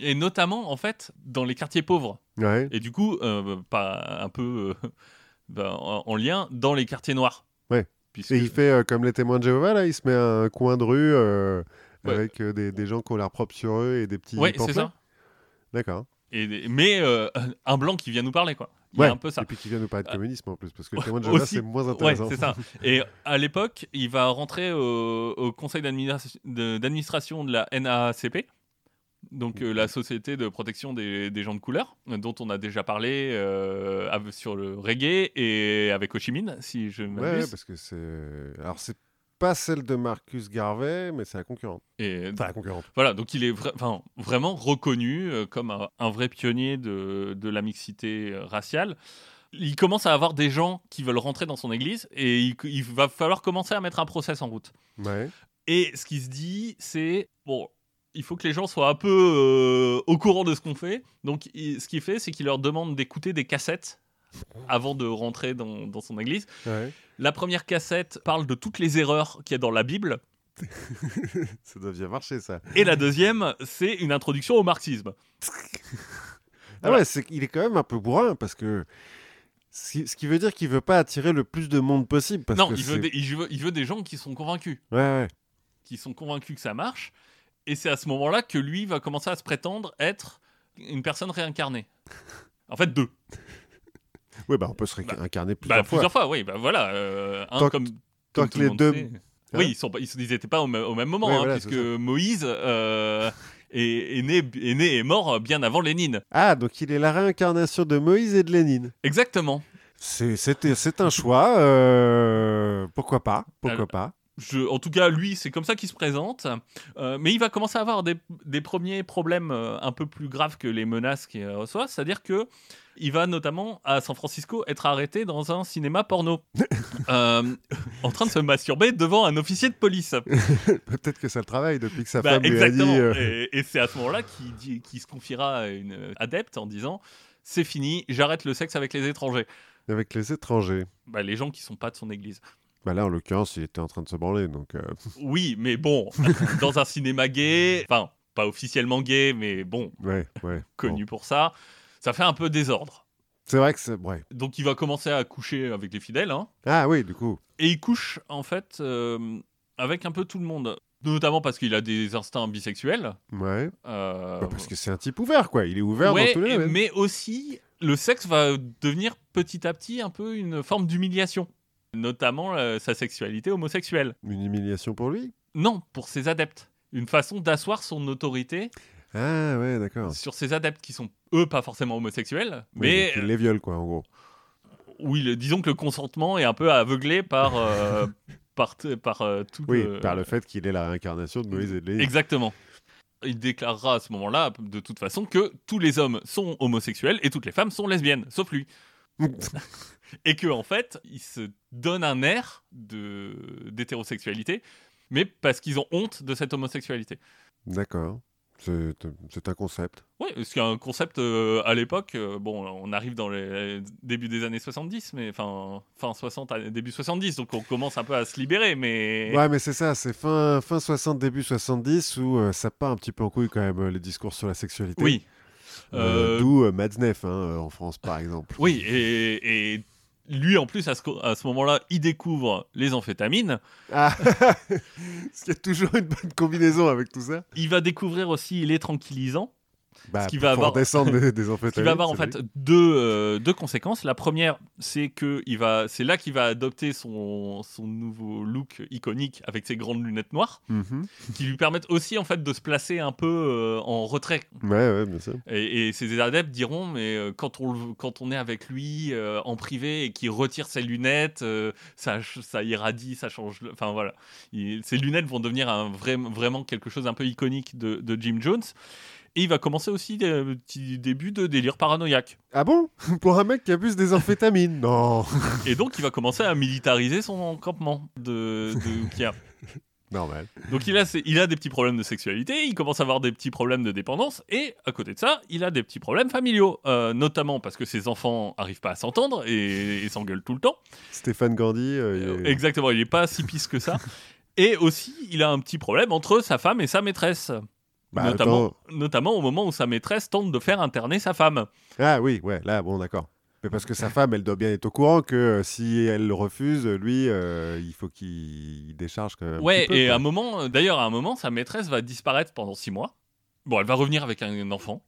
Speaker 2: Et notamment, en fait, dans les quartiers pauvres.
Speaker 1: Ouais,
Speaker 2: Et du coup, euh, pas un peu euh, *laughs* bah, en, en lien dans les quartiers noirs.
Speaker 1: Ouais.
Speaker 2: Puisque-
Speaker 1: Et il fait euh, comme les témoins de Jéhovah, là, il se met à un coin de rue euh,
Speaker 2: Ouais.
Speaker 1: avec euh, des, des gens qui ont l'air propres sur eux et des petits
Speaker 2: Ouais, c'est
Speaker 1: pamphlets.
Speaker 2: ça.
Speaker 1: D'accord.
Speaker 2: Et, mais euh, *laughs* un blanc qui vient nous parler, quoi. Il y
Speaker 1: Ouais.
Speaker 2: a un peu ça.
Speaker 1: Et puis qui vient nous parler de
Speaker 2: Euh,
Speaker 1: communisme en plus,
Speaker 2: *laughs*
Speaker 1: parce que les
Speaker 2: ouais,
Speaker 1: témoins de Jéhovah,
Speaker 2: aussi.
Speaker 1: c'est moins
Speaker 2: Ouais,
Speaker 1: intéressant.
Speaker 2: c'est ça. Et à l'époque, il va rentrer au, au conseil d'admira- de- d'administration de la NAACP, donc euh, la Société de protection des, des gens de couleur, euh, dont on a déjà parlé euh, av- sur le reggae et avec Ho Chi Minh, si je
Speaker 1: Ouais, ouais,
Speaker 2: m'abuse.
Speaker 1: parce que c'est. Alors, c'est pas celle de Marcus Garvey, mais c'est la concurrente.
Speaker 2: Et
Speaker 1: bah, Enfin, la concurrente.
Speaker 2: voilà, donc il est vra- enfin, vraiment reconnu euh, comme un, un vrai pionnier de, de la mixité euh, raciale. Il commence à avoir des gens qui veulent rentrer dans son église et il- il va falloir commencer à mettre un process en route.
Speaker 1: Ouais.
Speaker 2: Et ce qui se dit, c'est bon, il faut que les gens soient un peu euh, au courant de ce qu'on fait. Donc, il- ce qu'il fait, c'est qu'il leur demande d'écouter des cassettes avant de rentrer dans, dans son église.
Speaker 1: ouais.
Speaker 2: La première cassette parle de toutes les erreurs qu'il y a dans la Bible.
Speaker 1: ça doit bien marcher, ça.
Speaker 2: Et la deuxième, c'est une introduction au marxisme.
Speaker 1: Ah
Speaker 2: Voilà.
Speaker 1: ouais, c'est il est quand même un peu bourrin parce que ce ce qui veut dire qu'il veut pas attirer le plus de monde possible parce
Speaker 2: non,
Speaker 1: que
Speaker 2: il veut,
Speaker 1: c'est-
Speaker 2: des, il, veut, il veut des gens qui sont convaincus,
Speaker 1: ouais, ouais.
Speaker 2: qui sont convaincus que ça marche. Et c'est à ce moment-là que lui va commencer à se prétendre être une personne réincarnée. En fait, deux.
Speaker 1: Ouais, bah on peut se ré-
Speaker 2: Bah,
Speaker 1: incarner plusieurs
Speaker 2: Bah,
Speaker 1: fois.
Speaker 2: plusieurs fois, oui. Bah, voilà, euh, un
Speaker 1: Tant que-
Speaker 2: comme,
Speaker 1: tant
Speaker 2: comme
Speaker 1: que
Speaker 2: tout le
Speaker 1: les
Speaker 2: monde
Speaker 1: deux-
Speaker 2: sait.
Speaker 1: Hein
Speaker 2: oui, ils sont pas- ils n'étaient pas au, me- au même moment,
Speaker 1: Ouais,
Speaker 2: hein,
Speaker 1: voilà,
Speaker 2: puisque
Speaker 1: c'est ça.
Speaker 2: Moïse euh, est, est né, est né et mort euh, bien avant Lénine.
Speaker 1: Ah, donc il est la réincarnation de Moïse et de Lénine.
Speaker 2: Exactement.
Speaker 1: C'est c'était- c'est un choix. euh, Pourquoi pas Pourquoi
Speaker 2: Alors-
Speaker 1: pas
Speaker 2: Je- en tout cas, lui, c'est comme ça qu'il se présente. Euh, mais il va commencer à avoir des, des premiers problèmes euh, un peu plus graves que les menaces qu'il reçoit. C'est-à-dire que il va notamment à San Francisco être arrêté dans un cinéma
Speaker 1: *laughs*
Speaker 2: porno, euh, en train de se masturber devant un officier de police.
Speaker 1: Peut-être que ça le travaille depuis que sa
Speaker 2: Bah,
Speaker 1: femme lui a dit.
Speaker 2: exactement.
Speaker 1: euh,
Speaker 2: Et, et c'est à ce moment-là qu'il dit- qu'il se confiera à une euh, adepte en disant C'est fini, j'arrête le sexe avec les étrangers.
Speaker 1: avec les étrangers.
Speaker 2: Bah, les gens qui sont pas de son église.
Speaker 1: Bah là, en l'occurrence, il était en train de se branler, donc. euh,
Speaker 2: Oui, mais bon, *laughs* dans un cinéma gay, enfin, pas officiellement gay, mais bon,
Speaker 1: Ouais, ouais.
Speaker 2: connu
Speaker 1: Bon.
Speaker 2: pour ça, ça fait un peu désordre.
Speaker 1: C'est vrai que c'est. Ouais.
Speaker 2: Donc il va commencer à coucher avec les fidèles, hein,
Speaker 1: Ah oui, du coup.
Speaker 2: et il couche en fait euh, avec un peu tout le monde, notamment parce qu'il a des instincts bisexuels.
Speaker 1: Ouais.
Speaker 2: euh,
Speaker 1: Bah, parce que c'est un type ouvert, quoi. Il est ouvert
Speaker 2: Ouais,
Speaker 1: dans tous les
Speaker 2: et-
Speaker 1: domaines.
Speaker 2: mais aussi le sexe va devenir petit à petit un peu une forme d'humiliation, notamment euh, sa sexualité homosexuelle.
Speaker 1: Une humiliation pour lui.
Speaker 2: Non, pour ses adeptes. Une façon d'asseoir son autorité
Speaker 1: Ah ouais, d'accord.
Speaker 2: sur ses adeptes qui sont eux pas forcément homosexuels,
Speaker 1: Mais
Speaker 2: mais
Speaker 1: il les viole, quoi, en gros.
Speaker 2: euh, où il- disons que le consentement est un peu aveuglé
Speaker 1: *laughs*
Speaker 2: par euh, par t- par euh, tout
Speaker 1: Oui,
Speaker 2: le-
Speaker 1: par le fait qu'il est la réincarnation de Moïse et de Lénine.
Speaker 2: Exactement. Il déclarera à ce moment-là, de toute façon, que tous les hommes sont homosexuels et toutes les femmes sont lesbiennes, sauf lui. et que, en fait, ils se donnent un air de- d'hétérosexualité, mais parce qu'ils ont honte de cette homosexualité.
Speaker 1: *laughs* D'accord. C'est euh, c'est un concept.
Speaker 2: Oui, parce qu'un concept euh, à l'époque, euh, bon, on arrive dans les débuts des années 70, mais enfin, fin 60, années- début 70, donc on commence un peu à se libérer, mais.
Speaker 1: Ouais, mais c'est ça, c'est fin, fin 60, début 70, où euh, ça part un petit peu en couille quand même, euh, les discours sur la sexualité.
Speaker 2: Oui.
Speaker 1: Euh,
Speaker 2: Euh,
Speaker 1: D'où euh, Matzneff, hein, euh, en France, par exemple.
Speaker 2: Oui, et, et lui, en plus, à ce, co- à ce moment-là, il découvre les amphétamines.
Speaker 1: *laughs* Ah, *laughs* Parce qu'il y a toujours une bonne combinaison avec tout ça.
Speaker 2: Il va découvrir aussi les tranquillisants.
Speaker 1: Bah,
Speaker 2: qui
Speaker 1: pour
Speaker 2: va avoir-
Speaker 1: descendre des, des
Speaker 2: *laughs* Ce qui
Speaker 1: amphétamines,
Speaker 2: va avoir, en
Speaker 1: c'est
Speaker 2: fait, deux, euh, deux conséquences. La première, c'est que il va- c'est là qu'il va adopter son, son nouveau look iconique avec ses grandes lunettes noires, *laughs*
Speaker 1: vrai. Mhm.
Speaker 2: qui lui permettent aussi, en fait, de se placer un peu euh, en retrait.
Speaker 1: Ouais, ouais, bien sûr.
Speaker 2: Et, et ses adeptes diront, mais euh, quand, on, le- quand on est avec lui euh, en privé et qu'il retire ses lunettes, euh, ça, ch- ça irradie, ça change. le- Enfin voilà, Il- ses lunettes vont devenir un vrai, vraiment quelque chose un peu iconique de, de Jim Jones. Et il va commencer aussi des euh, petits débuts de délire paranoïaque.
Speaker 1: Ah bon Pour un mec qui abuse des amphétamines Non *laughs*
Speaker 2: Et donc il va commencer à militariser son campement de, de Kia.
Speaker 1: Normal.
Speaker 2: Donc il a, ses- il a des petits problèmes de sexualité, il commence à avoir des petits problèmes de dépendance, et à côté de ça, il a des petits problèmes familiaux, euh, notamment parce que ses enfants arrivent pas à s'entendre et, et s'engueulent tout le temps.
Speaker 1: Stéphane Gandhi. euh, il est-
Speaker 2: Exactement, il est pas si pisse que ça.
Speaker 1: *laughs*
Speaker 2: Et aussi, il a un petit problème entre sa femme et sa maîtresse,
Speaker 1: Bah,
Speaker 2: notamment,
Speaker 1: attends.
Speaker 2: notamment au moment où sa maîtresse tente de faire interner sa femme.
Speaker 1: Ah oui, ouais, là, bon, d'accord. Mais parce que sa femme, elle doit bien être au courant que euh, si elle le refuse, lui, euh, il faut qu'il décharge quand même. un
Speaker 2: Ouais,
Speaker 1: petit peu,
Speaker 2: et à
Speaker 1: quoi.
Speaker 2: un moment, euh, d'ailleurs, à un moment, sa maîtresse va disparaître pendant six mois. Bon, elle va revenir avec
Speaker 1: *laughs*
Speaker 2: un enfant.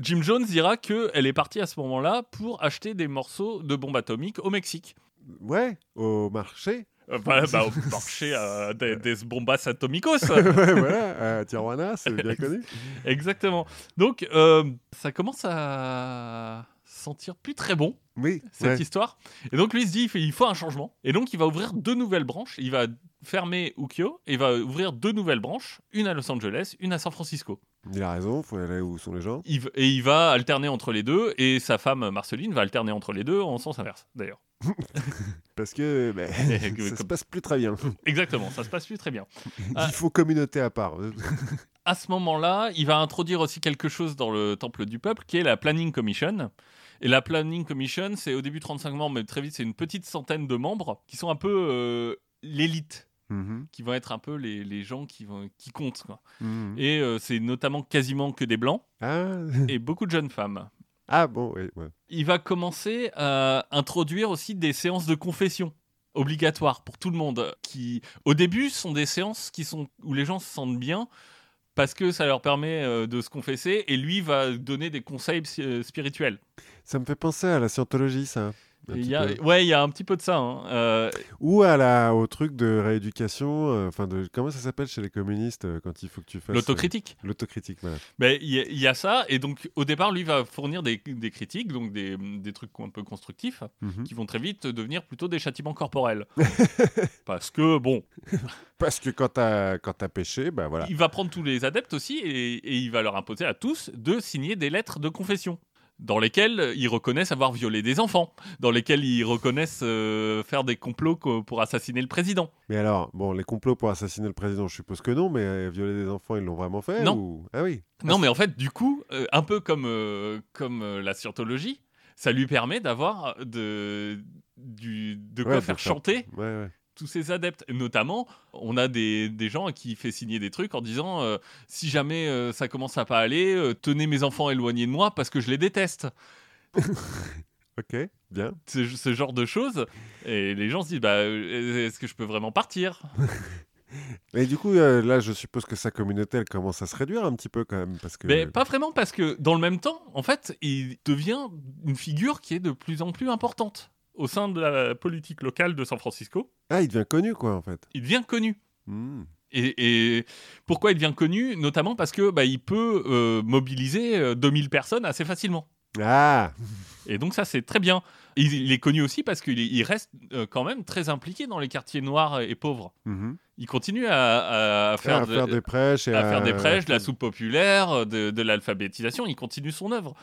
Speaker 2: Jim Jones dira qu'elle est partie à ce moment-là pour acheter des morceaux de bombes atomiques au Mexique.
Speaker 1: Ouais, au marché. *laughs*
Speaker 2: Euh, voilà, bah, au marché euh, des, des bombas
Speaker 1: *laughs*
Speaker 2: atomicos.
Speaker 1: ouais, voilà, à Tijuana, c'est
Speaker 2: *laughs*
Speaker 1: bien connu.
Speaker 2: Exactement. Donc, euh, ça commence à sentir plus très bon.
Speaker 1: Oui,
Speaker 2: cette
Speaker 1: ouais.
Speaker 2: histoire. Et donc lui il se dit il fait- il faut un changement. Et donc il va ouvrir deux nouvelles branches. Il va fermer Ukyo et il va ouvrir deux nouvelles branches, une à Los Angeles, une à San Francisco.
Speaker 1: il a raison, faut aller où sont les gens.
Speaker 2: Il v- et il va alterner entre les deux et sa femme Marceline va alterner entre les deux en sens inverse d'ailleurs.
Speaker 1: Parce que
Speaker 2: *laughs*
Speaker 1: ben,
Speaker 2: que-
Speaker 1: ça se
Speaker 2: comme-
Speaker 1: passe plus très bien.
Speaker 2: Exactement, ça se passe plus très bien. Ah.
Speaker 1: Il faut communauté à part. *laughs*
Speaker 2: À ce moment-là, il va introduire aussi quelque chose dans le temple du peuple qui est la Planning Commission. Et la Planning Commission, c'est au début 35 membres, mais très vite c'est une petite centaine de membres qui sont un peu euh, l'élite,
Speaker 1: Mhm,
Speaker 2: qui vont être un peu les, les gens qui, vont, qui comptent. Quoi.
Speaker 1: mhm.
Speaker 2: Et euh, c'est notamment quasiment que
Speaker 1: *laughs*
Speaker 2: des blancs
Speaker 1: Ah,
Speaker 2: et beaucoup de jeunes femmes.
Speaker 1: ah bon, oui. ouais.
Speaker 2: Il va commencer à introduire aussi des séances de confession obligatoires pour tout le monde. Qui, au début, sont des séances qui sont où les gens se sentent bien parce que ça leur permet euh, de se confesser et lui va donner des conseils psy- euh, spirituels.
Speaker 1: Ça me fait penser à la scientologie, ça. un
Speaker 2: Et il
Speaker 1: petit
Speaker 2: y a-
Speaker 1: peu.
Speaker 2: ouais, il y a un petit peu de ça. hein. Euh,
Speaker 1: Ou à la, au truc de rééducation, euh, enfin de comment ça s'appelle chez les communistes euh, quand il faut que tu fasses euh,
Speaker 2: L'autocritique.
Speaker 1: l'autocritique. voilà.
Speaker 2: Ben, Il y, a- il y a ça, et donc au départ, lui va fournir des, des critiques, donc des, des trucs un peu constructifs,
Speaker 1: Mhm.
Speaker 2: qui vont très vite devenir plutôt des
Speaker 1: *laughs*
Speaker 2: châtiments corporels. Parce que, bon,
Speaker 1: Parce que quand t'as quand t'as péché, bah voilà.
Speaker 2: il va prendre tous les adeptes aussi, et, et il va leur imposer à tous de signer des lettres de confession, dans lesquelles ils reconnaissent avoir violé des enfants, dans lesquelles ils reconnaissent euh, faire des complots co- pour assassiner le président.
Speaker 1: Mais alors, bon, les complots pour assassiner le président, je suppose que non, mais euh, violer des enfants, ils l'ont vraiment fait
Speaker 2: Non.
Speaker 1: ou- Ah oui.
Speaker 2: Non, mais en fait, du coup, euh, un peu comme, euh, comme euh, la scientologie, ça lui permet d'avoir de, du- de quoi
Speaker 1: Ouais, de
Speaker 2: faire
Speaker 1: faire-
Speaker 2: chanter
Speaker 1: Ouais, ouais.
Speaker 2: tous ses adeptes. Notamment, on a des, des gens à qui il fait signer des trucs en disant euh, si jamais euh, ça commence à pas aller, euh, tenez mes enfants éloignés de moi parce que je les déteste.
Speaker 1: Ok, bien.
Speaker 2: Ce, ce genre de choses. Et les gens se disent bah, euh, est-ce que je peux vraiment partir
Speaker 1: Et du coup, euh, là, je suppose que sa communauté, elle commence à se réduire un petit peu quand même, parce que.
Speaker 2: Mais pas vraiment parce que dans le même temps, en fait, il devient une figure qui est de plus en plus importante au sein de la politique locale de San Francisco.
Speaker 1: Ah, il devient connu, quoi, en fait.
Speaker 2: Il devient connu.
Speaker 1: Hmm.
Speaker 2: Et, et pourquoi il devient connu Notamment parce que bah, il peut euh, mobiliser euh, 2000 personnes assez facilement.
Speaker 1: Ah
Speaker 2: Et donc ça, c'est très bien. Et il, il est connu aussi parce qu'il est- il reste euh, quand même très impliqué dans les quartiers noirs et pauvres.
Speaker 1: Mhm.
Speaker 2: Il continue à, à faire,
Speaker 1: à
Speaker 2: de-
Speaker 1: faire des euh, prêches et
Speaker 2: à faire des prêches, de la soupe populaire, euh, de, de l'alphabétisation. Il continue son œuvre.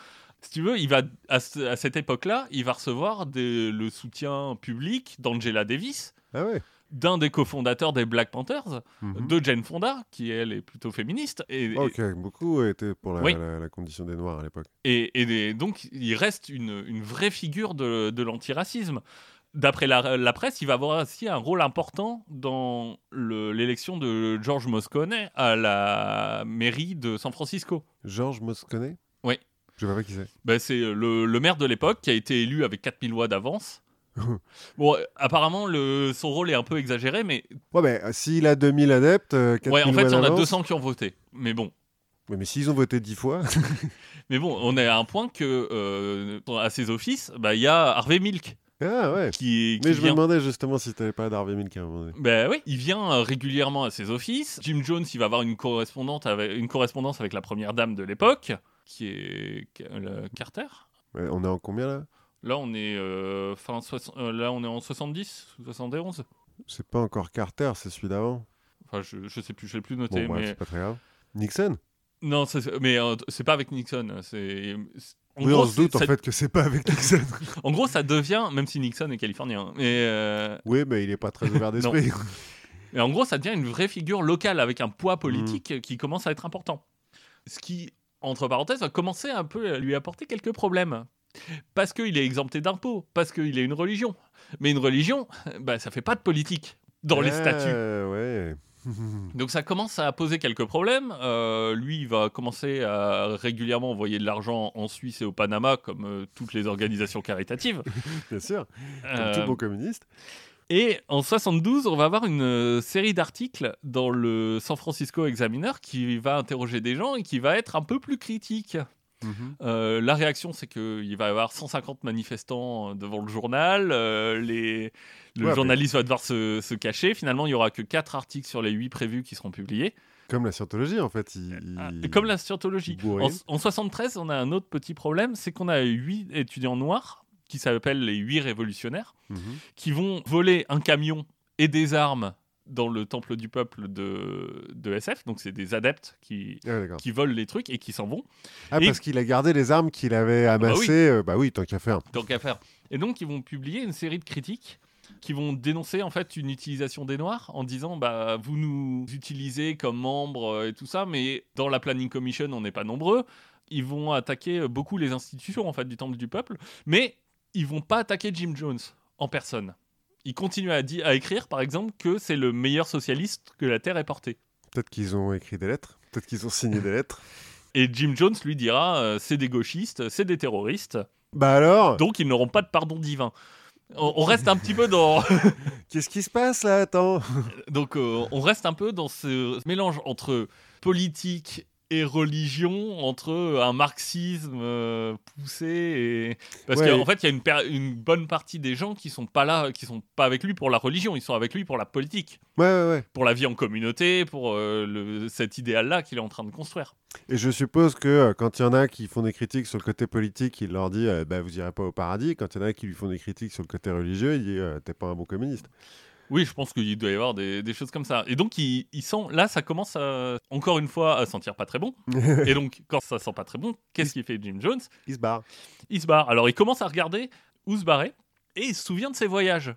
Speaker 2: Si tu veux, il va, à, ce- à cette époque-là, il va recevoir des- le soutien public d'Angela Davis,
Speaker 1: Ah ouais.
Speaker 2: d'un des cofondateurs des Black Panthers,
Speaker 1: Mhm.
Speaker 2: de Jane Fonda, qui elle est plutôt féministe. Et,
Speaker 1: Oh, qui a beaucoup été pour la,
Speaker 2: Oui.
Speaker 1: la- la condition des Noirs à l'époque.
Speaker 2: et, et des- donc, il reste une, une vraie figure de, de l'antiracisme. D'après la, la presse, il va avoir aussi un rôle important dans le- l'élection de George Moscone à la mairie de San Francisco.
Speaker 1: Georges Moscone
Speaker 2: Oui.
Speaker 1: Je sais pas qui c'est.
Speaker 2: Ben, c'est le, le maire de l'époque qui a été élu avec 4000
Speaker 1: *laughs*
Speaker 2: voix d'avance. bon, euh, apparemment, le, son rôle est un peu exagéré, mais
Speaker 1: Ouais, mais euh, s'il a 2000 adeptes, euh, 4000
Speaker 2: ouais, en fait, il y en a
Speaker 1: Wallaces-
Speaker 2: 200 qui ont voté. Mais bon,
Speaker 1: Ouais, mais s'ils ont voté 10 fois. *laughs*
Speaker 2: mais bon on est à un point que, euh, à ses offices, ben, il y a Harvey Milk
Speaker 1: ah ouais.
Speaker 2: qui, qui
Speaker 1: Mais je me
Speaker 2: vient.
Speaker 1: demandais justement si t'avais pas d'Harvey Milk à un moment donné.
Speaker 2: Ben oui, il vient euh, régulièrement à ses offices. Jim Jones, il va avoir une, correspondante avec, une correspondance avec la première dame de l'époque, qui est Ca- euh, Carter.
Speaker 1: Ouais, on est en combien là
Speaker 2: Là, on est euh, fin soix- euh, là, on est en 70, 71.
Speaker 1: C'est pas encore Carter, c'est celui d'avant.
Speaker 2: Enfin, je, je sais plus, je l'ai plus
Speaker 1: Bon,
Speaker 2: noté.
Speaker 1: bref,
Speaker 2: mais...
Speaker 1: c'est pas très grave. Nixon
Speaker 2: Non, ça, c'est- mais euh, c'est pas avec Nixon. C'est En
Speaker 1: oui,
Speaker 2: gros,
Speaker 1: on se doute
Speaker 2: c'est-
Speaker 1: en
Speaker 2: ça-
Speaker 1: fait que c'est pas avec
Speaker 2: *laughs*
Speaker 1: Nixon.
Speaker 2: En gros, ça devient, même si Nixon est californien, mais euh,
Speaker 1: oui, mais il est pas très ouvert d'esprit.
Speaker 2: mais en gros, ça devient une vraie figure locale avec un poids politique qui commence à être important. Ce qui, entre parenthèses, a commencé un peu à lui apporter quelques problèmes. Parce qu'il est exempté d'impôts, parce qu'il est une religion. Mais une religion, *laughs* bah, ça fait pas de politique *laughs* dans les statuts.
Speaker 1: Euh, ouais. *laughs*
Speaker 2: Donc ça commence à poser quelques problèmes. Euh, lui, il va commencer à régulièrement envoyer de l'argent en Suisse et au Panama, comme euh, toutes les organisations caritatives.
Speaker 1: Bien sûr, comme
Speaker 2: Euh,
Speaker 1: tout bon communiste.
Speaker 2: Et en 72, on va avoir une euh, série d'articles dans le San Francisco Examiner qui va interroger des gens et qui va être un peu plus critique. Euh, la réaction, c'est qu'il va y avoir 150 manifestants euh, devant le journal. euh, les... Le
Speaker 1: Ouais, mais-
Speaker 2: journaliste va devoir se, se cacher. Finalement, il n'y aura que 4 articles sur les 8 prévus qui seront publiés.
Speaker 1: Comme la scientologie en fait. il-
Speaker 2: Ah,
Speaker 1: il-
Speaker 2: Comme la scientologie.
Speaker 1: Bourré.
Speaker 2: En, en 73, on a un autre petit problème, c'est qu'on a 8 étudiants noirs qui s'appellent les 8 révolutionnaires
Speaker 1: Mhm.
Speaker 2: qui vont voler un camion et des armes dans le temple du peuple de, de SF. Donc, c'est des adeptes qui,
Speaker 1: Ah, d'accord.
Speaker 2: qui volent les trucs et qui s'en vont.
Speaker 1: Ah,
Speaker 2: Et-
Speaker 1: parce qu'il a gardé les armes qu'il avait
Speaker 2: bah oui.
Speaker 1: amassées. euh, Bah oui, tant qu'à faire.
Speaker 2: Tant qu'à faire. Et donc, ils vont publier une série de critiques qui vont dénoncer en fait une utilisation des Noirs en disant bah vous nous utilisez comme membres euh, et tout ça, mais dans la Planning Commission on n'est pas nombreux. Ils vont attaquer euh, beaucoup les institutions en fait du Temple du Peuple, mais ils vont pas attaquer Jim Jones en personne. Ils continuent à, di- à écrire par exemple que c'est le meilleur socialiste que la terre ait porté.
Speaker 1: Peut-être qu'ils ont écrit des lettres. Peut-être qu'ils ont signé
Speaker 2: *laughs*
Speaker 1: des lettres.
Speaker 2: Et Jim Jones lui dira euh, c'est des gauchistes, c'est des terroristes,
Speaker 1: Bah alors,
Speaker 2: donc ils n'auront pas de pardon divin. On on reste un petit peu dans
Speaker 1: qu'est-ce qui se passe là Attends.
Speaker 2: Donc euh, on reste un peu dans ce mélange entre politique et religion, entre un marxisme euh, poussé et parce
Speaker 1: Ouais.
Speaker 2: qu'en fait il y a une, per- une bonne partie des gens qui sont pas là, qui sont pas avec lui pour la religion, ils sont avec lui pour la politique,
Speaker 1: Ouais, ouais, ouais.
Speaker 2: pour la vie en communauté, pour euh, le- cet idéal-là qu'il est en train de construire.
Speaker 1: Et je suppose que euh, quand il y en a qui font des critiques sur le côté politique, il leur dit euh, bah, vous irez pas au paradis. Quand il y en a qui lui font des critiques sur le côté religieux, il dit euh, t'es pas un bon communiste.
Speaker 2: Oui, je pense qu'il doit y avoir des, des choses comme ça. Et donc il, il sent là ça commence à- encore une fois à sentir pas très bon. et donc quand ça sent pas très bon, qu'est-ce qu'il fait Jim Jones
Speaker 1: Il se barre. *laughs*
Speaker 2: il se barre. Alors il commence à regarder où se barrer et il se souvient de ses voyages.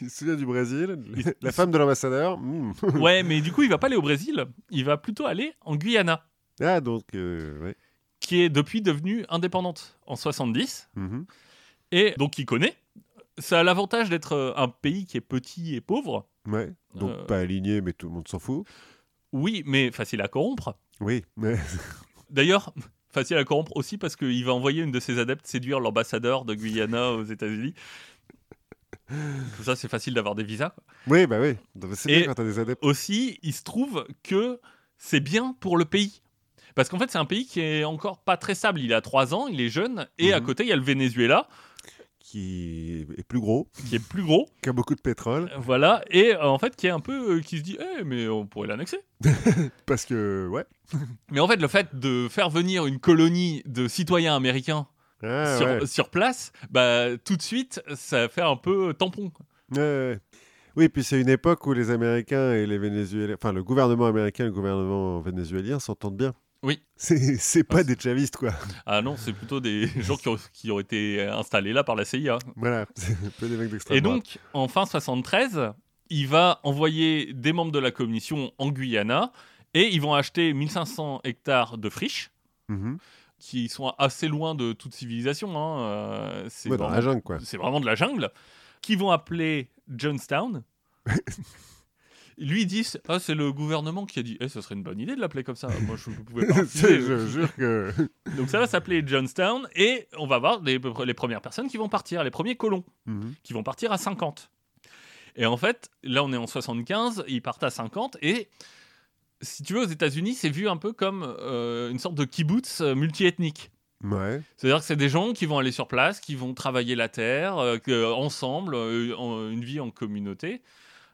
Speaker 1: Il se souvient du Brésil.
Speaker 2: *laughs* Il-
Speaker 1: La femme de l'ambassadeur. hmm. *laughs*
Speaker 2: Ouais, mais du coup, il va pas aller au Brésil, il va plutôt aller en Guyana,
Speaker 1: Ah, donc, euh, ouais.
Speaker 2: qui est depuis devenue indépendante en 70
Speaker 1: Mhm.
Speaker 2: et donc il connaît. Ça a l'avantage d'être euh, un pays qui est petit et pauvre.
Speaker 1: Ouais. Donc,
Speaker 2: Euh.
Speaker 1: pas aligné, mais tout le monde s'en fout.
Speaker 2: Oui, mais facile à corrompre.
Speaker 1: Oui. *laughs* mais-
Speaker 2: D'ailleurs, *laughs* facile à corrompre aussi parce qu'il va envoyer une de ses adeptes séduire l'ambassadeur de Guyana aux États-Unis. Tout ça, c'est facile d'avoir des visas.
Speaker 1: oui, bah oui. Donc, C'est
Speaker 2: Et-
Speaker 1: bien quand t'as des adeptes.
Speaker 2: aussi, il se trouve que c'est bien pour le pays. Parce qu'en fait, c'est un pays qui est encore pas très stable. Il a 3 ans, il est jeune, et à
Speaker 1: Mhm.
Speaker 2: côté, il y a le Venezuela,
Speaker 1: Qui est plus gros,
Speaker 2: qui est plus gros, *laughs*
Speaker 1: qui a beaucoup de pétrole.
Speaker 2: voilà, et euh, en fait, qui est un peu. euh, qui se dit, eh, mais on pourrait l'annexer.
Speaker 1: Parce que, ouais.
Speaker 2: Mais en fait, le fait de faire venir une colonie de citoyens américains
Speaker 1: Ah,
Speaker 2: sur,
Speaker 1: ouais.
Speaker 2: sur place, bah, tout de suite, ça fait un peu tampon.
Speaker 1: Ouais, ouais, ouais. Oui, puis c'est une époque où les Américains et les Vénézuéliens, enfin le gouvernement américain et le gouvernement vénézuélien s'entendent bien.
Speaker 2: Oui.
Speaker 1: C'est c'est
Speaker 2: Ah,
Speaker 1: pas
Speaker 2: c'est-
Speaker 1: des chavistes, quoi. *laughs*
Speaker 2: Ah non, c'est plutôt des *laughs* gens qui ont, qui ont été installés là par la CIA.
Speaker 1: Voilà, c'est un peu des mecs d'extrême
Speaker 2: Et donc, en fin 73, il va envoyer des membres de la commission en Guyana et ils vont acheter 1500 hectares de friches
Speaker 1: droite. Mhm.
Speaker 2: qui sont assez loin de toute civilisation. hein, euh, c'est
Speaker 1: Ouais, dans la
Speaker 2: vraiment,
Speaker 1: jungle, quoi.
Speaker 2: c'est vraiment de la jungle. Qui vont appeler
Speaker 1: *laughs*
Speaker 2: Jonestown. Lui ils disent Ah, c'est le gouvernement qui a dit Eh, ce serait une bonne idée de l'appeler comme ça. Moi, je ne
Speaker 1: *laughs*
Speaker 2: pouvais pas. refuser.
Speaker 1: C'est- je jure
Speaker 2: *laughs*
Speaker 1: que.
Speaker 2: Donc, ça va s'appeler Jonestown et on va voir les, les premières personnes qui vont partir, les premiers colons
Speaker 1: Mhm.
Speaker 2: qui vont partir à 50. Et en fait, là, on est en 75, ils partent à 50, et si tu veux, aux États-Unis, c'est vu un peu comme euh, une sorte de kibbutz euh, multiethnique.
Speaker 1: Ouais.
Speaker 2: C'est-à-dire que c'est des gens qui vont aller sur place, qui vont travailler la terre, euh, que- ensemble, euh, en- une vie en communauté.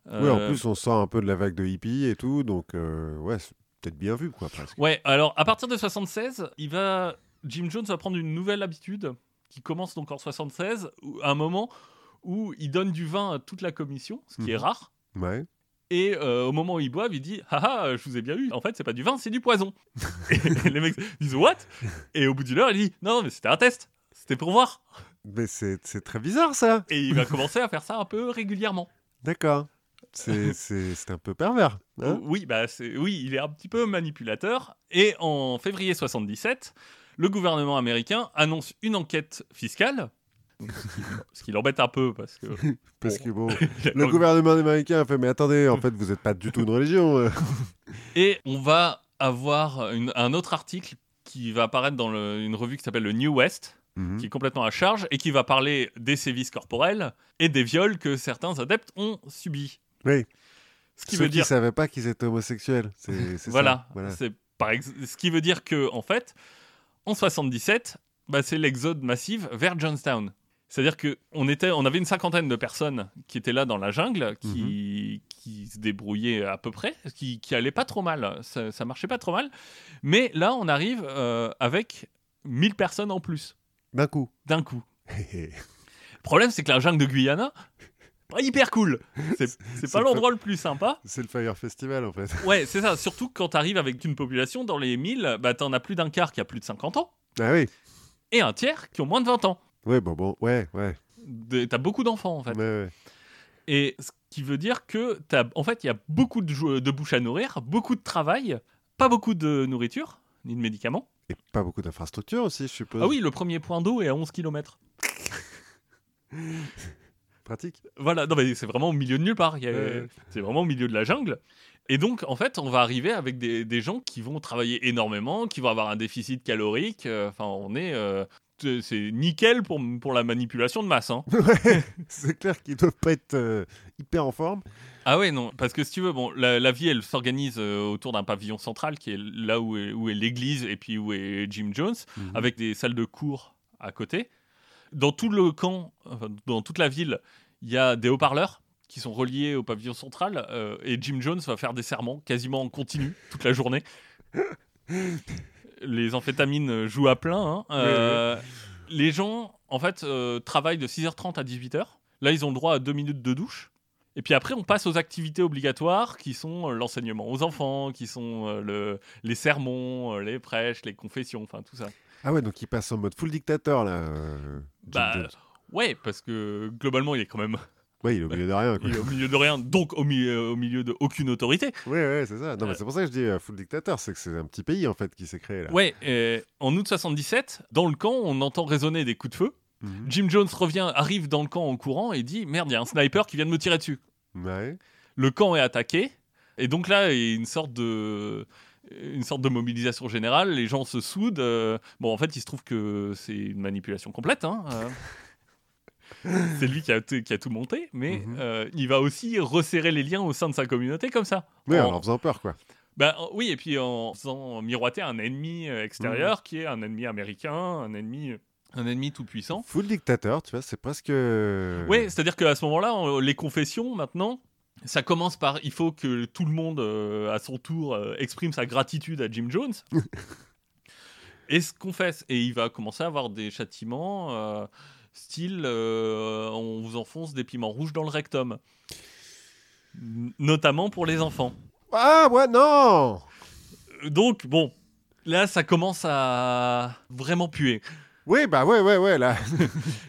Speaker 1: Oui, en
Speaker 2: Euh,
Speaker 1: plus, on sort un peu de la vague de hippies et tout, donc euh, ouais, c'est peut-être bien vu, quoi, presque.
Speaker 2: Ouais, alors à partir de 76, il va Jim Jones va prendre une nouvelle habitude qui commence donc en 76, où- à un moment où il donne du vin à toute la commission, ce qui est
Speaker 1: Mhm.
Speaker 2: rare.
Speaker 1: Ouais.
Speaker 2: Et euh, au moment où ils boivent, il dit Ah ah, je vous ai bien eu. En fait, c'est pas du vin, c'est du poison. et les mecs disent What Et au bout d'une heure, il dit Non, mais c'était un test. C'était pour voir.
Speaker 1: Mais c'est c'est très bizarre ça.
Speaker 2: Et il va commencer à faire ça un peu régulièrement.
Speaker 1: D'accord.
Speaker 2: *laughs*
Speaker 1: C'est- C'est c'est un peu pervers. hein
Speaker 2: oui, bah c'est- oui, il est un petit peu manipulateur. Et en février 77, le gouvernement américain annonce une enquête fiscale. Ce qui l'embête un peu parce que.
Speaker 1: Parce que bon,
Speaker 2: *laughs* il a quand
Speaker 1: le
Speaker 2: même-
Speaker 1: gouvernement américain a fait mais attendez, en fait vous n'êtes pas du tout une religion.
Speaker 2: *laughs*
Speaker 1: euh.
Speaker 2: Et on va avoir une- un autre article qui va apparaître dans le- une revue qui s'appelle le New West,
Speaker 1: Mhm.
Speaker 2: qui est complètement à charge et qui va parler des sévices corporels et des viols que certains adeptes ont subis.
Speaker 1: Oui.
Speaker 2: Ce qui
Speaker 1: Ceux
Speaker 2: veut dire
Speaker 1: qui savaient pas qu'ils étaient homosexuels. C'est c'est
Speaker 2: voilà,
Speaker 1: ça. Voilà.
Speaker 2: C'est par ex- ce qui veut dire que en fait, en 77, bah, c'est l'exode massif vers Johnstown. C'est-à-dire que on était, on avait une cinquantaine de personnes qui étaient là dans la jungle, qui,
Speaker 1: Mmh.
Speaker 2: qui se débrouillaient à peu près, qui, qui allaient pas trop mal, ça, ça marchait pas trop mal. Mais là, on arrive euh, avec 1000 personnes en plus
Speaker 1: D'un coup. *laughs*
Speaker 2: d'un coup. Le problème, c'est que la jungle de Guyana, pas hyper cool. C'est- C'est
Speaker 1: c'est
Speaker 2: pas
Speaker 1: pas-
Speaker 2: l'endroit le plus sympa.
Speaker 1: c'est le Fire Festival en fait. *laughs*
Speaker 2: Ouais, c'est ça. Surtout que quand t'arrives avec une population, dans les 1000, bah, t'en as plus d'un quart qui a plus de 50 ans
Speaker 1: Ah oui.
Speaker 2: et un tiers qui ont moins de 20 ans.
Speaker 1: Ouais bon bon ouais ouais.
Speaker 2: De- T'as beaucoup d'enfants, en fait.
Speaker 1: ouais, ouais.
Speaker 2: Et ce qui veut dire que, t'as, en fait, il y a beaucoup de, jou- de bouches à nourrir, beaucoup de travail, pas beaucoup de nourriture, ni de médicaments.
Speaker 1: Et pas beaucoup d'infrastructures aussi je suppose.
Speaker 2: Ah oui, le premier point d'eau est à 11 km.
Speaker 1: Pratique. *laughs*
Speaker 2: Voilà, non mais c'est vraiment au milieu de nulle part. Il y a-
Speaker 1: Ouais.
Speaker 2: C'est vraiment au milieu de la jungle. Et donc, en fait, on va arriver avec des, des gens qui vont travailler énormément, qui vont avoir un déficit calorique. Euh, Enfin, on est. euh, t- c'est nickel pour, pour la manipulation de masse. hein.
Speaker 1: C'est clair qu'ils doivent pas être euh, hyper en forme.
Speaker 2: Ah ouais, non, parce que si tu veux, bon, la, la vie, elle s'organise euh, autour d'un pavillon central qui est là où est, où est l'église et puis où est Jim Jones, avec des salles de cours à côté. Dans tout le camp, enfin, dans toute la ville, il y a des haut-parleurs qui sont reliés au pavillon central euh, et Jim Jones va faire des serments quasiment en continu toute la journée. Les amphétamines euh, jouent à plein. hein. Euh, Les gens, en fait, euh, travaillent de 6h30 à 18h. Là, ils ont le droit à deux minutes de douche. Et puis après, on passe aux activités obligatoires qui sont euh, l'enseignement aux enfants, qui sont euh, le- les sermons, euh, les prêches, les confessions, enfin tout ça.
Speaker 1: Ah ouais donc ils passent en mode full dictateur là. euh, Jim
Speaker 2: Bah,
Speaker 1: Jones.
Speaker 2: ouais, parce que globalement, il est quand même
Speaker 1: Ouais il est au milieu de rien. Quoi.
Speaker 2: bah, il est au milieu de rien, donc au milieu, au milieu de aucune autorité.
Speaker 1: Ouais, ouais, c'est ça. Non, mais c'est pour ça que je dis euh, full dictateur, c'est que c'est un petit pays en fait qui s'est créé là.
Speaker 2: Ouais, et en août 77, dans le camp, on entend résonner des coups de feu.
Speaker 1: Mhm.
Speaker 2: Jim Jones revient, arrive dans le camp en courant et dit Merde, il y a un sniper qui vient de me tirer dessus.
Speaker 1: Mmh. Ouais.
Speaker 2: Le camp est attaqué, et donc là, il y a une sorte de. Une sorte de mobilisation générale, les gens se soudent. euh, Bon, en fait, il se trouve que c'est une manipulation complète. hein, euh. c'est lui qui a, t- qui a tout monté, mais
Speaker 1: Mhm.
Speaker 2: euh, il va aussi resserrer les liens au sein de sa communauté comme ça.
Speaker 1: Ouais,
Speaker 2: En-
Speaker 1: en leur faisant peur quoi.
Speaker 2: Bah, euh, oui, et puis en faisant miroiter un ennemi euh, extérieur qui est un ennemi américain, un ennemi, un ennemi tout puissant.
Speaker 1: Full dictateur, tu vois, c'est presque. euh,
Speaker 2: Oui, c'est-à-dire qu'à ce moment-là, on- les confessions maintenant, ça commence par il faut que tout le monde euh, à son tour euh, exprime sa gratitude à Jim Jones. et se confesse. Et il va commencer à avoir des châtiments. euh, Style, euh, on vous enfonce des piments rouges dans le rectum, N- notamment pour les enfants.
Speaker 1: Ah, ouais, non
Speaker 2: Donc, bon, là, ça commence à vraiment puer.
Speaker 1: Oui, bah ouais, ouais, ouais,
Speaker 2: *laughs*
Speaker 1: là.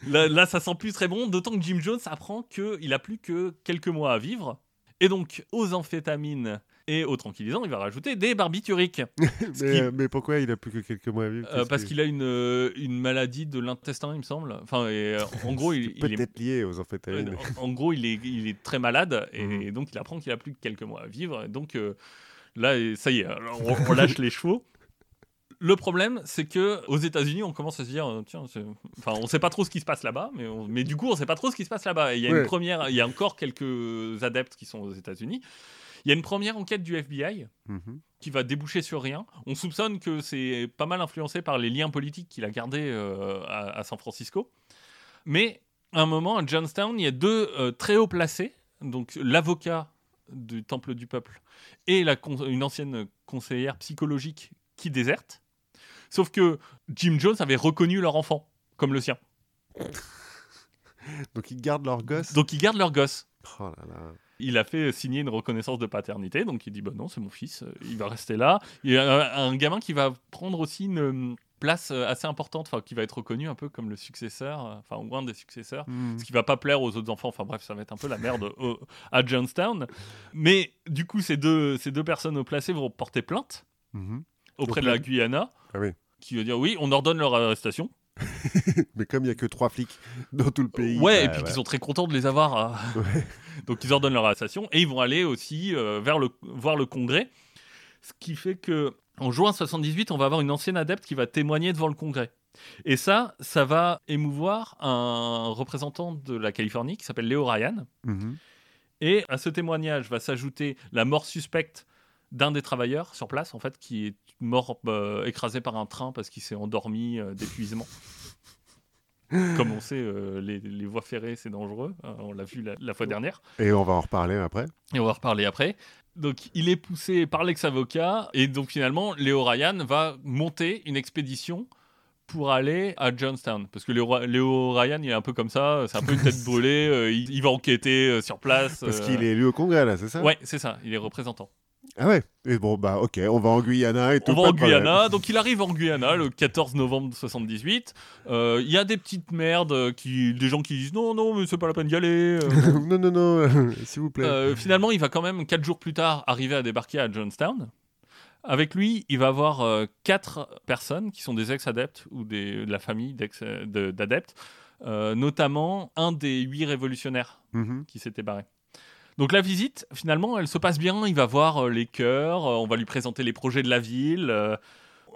Speaker 2: Là, là, ça sent plus très bon, d'autant que Jim Jones apprend qu'il a plus que quelques mois à vivre. Et donc, aux amphétamines et aux tranquillisants, il va rajouter des barbituriques.
Speaker 1: mais,
Speaker 2: qui-
Speaker 1: euh, mais pourquoi il a plus que quelques mois à vivre
Speaker 2: Euh,
Speaker 1: qu'est-ce
Speaker 2: parce
Speaker 1: qui-
Speaker 2: qu'il a une, euh, une maladie de l'intestin, il me semble. Enfin, et, euh, en gros, il,
Speaker 1: *laughs* C'est
Speaker 2: il est.
Speaker 1: Peut-être lié aux
Speaker 2: euh,
Speaker 1: amphétamines.
Speaker 2: en- en gros, il est, il est très malade et,
Speaker 1: Mhm.
Speaker 2: donc il apprend qu'il a plus que quelques mois à vivre. Et donc euh, là, et ça y est, alors, on, on lâche les chevaux. Le problème, c'est que aux États-Unis, on commence à se dire, euh, tiens, c'est- enfin, on sait pas trop ce qui se passe là-bas, mais, on- mais du coup, on sait pas trop ce qui se passe là-bas. Et il y a
Speaker 1: Ouais.
Speaker 2: une première, il y a encore quelques adeptes qui sont aux États-Unis. Il y a une première enquête du FBI
Speaker 1: Mhm.
Speaker 2: qui va déboucher sur rien. On soupçonne que c'est pas mal influencé par les liens politiques qu'il a gardés euh, à, à San Francisco. Mais à un moment, à Johnstown, il y a deux euh, très hauts placés, donc l'avocat du Temple du Peuple et la con- une ancienne conseillère psychologique qui déserte. Sauf que Jim Jones avait reconnu leur enfant comme le sien.
Speaker 1: Donc ils gardent leur gosse.
Speaker 2: Donc ils gardent leur gosse.
Speaker 1: Oh là là.
Speaker 2: Il a fait signer une reconnaissance de paternité, donc il dit bah non, c'est mon fils, euh, il va rester là. Il y a un, un gamin qui va prendre aussi une euh, place euh, assez importante, enfin qui va être reconnu un peu comme le successeur, euh, enfin ou un des successeurs, ce qui va pas plaire aux autres enfants. Enfin bref, ça va être un peu la merde au- à Johnstown. Mais du coup, ces deux ces deux personnes au placé vont porter plainte
Speaker 1: Mhm.
Speaker 2: auprès de la Guyana,
Speaker 1: Ah oui.
Speaker 2: qui va dire oui, on ordonne leur arrestation.
Speaker 1: *laughs* Mais comme il n'y a que trois flics dans tout le pays.
Speaker 2: Euh, ouais,
Speaker 1: bah,
Speaker 2: et puis
Speaker 1: voilà.
Speaker 2: qu'ils sont très contents de les avoir. euh.
Speaker 1: *laughs* Ouais.
Speaker 2: Donc ils ordonnent leur arrestation et ils vont aller aussi euh, vers le, voir le Congrès. Ce qui fait que en juin 78, on va avoir une ancienne adepte qui va témoigner devant le Congrès. Et ça, ça va émouvoir un représentant de la Californie qui s'appelle Léo Ryan.
Speaker 1: Mhm.
Speaker 2: Et à ce témoignage va s'ajouter la mort suspecte d'un des travailleurs sur place, en fait, qui est mort euh, écrasé par un train parce qu'il s'est endormi euh, d'épuisement. Comme on sait, euh, les, les voies ferrées, c'est dangereux. Euh, on l'a vu la, la fois dernière.
Speaker 1: Et on va en reparler après.
Speaker 2: Et on va reparler après. Donc, il est poussé par l'ex-avocat. Et donc, finalement, Léo Ryan va monter une expédition pour aller à Johnstown. Parce que Léo, Léo Ryan, il est un peu comme ça. C'est un peu
Speaker 1: *laughs*
Speaker 2: une tête brûlée. euh, il, il va enquêter euh, sur place.
Speaker 1: Parce
Speaker 2: euh,
Speaker 1: qu'il est élu au Congrès, là, c'est ça
Speaker 2: Ouais, c'est ça, il est représentant.
Speaker 1: Ah ouais. Et bon, bah, ok, on va en Guyana et tout.
Speaker 2: On va
Speaker 1: pas
Speaker 2: en
Speaker 1: de problème.
Speaker 2: Guyana, donc il arrive en Guyana le 14 novembre 78. Euh, Il y a des petites merdes, euh, qui, des gens qui disent non, non, mais c'est pas la peine d'y aller.
Speaker 1: *laughs*
Speaker 2: euh.
Speaker 1: *laughs* non, non, non, *laughs* s'il vous plaît.
Speaker 2: Euh, finalement, il va quand même, quatre jours plus tard, arriver à débarquer à Johnstown. Avec lui, il va avoir euh, quatre personnes qui sont des ex-adeptes ou des, de la famille d'ex- de- d'adeptes, euh, notamment un des huit révolutionnaires
Speaker 1: Mhm.
Speaker 2: qui s'était barré. Donc la visite, finalement, elle se passe bien. Il va voir euh, les chœurs, euh, on va lui présenter les projets de la ville, euh,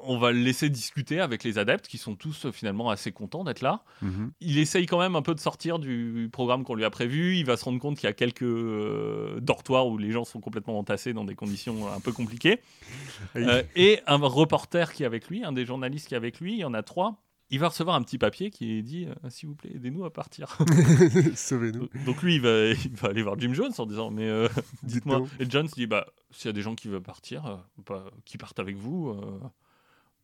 Speaker 2: on va le laisser discuter avec les adeptes qui sont tous euh, finalement assez contents d'être là. *laughs*
Speaker 1: Mhm.
Speaker 2: Il essaye quand même un peu de sortir du programme qu'on lui a prévu. Il va se rendre compte qu'il y a quelques euh, dortoirs où les gens sont complètement entassés dans des conditions euh, un peu compliquées.
Speaker 1: Et-
Speaker 2: Euh, et un reporter qui est avec lui, un des journalistes qui est avec lui, il y en a trois. Il va recevoir un petit papier qui dit euh, S'il vous plaît, aidez-nous à partir.
Speaker 1: Sauvez-nous.
Speaker 2: Donc lui, il va, il va aller voir Jim Jones en disant Mais euh, dites-moi.
Speaker 1: Dites-nous.
Speaker 2: Et Jones dit Bah, s'il y a des gens qui veulent partir, euh, bah, qui partent avec vous. euh,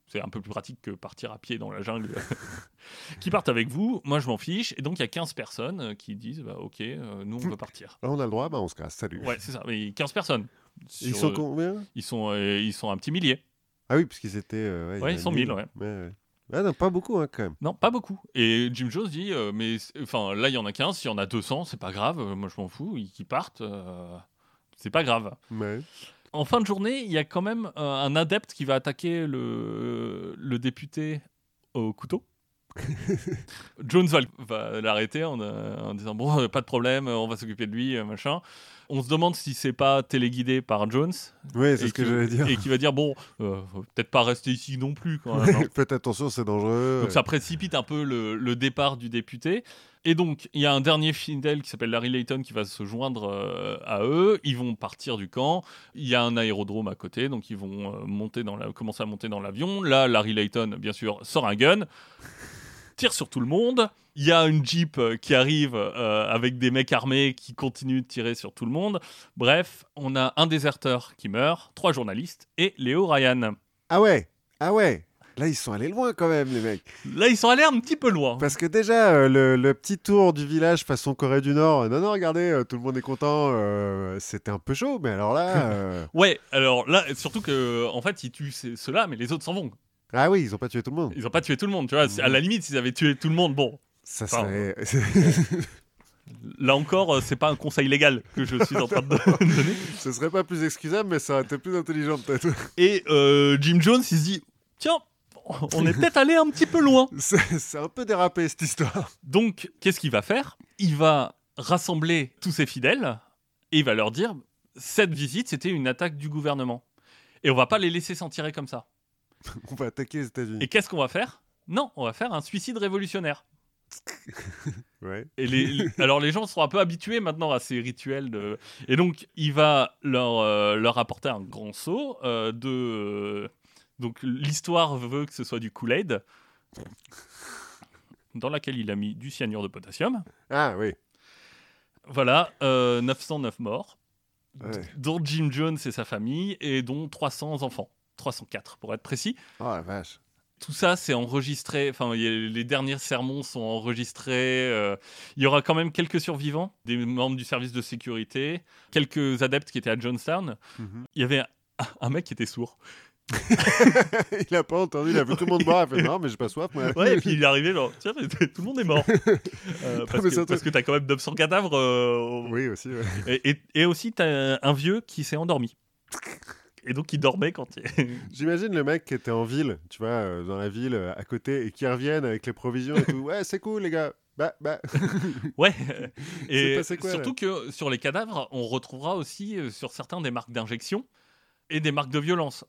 Speaker 2: c'est un peu plus pratique que partir à pied dans
Speaker 1: *laughs*
Speaker 2: la jungle. qui partent avec vous, moi je m'en fiche. Et donc il y a 15 personnes euh, qui disent Bah, Ok, euh, nous on
Speaker 1: *laughs*
Speaker 2: veut partir.
Speaker 1: Ah, on a le droit, bah, on se casse. Salut.
Speaker 2: Ouais, c'est ça. Mais 15 personnes.
Speaker 1: Ils
Speaker 2: Sur,
Speaker 1: sont
Speaker 2: euh,
Speaker 1: combien
Speaker 2: ils, sont, euh, ils sont un petit millier.
Speaker 1: Ah oui, parce qu'ils étaient. euh, ouais,
Speaker 2: Ouais,
Speaker 1: il y en a
Speaker 2: 100 000,
Speaker 1: mille.
Speaker 2: ouais.
Speaker 1: ouais. Ah non, pas beaucoup, hein, quand même.
Speaker 2: Non, pas beaucoup. Et Jim Jones dit euh, mais c'est- enfin là il y en a 15, s'il y en a 200, c'est pas grave, euh, moi je m'en fous, ils qui partent euh, c'est pas grave.
Speaker 1: Ouais.
Speaker 2: En fin de journée, il y a quand même euh, un adepte qui va attaquer le, le député au couteau. Jones va, le- va l'arrêter en, euh, en disant bon euh, pas de problème, euh, on va s'occuper de lui, euh, machin. On se demande si c'est pas téléguidé par Jones
Speaker 1: Ouais, c'est
Speaker 2: et
Speaker 1: ce que
Speaker 2: qui-
Speaker 1: j'allais dire.
Speaker 2: et qui va dire bon euh, faut peut-être pas rester ici non plus quand même. hein.
Speaker 1: *laughs* Faites attention, c'est dangereux.
Speaker 2: Donc ça précipite un peu le, le départ du député. Et donc, il y a un dernier fidèle qui s'appelle Larry Layton qui va se joindre euh, à eux. Ils vont partir du camp. Il y a un aérodrome à côté, donc ils vont euh, monter dans la, commencer à monter dans l'avion. Là, Larry Layton, bien sûr, sort un gun, tire sur tout le monde. Il y a une jeep euh, qui arrive euh, avec des mecs armés qui continuent de tirer sur tout le monde. Bref, on a un déserteur qui meurt, trois journalistes et Léo Ryan.
Speaker 1: Ah ouais, ah ouais. Là, ils sont allés loin quand même, les mecs.
Speaker 2: Là, ils sont allés un petit peu loin.
Speaker 1: Parce que déjà, euh, le, le petit tour du village façon Corée du Nord, euh, non, non, regardez, euh, tout le monde est content, euh, c'était un peu chaud, mais alors là...
Speaker 2: *laughs*
Speaker 1: euh,
Speaker 2: Ouais, alors là, surtout que en fait, ils tuent ces- ceux-là, mais les autres s'en vont.
Speaker 1: Ah oui, ils ont pas tué tout le monde.
Speaker 2: Ils n'ont pas tué tout le monde, tu vois. C'est- À la limite, s'ils avaient tué tout le monde, bon,
Speaker 1: Ça
Speaker 2: Pardon.
Speaker 1: serait... *laughs*
Speaker 2: là encore, euh, c'est pas un conseil légal que je suis en train de donner.
Speaker 1: Ce serait pas plus excusable, mais ça aurait été plus intelligent peut-être.
Speaker 2: *laughs*
Speaker 1: *laughs*
Speaker 2: Et euh, Jim Jones, il se dit, tiens, on est peut-être allé un petit peu loin.
Speaker 1: C'est c'est un peu dérapé, cette histoire.
Speaker 2: Donc, qu'est-ce qu'il va faire Il va rassembler tous ses fidèles et il va leur dire, cette visite, c'était une attaque du gouvernement. Et on va pas les laisser s'en tirer comme ça.
Speaker 1: On va attaquer les États-Unis.
Speaker 2: Et qu'est-ce qu'on va faire Non, on va faire un suicide révolutionnaire.
Speaker 1: Ouais.
Speaker 2: Et les- les- alors les gens sont un peu habitués maintenant à ces rituels de. Et donc il va leur euh, leur apporter un grand seau euh, de. donc l'histoire veut que ce soit du Kool-Aid, dans laquelle il a mis du cyanure de potassium.
Speaker 1: Ah oui.
Speaker 2: Voilà, euh, 909 morts,
Speaker 1: Ouais.
Speaker 2: dont Jim Jones et sa famille, et dont 300 enfants, 304 pour être précis.
Speaker 1: Oh la vache.
Speaker 2: Tout ça, c'est enregistré. Enfin, il y a- les derniers sermons sont enregistrés. euh, il y aura quand même quelques survivants, des membres du service de sécurité, quelques adeptes qui étaient à Johnstown.
Speaker 1: Mhm.
Speaker 2: Il y avait un, un mec qui était sourd.
Speaker 1: *laughs* il a pas entendu, il a vu tout le monde boire, il a fait non, mais j'ai pas soif. Moi.
Speaker 2: Ouais, *laughs* et puis il est arrivé, genre, tiens, mais tout le monde est *laughs* mort. Euh, parce,
Speaker 1: mais
Speaker 2: que,
Speaker 1: c'est un
Speaker 2: parce que t'as quand même 900 cadavres. euh, au-
Speaker 1: *laughs* Oui, aussi. ouais.
Speaker 2: Et, et- et aussi, t'as un vieux qui s'est endormi. Et donc, il dormait quand il.
Speaker 1: J'imagine le mec qui était en ville, tu vois, euh, dans la ville euh, à côté, et qui reviennent avec les provisions et tout. Ouais, c'est cool, les gars. Bah, bah. *laughs*
Speaker 2: Ouais.
Speaker 1: C'est
Speaker 2: Et
Speaker 1: passé quoi, là
Speaker 2: surtout que sur les cadavres, on retrouvera aussi euh, sur certains des marques d'injection et des marques de violence.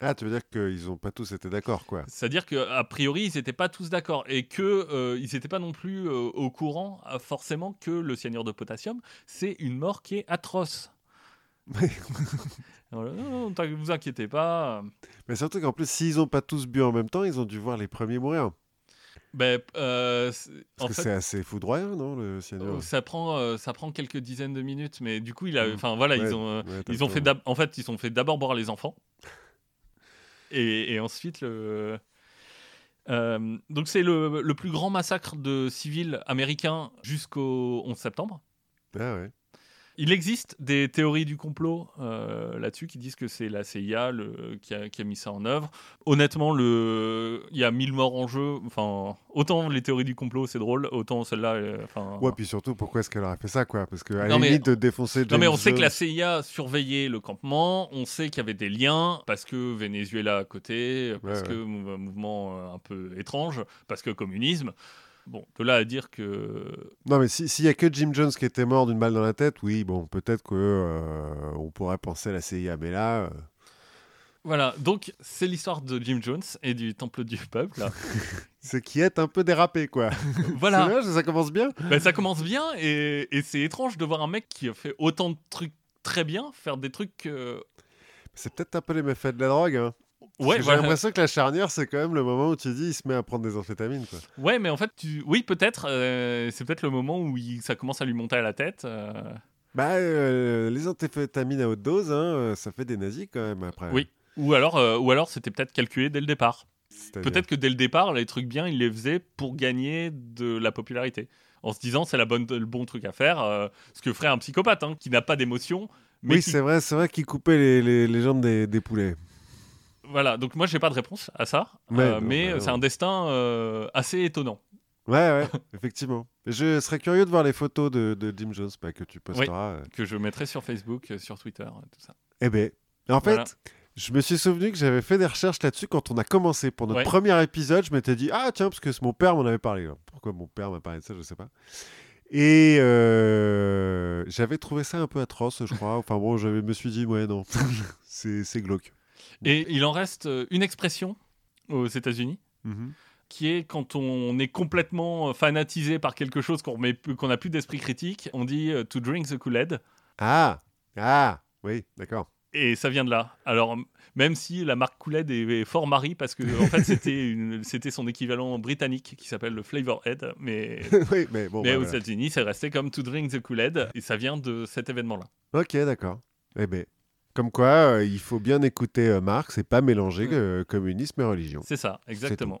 Speaker 1: Ah, tu veux dire qu'ils ont pas tous été d'accord, quoi.
Speaker 2: C'est-à-dire qu'a priori, ils n'étaient pas tous d'accord et qu'ils n'étaient pas non plus euh, au courant euh, forcément que le cyanure de potassium, c'est une mort qui est
Speaker 1: *laughs*
Speaker 2: atroce.
Speaker 1: Ouais.
Speaker 2: Voilà, non, non, t'in- vous inquiétez pas.
Speaker 1: Mais surtout qu'en plus, s'ils ont pas tous bu en même temps, ils ont dû voir les premiers mourir.
Speaker 2: Ben, euh, c'est- en
Speaker 1: Parce que
Speaker 2: fait,
Speaker 1: c'est assez foudroyant, non, le cyanure
Speaker 2: euh, ça prend, euh, ça prend quelques dizaines de minutes, mais du coup, il a,
Speaker 1: Mm.
Speaker 2: enfin voilà,
Speaker 1: Ouais,
Speaker 2: ils ont, euh,
Speaker 1: ouais, t'as
Speaker 2: ils ont
Speaker 1: raison.
Speaker 2: fait, d'ab- en fait, ils ont fait d'abord boire les enfants, et, et ensuite le. Euh, donc c'est le, le plus grand massacre de civils américains jusqu'au 11 septembre.
Speaker 1: Ah ouais.
Speaker 2: Il existe des théories du complot euh, là-dessus qui disent que c'est la CIA le- qui, a, qui a mis ça en œuvre. Honnêtement, le, il y a mille morts en jeu. Enfin, autant les théories du complot, c'est drôle, autant celle-là. euh, Enfin,
Speaker 1: Ouais, puis surtout, pourquoi est-ce qu'elle aurait fait ça, quoi Parce que, à la
Speaker 2: Non, mais-
Speaker 1: limite, de défoncer
Speaker 2: non, mais on
Speaker 1: James
Speaker 2: sait que la
Speaker 1: Jones-
Speaker 2: CIA surveillait le campement. On sait qu'il y avait des liens parce que Venezuela à côté, parce
Speaker 1: Ouais,
Speaker 2: que mou- mouvement euh, un peu étrange, parce que communisme. Bon, de là à dire que
Speaker 1: Non, mais si- s'il n'y a que Jim Jones qui était mort d'une balle dans la tête, oui, bon, peut-être que euh, on pourrait penser à la CIA, mais là... euh,
Speaker 2: voilà. Donc c'est l'histoire de Jim Jones et du Temple du Peuple.
Speaker 1: C'est qui est un peu dérapé, quoi. *laughs*
Speaker 2: voilà.
Speaker 1: C'est dommage, ça commence bien.
Speaker 2: Ben, ça commence bien et, et c'est étrange de voir un mec qui a fait autant de trucs très bien faire des trucs euh,
Speaker 1: C'est peut-être un peu les méfaits de la drogue. hein. Parce
Speaker 2: ouais
Speaker 1: que J'ai
Speaker 2: voilà.
Speaker 1: l'impression que la charnière, c'est quand même le moment où tu dis, il se met à prendre des amphétamines, quoi.
Speaker 2: ouais mais en fait tu oui peut-être euh, c'est peut-être le moment où il- ça commence à lui monter à la tête euh.
Speaker 1: Bah, euh, les amphétamines à haute dose, hein, euh, ça fait des nazis, quand même, après.
Speaker 2: Oui. ou alors euh, ou alors c'était peut-être calculé dès le départ
Speaker 1: C'est-à-dire-
Speaker 2: peut-être que dès le départ les trucs bien il les faisait pour gagner de la popularité en se disant c'est la bonne le bon truc à faire euh, ce que ferait un psychopathe hein, qui n'a pas d'émotion mais
Speaker 1: Oui,
Speaker 2: qui-
Speaker 1: c'est vrai, c'est vrai qu'ils coupaient les, les- les jambes des, des poulets.
Speaker 2: voilà donc moi j'ai pas de réponse à ça
Speaker 1: Ouais,
Speaker 2: euh,
Speaker 1: non,
Speaker 2: mais
Speaker 1: bah non.
Speaker 2: c'est un destin euh, assez étonnant
Speaker 1: Ouais, *laughs* ouais, effectivement. Je serais curieux de voir les photos de, de Jim Jones bah, que tu posteras. euh.
Speaker 2: que je mettrai sur Facebook, euh, sur Twitter, euh, tout ça.
Speaker 1: Eh ben, en fait,
Speaker 2: Voilà.
Speaker 1: je me suis souvenu que j'avais fait des recherches là-dessus quand on a commencé. Pour notre
Speaker 2: Ouais.
Speaker 1: premier épisode, je m'étais dit Ah, tiens, parce que c'est mon père m'en avait parlé. Alors, Pourquoi mon père m'a parlé de ça, je sais pas. Et euh, j'avais trouvé ça un peu atroce, je crois. Enfin bon, je me suis dit Ouais, non, *laughs* c'est c'est glauque.
Speaker 2: Et il en reste euh, une expression aux États-Unis
Speaker 1: Mhm.
Speaker 2: qui est quand on est complètement euh, fanatisé par quelque chose qu'on remet plus- qu'on n'a plus d'esprit critique, on dit euh, to drink the Kool-Aid
Speaker 1: Ah, ah, oui, d'accord. *laughs*
Speaker 2: et ça vient de là. Alors m- même si la marque Kool-Aid est, est fort marie parce que en fait
Speaker 1: *laughs*
Speaker 2: c'était une- c'était son équivalent britannique qui s'appelle le Flavor Head, mais
Speaker 1: oui, mais bon.
Speaker 2: mais
Speaker 1: bah,
Speaker 2: aux
Speaker 1: voilà.
Speaker 2: États-Unis, c'est resté comme to drink the Kool-Aid et ça vient de cet événement-là.
Speaker 1: Ok, d'accord. Eh ben, comme quoi, euh, il faut bien écouter euh, Marx et pas mélanger
Speaker 2: Mm.
Speaker 1: euh, communisme et religion.
Speaker 2: C'est ça, exactement.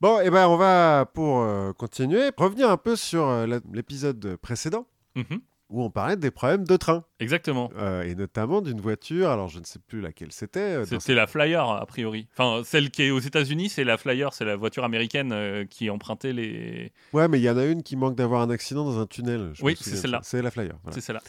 Speaker 1: Bon, eh ben, on va, pour euh, continuer, revenir un peu sur euh, la- l'épisode précédent
Speaker 2: Mhm,
Speaker 1: où on parlait des problèmes de train,
Speaker 2: Exactement.
Speaker 1: euh, et notamment d'une voiture, alors je ne sais plus laquelle c'était. euh, dans-
Speaker 2: C'était la Flyer, a priori. Enfin, celle qui est aux États-Unis, c'est la Flyer, c'est la voiture américaine euh, qui empruntait les.
Speaker 1: Ouais, mais il y en a une qui manque d'avoir un accident dans un tunnel. je
Speaker 2: Oui,
Speaker 1: me souviens
Speaker 2: c'est
Speaker 1: de
Speaker 2: celle-là.
Speaker 1: ça. C'est la Flyer. voilà.
Speaker 2: C'est celle-là.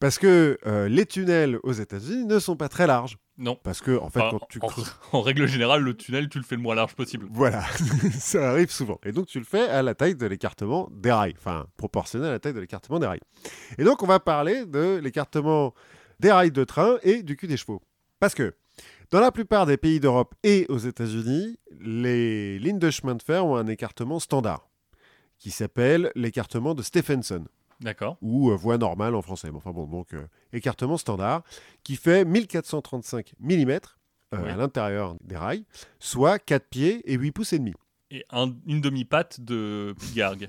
Speaker 1: Parce que euh, les tunnels aux États-Unis ne sont pas très larges.
Speaker 2: Non.
Speaker 1: Parce que, en fait,
Speaker 2: Enfin,
Speaker 1: quand tu
Speaker 2: Bah, en,
Speaker 1: creuses-
Speaker 2: *laughs* en règle générale, le tunnel, tu le fais le moins large possible.
Speaker 1: Voilà, *laughs* ça arrive souvent. Et donc tu le fais à la taille de l'écartement des rails, enfin proportionnel à la taille de l'écartement des rails. Et donc on va parler de l'écartement des rails de train et du cul des chevaux. Parce que dans la plupart des pays d'Europe et aux États-Unis, les lignes de chemin de fer ont un écartement standard qui s'appelle l'écartement de Stephenson
Speaker 2: D'accord.
Speaker 1: ou euh, voie normale en français. Mais Enfin bon, donc euh, écartement standard qui fait 1435 mm
Speaker 2: Ouais.
Speaker 1: à l'intérieur des rails, soit 4 pieds et 8 pouces et demi.
Speaker 2: Et un- une demi-patte de pigargue,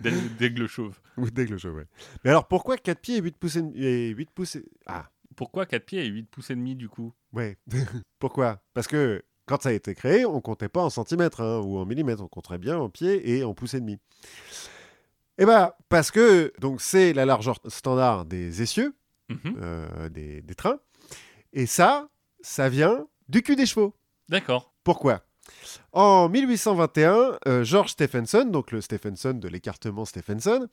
Speaker 2: d'aigle d'aigle chauve.
Speaker 1: *laughs* Ou d'aigle chauve, ouais. Mais alors pourquoi 4 pieds et 8 pouces et, demi- et 8 pouces et- Ah,
Speaker 2: Pourquoi 4 pieds et 8 pouces et demi du coup
Speaker 1: ouais. *laughs* pourquoi Parce que Quand ça a été créé, on comptait pas en centimètres hein, ou en millimètres, on comptait bien en pieds et en pouces et demi. Eh bien, parce que donc c'est la largeur standard des essieux,
Speaker 2: Mhm.
Speaker 1: euh, des, des trains, et ça, ça vient du cul des chevaux.
Speaker 2: D'accord.
Speaker 1: Pourquoi En 1821, euh, George Stephenson, donc le Stephenson de l'écartement Stephenson,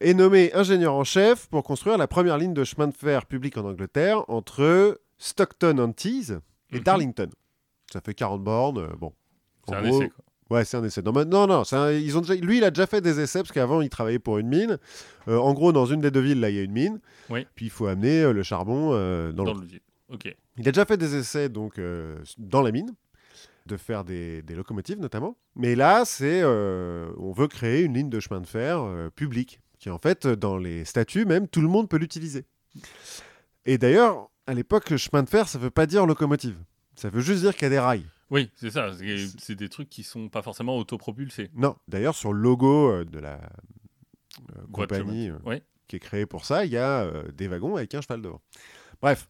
Speaker 1: est nommé ingénieur en chef pour construire la première ligne de chemin de fer public en Angleterre entre Stockton-on-Tees et
Speaker 2: Mhm.
Speaker 1: Darlington. Ça fait 40 bornes, euh, bon.
Speaker 2: C'est
Speaker 1: En
Speaker 2: un
Speaker 1: gros,
Speaker 2: essai, quoi.
Speaker 1: Ouais, c'est un essai. Non, mais- non, non, c'est un- ils ont déjà- lui, il a déjà fait des essais parce qu'avant, il travaillait pour une mine. Euh, en gros, dans une des deux villes, là, il y a une mine.
Speaker 2: Oui.
Speaker 1: Puis il faut amener euh, le charbon euh, dans, le
Speaker 2: Dans le vide. Ok.
Speaker 1: il a déjà fait des essais donc euh, dans la mine, de faire des, des locomotives notamment. Mais là, c'est euh, on veut créer une ligne de chemin de fer euh, publique, qui en fait, euh, dans les statuts même, tout le monde peut l'utiliser. Et d'ailleurs, à l'époque, le chemin de fer, ça veut pas dire locomotive. Ça veut juste dire qu'il y a des rails.
Speaker 2: Oui, c'est ça. C'est c'est des trucs qui sont pas forcément autopropulsés.
Speaker 1: Non, d'ailleurs, sur le logo euh, de la euh,
Speaker 2: Boîte
Speaker 1: compagnie
Speaker 2: locomotive.
Speaker 1: euh,
Speaker 2: Ouais.
Speaker 1: qui est créée pour ça, il y a euh, des wagons avec un cheval devant. Bref,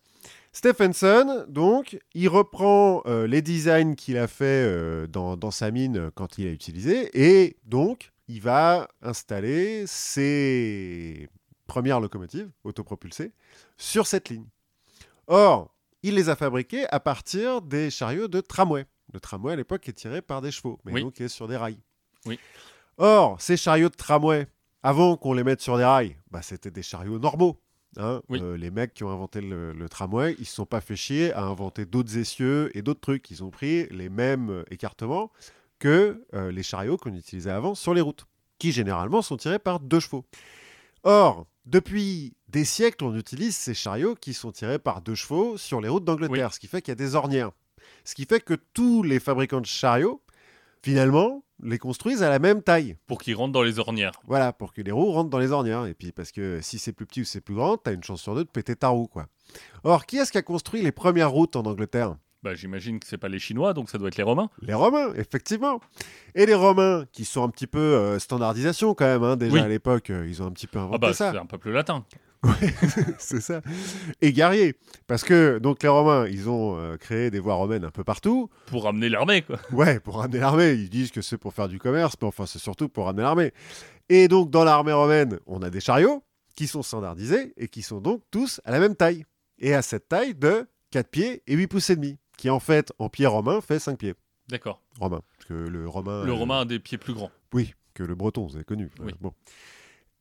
Speaker 1: Stephenson, donc, il reprend euh, les designs qu'il a fait euh, dans, dans sa mine euh, quand il a utilisé, et donc, il va installer ses premières locomotives autopropulsées sur cette ligne. Or, il les a fabriquées à partir des chariots de tramway. Le tramway, à l'époque, est tiré par des chevaux, mais
Speaker 2: Oui.
Speaker 1: donc il est sur des rails.
Speaker 2: Oui.
Speaker 1: Or, ces chariots de tramway, avant qu'on les mette sur des rails, bah, c'était des chariots normaux. hein.
Speaker 2: Oui.
Speaker 1: Euh, les mecs qui ont inventé le, le tramway, ils se sont pas fait chier à inventer d'autres essieux et d'autres trucs. Ils ont pris les mêmes euh, écartements que euh, les chariots qu'on utilisait avant sur les routes, qui généralement sont tirés par deux chevaux. Or, depuis des siècles, on utilise ces chariots qui sont tirés par deux chevaux sur les routes d'Angleterre, ce qui fait qu'il y a des ornières. Ce qui fait que tous les fabricants de chariots, finalement, les construisent à la même taille.
Speaker 2: Pour qu'ils rentrent dans les ornières.
Speaker 1: Voilà, pour que les roues rentrent dans les ornières. Et puis, parce que si c'est plus petit ou c'est plus grand, t'as une chance sur deux de péter ta roue, quoi. Or, qui est-ce qui a construit les premières routes en Angleterre
Speaker 2: Bah, j'imagine que c'est pas les Chinois, donc ça doit être les Romains.
Speaker 1: Les Romains, effectivement. Et les Romains, qui sont un petit peu euh, standardisation quand même, hein, déjà
Speaker 2: Oui.
Speaker 1: à l'époque, euh, ils ont un petit peu inventé
Speaker 2: Ah bah, c'est
Speaker 1: ça.
Speaker 2: un peuple latin.
Speaker 1: *laughs* c'est ça. Et guerriers. Parce que, donc, les Romains, ils ont euh, créé des voies romaines un peu partout.
Speaker 2: Pour amener l'armée, quoi.
Speaker 1: Ouais, pour ramener l'armée. Ils disent que c'est pour faire du commerce, mais enfin, c'est surtout pour ramener l'armée. Et donc, dans l'armée romaine, on a des chariots qui sont standardisés et qui sont donc tous à la même taille. Et à cette taille de 4 pieds et 8 pouces et demi, qui en fait, en pied romain, fait 5 pieds.
Speaker 2: D'accord.
Speaker 1: Romain. Parce que le romain.
Speaker 2: Le
Speaker 1: euh,
Speaker 2: Romain a des pieds plus grands.
Speaker 1: Oui, que le breton, vous avez connu.
Speaker 2: Oui.
Speaker 1: Euh, bon.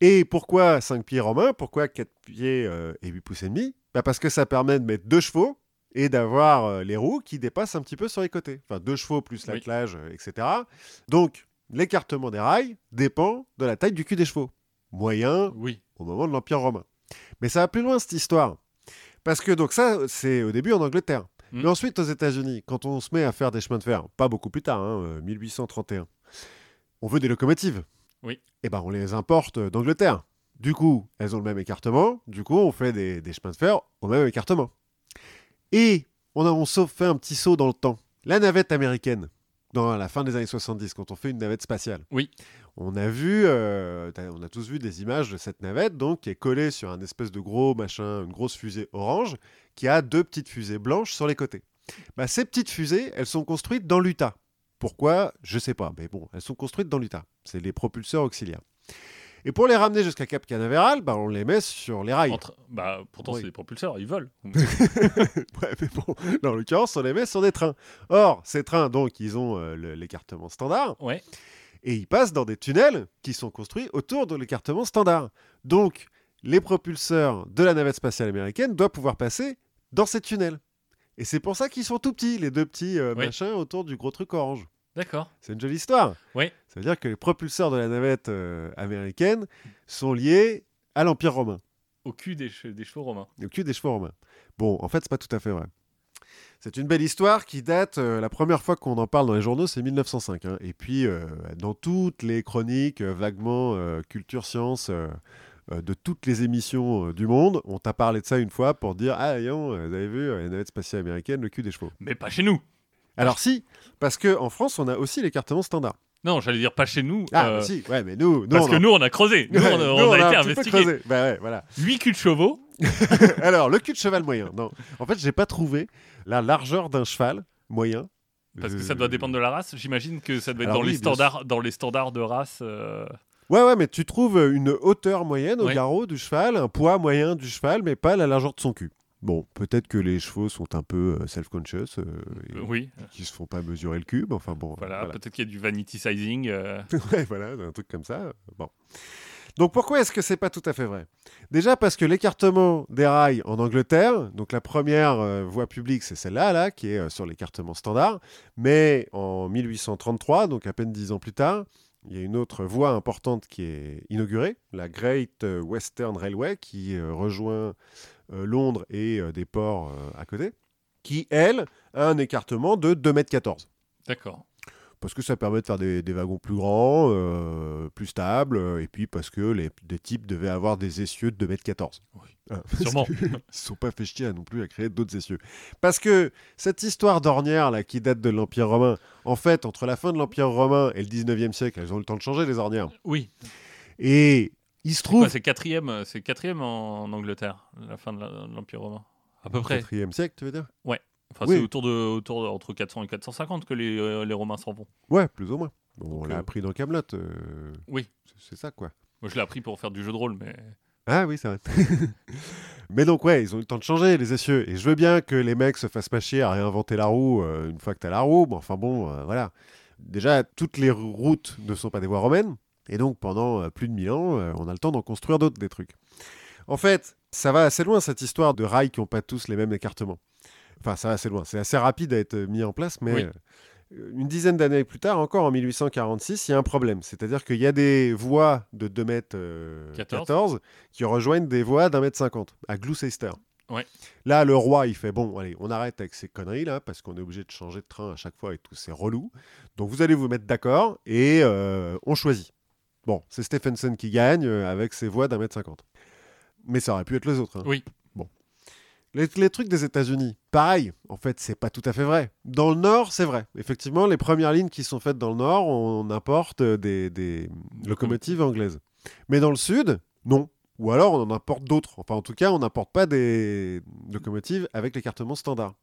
Speaker 1: Et pourquoi 5 pieds romains Pourquoi 4 pieds euh, et 8 pouces et demi bah Parce que ça permet de mettre deux chevaux et d'avoir euh, les roues qui dépassent un petit peu sur les côtés. Enfin, deux chevaux plus
Speaker 2: Oui.
Speaker 1: l'attelage, euh, etc. Donc, l'écartement des rails dépend de la taille du cul des chevaux. Moyen
Speaker 2: Oui.
Speaker 1: au moment de l'Empire romain. Mais ça va plus loin, cette histoire. Parce que donc ça, c'est au début en Angleterre.
Speaker 2: Mm.
Speaker 1: Mais ensuite, aux États-Unis, quand on se met à faire des chemins de fer, pas beaucoup plus tard, hein, euh, 1831, on veut des locomotives.
Speaker 2: Oui.
Speaker 1: Eh ben, on les importe euh, d'Angleterre. Du coup, elles ont le même écartement. Du coup, on fait des, des chemins de fer au même écartement. Et on a on sauf- fait un petit saut dans le temps. La navette américaine, dans la fin des années 70, quand on fait une navette spatiale.
Speaker 2: Oui.
Speaker 1: On a vu, euh, t'as- on a tous vu des images de cette navette, donc qui est collée sur un espèce de gros machin, une grosse fusée orange, qui a deux petites fusées blanches sur les côtés. Bah, ces petites fusées, elles sont construites dans l'Utah. Pourquoi Je sais pas, mais bon, elles sont construites dans l'Utah. C'est les propulseurs auxiliaires. Et pour les ramener jusqu'à Cap Canaveral, bah, on les met sur les rails.
Speaker 2: Entre- Bah, pourtant,
Speaker 1: Oui.
Speaker 2: c'est des propulseurs, ils
Speaker 1: *laughs*
Speaker 2: volent.
Speaker 1: Ouais, mais bon, là, en l'occurrence, on les met sur des trains. Or, ces trains, donc, ils ont euh, le- l'écartement standard.
Speaker 2: Ouais.
Speaker 1: Et ils passent dans des tunnels qui sont construits autour de l'écartement standard. Donc, les propulseurs de la navette spatiale américaine doivent pouvoir passer dans ces tunnels. Et c'est pour ça qu'ils sont tout petits, les deux petits euh,
Speaker 2: Oui.
Speaker 1: machins autour du gros truc orange.
Speaker 2: D'accord.
Speaker 1: C'est une jolie histoire.
Speaker 2: Oui.
Speaker 1: Ça veut dire que les propulseurs de la navette euh, américaine sont liés à l'Empire romain
Speaker 2: Au cul des, che- des chevaux romains.
Speaker 1: au cul des chevaux romains. Bon, en fait, c'est pas tout à fait vrai. C'est une belle histoire qui date, euh, la première fois qu'on en parle dans les journaux, c'est 1905. hein. Et puis, euh, dans toutes les chroniques, euh, vaguement, euh, culture, science, euh, euh, de toutes les émissions euh, du monde, on t'a parlé de ça une fois pour dire Ah, voyons, euh, vous avez vu, euh, la navette spatiale américaine, le cul des chevaux.
Speaker 2: Mais pas chez nous.
Speaker 1: Alors, si, parce qu'en France, on a aussi l'écartement standard.
Speaker 2: Non, j'allais dire pas chez nous.
Speaker 1: Ah,
Speaker 2: euh,
Speaker 1: mais si, ouais, mais nous, nous,
Speaker 2: parce
Speaker 1: on
Speaker 2: que
Speaker 1: en-
Speaker 2: nous, on a creusé. Nous, on, a-
Speaker 1: *laughs* Nous,
Speaker 2: on a
Speaker 1: un petit
Speaker 2: été
Speaker 1: peu
Speaker 2: investigué.
Speaker 1: creusé. Bah ouais, voilà.
Speaker 2: 8 culs de chevaux.
Speaker 1: Alors, le cul de cheval moyen. Euh, Non. En fait, j'ai pas trouvé la largeur d'un cheval moyen
Speaker 2: Parce que ça doit dépendre de la race. J'imagine que ça doit être
Speaker 1: Alors Ah
Speaker 2: dans,
Speaker 1: oui,
Speaker 2: les
Speaker 1: bien
Speaker 2: standards, dans les standards de race. euh,
Speaker 1: Ouais, ouais, mais tu trouves une hauteur moyenne au
Speaker 2: Ouais.
Speaker 1: garrot du cheval, un poids moyen du cheval, mais pas la largeur de son cul. Bon, peut-être que les chevaux sont un peu euh, self-conscious, euh, et
Speaker 2: oui,
Speaker 1: qui se font pas mesurer le cul, mais enfin bon.
Speaker 2: voilà. Peut-être qu'il y a du vanity
Speaker 1: *laughs*
Speaker 2: sizing. euh,
Speaker 1: Ouais, voilà, un truc comme ça. Bon. Donc pourquoi est-ce que c'est pas tout à fait vrai Déjà parce que l'écartement des rails en Angleterre, donc la première euh, voie publique, c'est celle-là, là, qui est euh, sur l'écartement standard, mais en 1833, donc à peine dix ans plus tard, il y a une autre voie importante qui est inaugurée, la Great euh, Western Railway, qui euh, rejoint euh, Londres et euh, des ports euh, à côté, qui, elle, a un écartement de 2,14 m
Speaker 2: D'accord.
Speaker 1: parce que ça permet de faire des, des wagons plus grands, euh, plus stables, euh, et puis parce que les, des types devaient avoir des essieux de 2m14.
Speaker 2: Oui.
Speaker 1: Sûrement.
Speaker 2: Sûrement.
Speaker 1: *laughs* Ils se sont pas fait chier à non plus à créer d'autres essieux. Parce que cette histoire d'ornières là, qui date de l'Empire romain, en fait, entre la fin de l'Empire romain et le 19e siècle, elles ont eu le temps de changer les ornières.
Speaker 2: Oui.
Speaker 1: Et il se trouve.
Speaker 2: Ouais, c'est quatrième, euh, c'est quatrième en, en Angleterre, la fin de la- de l'Empire romain. À peu près.
Speaker 1: 4e siècle, tu veux dire
Speaker 2: Enfin,
Speaker 1: Oui.
Speaker 2: c'est autour de, autour de- entre 400 et 450 que les, euh, les Romains s'en vont.
Speaker 1: Ouais, plus ou moins. Bon, on
Speaker 2: Donc,
Speaker 1: l'a
Speaker 2: euh,
Speaker 1: appris dans Camelot. euh,
Speaker 2: Oui.
Speaker 1: C'est ça, quoi.
Speaker 2: Moi, je l'ai appris pour faire du jeu de rôle, mais
Speaker 1: Ah oui, c'est vrai. *laughs* Mais donc, ouais, ils ont eu le temps de changer, les essieux. Et je veux bien que les mecs se fassent pas chier à réinventer la roue euh, une fois que t'as la roue. Mais enfin bon, euh, voilà. Déjà, toutes les routes ne sont pas des voies romaines. Et donc, pendant euh, plus de 1000 ans, euh, on a le temps d'en construire d'autres, des trucs. En fait, ça va assez loin, cette histoire de rails qui n'ont pas tous les mêmes écartements. Enfin, ça va assez loin. C'est assez rapide à être mis en place, mais
Speaker 2: Oui.
Speaker 1: euh, une dizaine d'années plus tard, encore en 1846, il y a un problème. C'est-à-dire qu'il y a des voies de 2 mètres euh,
Speaker 2: 14.
Speaker 1: 14 qui rejoignent des voies d'un mètre 50 à Gloucester.
Speaker 2: Ouais.
Speaker 1: Là, le roi, il fait bon, allez, on arrête avec ces conneries là, parce qu'on est obligé de changer de train à chaque fois et tout, c'est relou. Donc vous allez vous mettre d'accord et euh, on choisit. Bon, c'est Stephenson qui gagne euh, avec ses voix d'un mètre cinquante. Mais ça aurait pu être les autres. hein.
Speaker 2: Oui.
Speaker 1: Bon. Les, les trucs des États-Unis, pareil, en fait, c'est pas tout à fait vrai. Dans le Nord, c'est vrai. Effectivement, les premières lignes qui sont faites dans le Nord, on importe euh, des, des locomotives anglaises. Mais dans le Sud, non. Ou alors, on en importe d'autres. Enfin, en tout cas, on n'importe pas des locomotives avec l'écartement standard.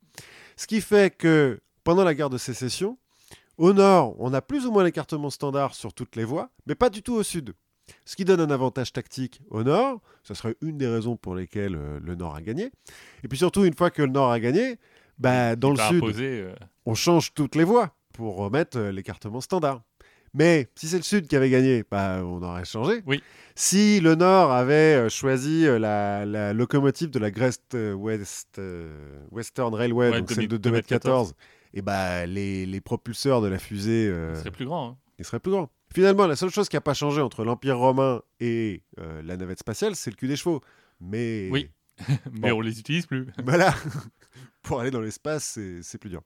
Speaker 1: Ce qui fait que pendant la guerre de sécession, au nord, on a plus ou moins l'écartement standard sur toutes les voies, mais pas du tout au sud. Ce qui donne un avantage tactique au nord, ce serait une des raisons pour lesquelles euh, le nord a gagné. Et puis surtout, une fois que le nord a gagné, bah, dans le
Speaker 2: pas
Speaker 1: sud,
Speaker 2: imposé. euh,
Speaker 1: on change toutes les voies pour remettre euh, l'écartement standard. Mais si c'est le Sud qui avait gagné, bah, on aurait changé.
Speaker 2: Oui.
Speaker 1: Si le Nord avait euh, choisi euh, la, la locomotive de la Great euh, West, euh, Western Railway,
Speaker 2: Ouais,
Speaker 1: donc
Speaker 2: deux
Speaker 1: celle de
Speaker 2: mille-
Speaker 1: 2m14, et bah, les, les propulseurs de la fusée euh,
Speaker 2: Ce serait plus grand. hein. *laughs*
Speaker 1: ils seraient plus grands. Finalement, la seule chose qui n'a pas changé entre l'Empire romain et euh, la navette spatiale, c'est le cul des chevaux. Mais
Speaker 2: Oui. mais on les utilise plus.
Speaker 1: *laughs* voilà. Bah Pour aller dans l'espace, c'est- c'est plus dur.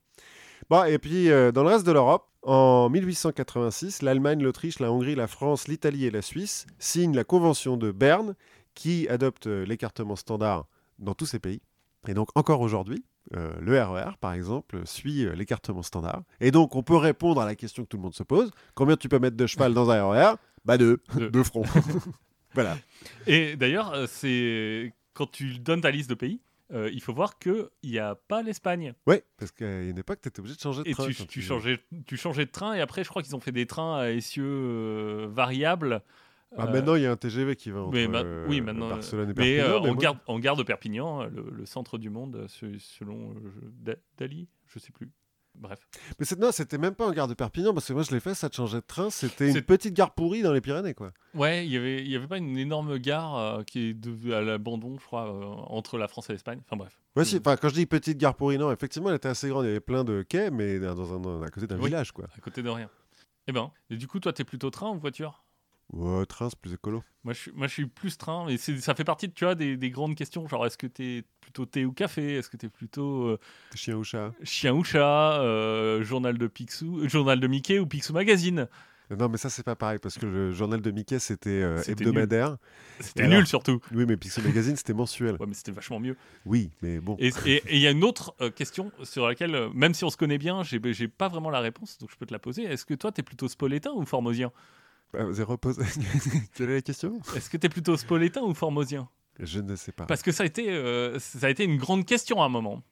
Speaker 1: Bon, et puis euh, dans le reste de l'Europe, en 1886, l'Allemagne, l'Autriche, la Hongrie, la France, l'Italie et la Suisse signent la Convention de Berne qui adopte euh, l'écartement standard dans tous ces pays. Et donc encore aujourd'hui, euh, le RER, par exemple, suit euh, l'écartement standard. Et donc on peut répondre à la question que tout le monde se pose, combien tu peux mettre de cheval dans un RER Bah deux,
Speaker 2: Deux.
Speaker 1: deux fronts. *laughs* voilà.
Speaker 2: Et d'ailleurs, euh, c'est quand tu donnes ta liste de pays, euh, il faut voir qu'il n'y a pas l'Espagne.
Speaker 1: Ouais, parce qu'à une époque, tu étais obligé de changer de
Speaker 2: Et
Speaker 1: train.
Speaker 2: tu,
Speaker 1: quand
Speaker 2: tu changeais, tu changeais de train, et après, je crois qu'ils ont fait des trains à essieux euh, variables.
Speaker 1: Ah,
Speaker 2: Euh,
Speaker 1: maintenant, il y a un TGV qui va entre
Speaker 2: mais ma-
Speaker 1: euh,
Speaker 2: oui, maintenant,
Speaker 1: Barcelone et
Speaker 2: mais,
Speaker 1: Perpignan.
Speaker 2: euh,
Speaker 1: mais
Speaker 2: en,
Speaker 1: moi-
Speaker 2: gare, en gare de Perpignan, euh, le, le centre du monde, euh, se- selon euh, je- Da- Dali, je sais plus. Bref.
Speaker 1: mais c'est- non, c'était même pas en gare de Perpignan, parce que moi, je l'ai fait, ça changeait de train. C'était une
Speaker 2: C'est-
Speaker 1: petite gare pourrie dans les Pyrénées, quoi.
Speaker 2: Ouais, il n'y avait, il y avait pas une énorme gare euh, qui est devenue à l'abandon, je crois, euh, entre la France et l'Espagne. Enfin bref.
Speaker 1: Ouais, si,
Speaker 2: Mm.
Speaker 1: enfin, quand je dis petite gare pourrie, non, effectivement, elle était assez grande. Il y avait plein de quais, mais dans un, dans- à côté d'un
Speaker 2: Oui.
Speaker 1: village, quoi.
Speaker 2: À côté de rien. Eh ben, et du coup, toi, t'es plutôt train ou voiture
Speaker 1: Ouais, train, c'est plus écolo.
Speaker 2: moi je, suis, moi, je suis plus train, mais c'est- ça fait partie, tu vois, des, des grandes questions. Genre, est-ce que t'es plutôt thé ou café Est-ce que t'es plutôt euh,
Speaker 1: Chien ou chat hein.
Speaker 2: chien ou chat euh, Journal de Picsou, euh, journal de Mickey ou Picsou Magazine
Speaker 1: Non, mais ça, c'est pas pareil, parce que le journal de Mickey, c'était euh,
Speaker 2: C'était nul.
Speaker 1: hebdomadaire. Et
Speaker 2: C'était
Speaker 1: alors
Speaker 2: nul surtout.
Speaker 1: Oui, mais Pixel Magazine, c'était
Speaker 2: *laughs*
Speaker 1: mensuel.
Speaker 2: Ouais, mais c'était vachement mieux.
Speaker 1: Oui, mais bon.
Speaker 2: Et et- et il y a une autre euh, question sur laquelle, euh, même si on se connaît bien, j'ai j'ai pas vraiment la réponse, donc je peux te la poser. Est-ce que toi, t'es plutôt spolétain ou formosien
Speaker 1: Ah, vous avez reposé. *laughs* Quelle est la question
Speaker 2: Est-ce que t'es plutôt spolétain ou formosien
Speaker 1: Je ne sais pas.
Speaker 2: Parce que ça a été, euh, ça a été une grande question à un moment.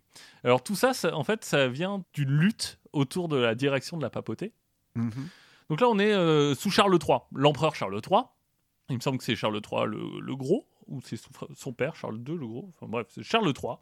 Speaker 2: Alors tout ça, ça- en fait, ça vient d'une lutte autour de la direction de la papauté.
Speaker 1: Mhm.
Speaker 2: Donc là, on est euh, sous Charles III, l'empereur Charles III. Il me semble que c'est Charles III le, le gros, ou c'est son fr- son père, Charles II le gros. Enfin bref, c'est Charles III,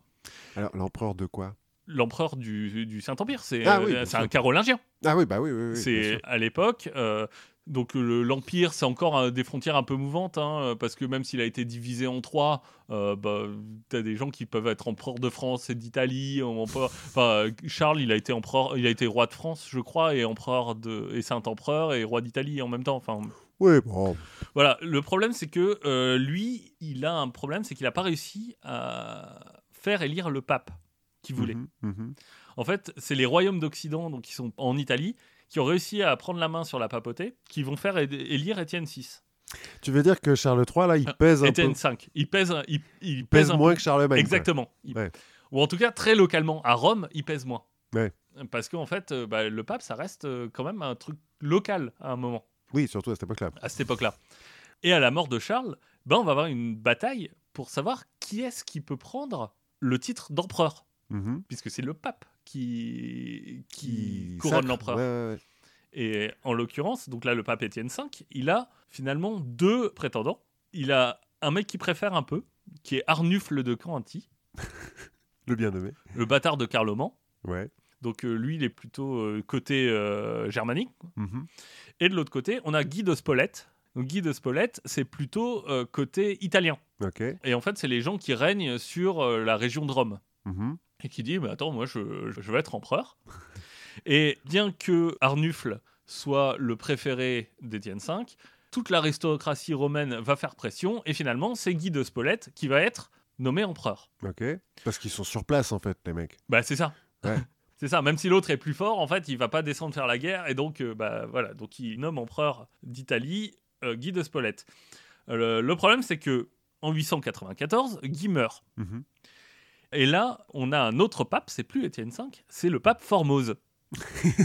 Speaker 1: Alors, l'empereur de quoi
Speaker 2: l'empereur du, du Saint-Empire. C'est
Speaker 1: Ah oui,
Speaker 2: euh,
Speaker 1: bien
Speaker 2: c'est
Speaker 1: sûr.
Speaker 2: un carolingien.
Speaker 1: Ah oui, bah oui, oui. oui, bien
Speaker 2: c'est
Speaker 1: sûr.
Speaker 2: à l'époque. euh, donc le- l'empire, c'est encore euh, des frontières un peu mouvantes, hein, euh, parce que même s'il a été divisé en trois, euh, bah, t'as des gens qui peuvent être empereur de France et d'Italie. empereur- Enfin, euh, Charles, il a été empereur, il a été roi de France, je crois, et empereur de et saint empereur et roi d'Italie en même temps. Enfin,
Speaker 1: Oui, bon.
Speaker 2: voilà. Le problème, c'est que euh, lui, il a un problème, c'est qu'il n'a pas réussi à faire élire le pape qu'il voulait.
Speaker 1: Mhm, mhm.
Speaker 2: En fait, c'est les royaumes d'Occident, donc qui sont en Italie, qui ont réussi à prendre la main sur la papauté, qui vont faire é- élire Étienne VI.
Speaker 1: Tu veux dire que Charles III, là, il pèse un peu.
Speaker 2: Étienne V. Il Ah, pèse, un- il, il
Speaker 1: Il pèse
Speaker 2: un
Speaker 1: moins que Charlemagne. quoi.
Speaker 2: Exactement. Il-
Speaker 1: Ouais.
Speaker 2: Ou en tout cas, très localement, à Rome, il pèse moins.
Speaker 1: Ouais.
Speaker 2: Parce qu'en fait, euh, bah, le pape, ça reste euh, quand même un truc local à un moment,
Speaker 1: Oui, surtout à cette époque-là.
Speaker 2: à cette époque-là. Et à la mort de Charles, ben, on va avoir une bataille pour savoir qui est-ce qui peut prendre le titre d'empereur,
Speaker 1: Mhm.
Speaker 2: puisque c'est le pape qui, qui
Speaker 1: Il
Speaker 2: couronne
Speaker 1: sacre.
Speaker 2: l'empereur.
Speaker 1: Ouais, ouais, ouais.
Speaker 2: Et en l'occurrence, donc là, le pape Étienne V, il a finalement deux prétendants. Il a un mec qui préfère un peu, qui est Arnufle de Canty,
Speaker 1: Le bien nommé.
Speaker 2: le bâtard de Carloman.
Speaker 1: Ouais.
Speaker 2: Donc euh, lui, il est plutôt euh, côté euh, germanique.
Speaker 1: Mhm.
Speaker 2: Et de l'autre côté, on a Guy de Spolette. Donc Guy de Spolette, c'est plutôt euh, côté italien.
Speaker 1: Ok.
Speaker 2: Et en fait, c'est les gens qui règnent sur euh, la région de Rome.
Speaker 1: Mhm.
Speaker 2: et qui dit mais attends moi je, je vais être empereur et bien que Arnufle soit le préféré d'Étienne V toute l'aristocratie romaine va faire pression et finalement c'est Guy de Spolète qui va être nommé empereur
Speaker 1: Ok. Parce qu'ils sont sur place, en fait, les mecs.
Speaker 2: bah c'est ça
Speaker 1: Ouais.
Speaker 2: *laughs* c'est ça même si l'autre est plus fort en fait il va pas descendre faire la guerre et donc euh, bah voilà donc il nomme empereur d'Italie euh, Guy de Spolète Euh, le, le problème c'est que en 894 Guy meurt
Speaker 1: Mhm. *laughs*
Speaker 2: et là, on a un autre pape, c'est plus Étienne V, c'est le pape Formose.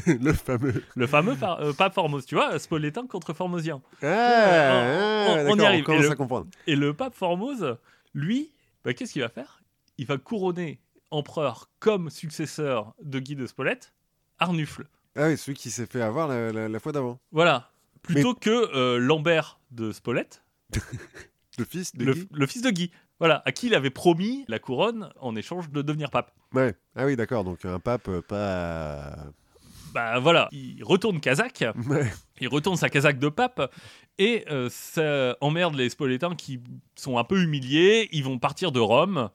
Speaker 1: le fameux.
Speaker 2: Le fameux par- euh, pape Formose, tu vois, Spoletin contre Formosien.
Speaker 1: Ah,
Speaker 2: on-
Speaker 1: ah,
Speaker 2: on y
Speaker 1: d'accord,
Speaker 2: arrive. Et
Speaker 1: commence
Speaker 2: le-
Speaker 1: à comprendre.
Speaker 2: Et le pape Formose, lui, bah, qu'est-ce qu'il va faire Il va couronner empereur comme successeur de Guy de Spolète, Arnufle.
Speaker 1: Ah oui, celui qui s'est fait avoir la, la- la fois d'avant.
Speaker 2: Voilà. Plutôt que euh, Lambert de Spolète,
Speaker 1: Le fils de
Speaker 2: le,
Speaker 1: Guy.
Speaker 2: le fils de Guy. Voilà, à qui il avait promis la couronne en échange de devenir pape.
Speaker 1: Ouais. Ah oui, d'accord. Donc un pape euh, *laughs* pas.
Speaker 2: Bah voilà, il retourne kazakh.
Speaker 1: Ouais.
Speaker 2: Il retourne sa casaque de pape et euh, ça emmerde les Spolétains qui sont un peu humiliés. Ils vont partir de Rome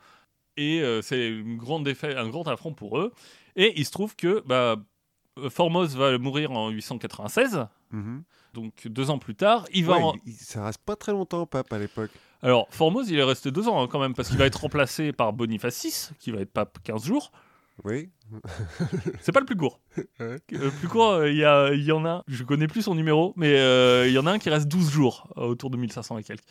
Speaker 2: et euh, c'est une grande défa- un grand affront pour eux. Et il se trouve que bah, Formose va mourir en 896,
Speaker 1: Mhm.
Speaker 2: donc deux ans plus tard. Il va
Speaker 1: Ouais,
Speaker 2: en-
Speaker 1: il- il- ça reste pas très longtemps, pape, à l'époque.
Speaker 2: Alors Formose, il reste deux ans hein, quand même parce qu'il va être remplacé par Boniface VI, qui va être pape 15 jours.
Speaker 1: Oui.
Speaker 2: C'est pas le plus court.
Speaker 1: Ouais.
Speaker 2: Le plus court, euh, il y a- il y, en a un, je connais plus son numéro, mais euh, il y en a un qui reste 12 jours, euh, autour de 1500 et quelques.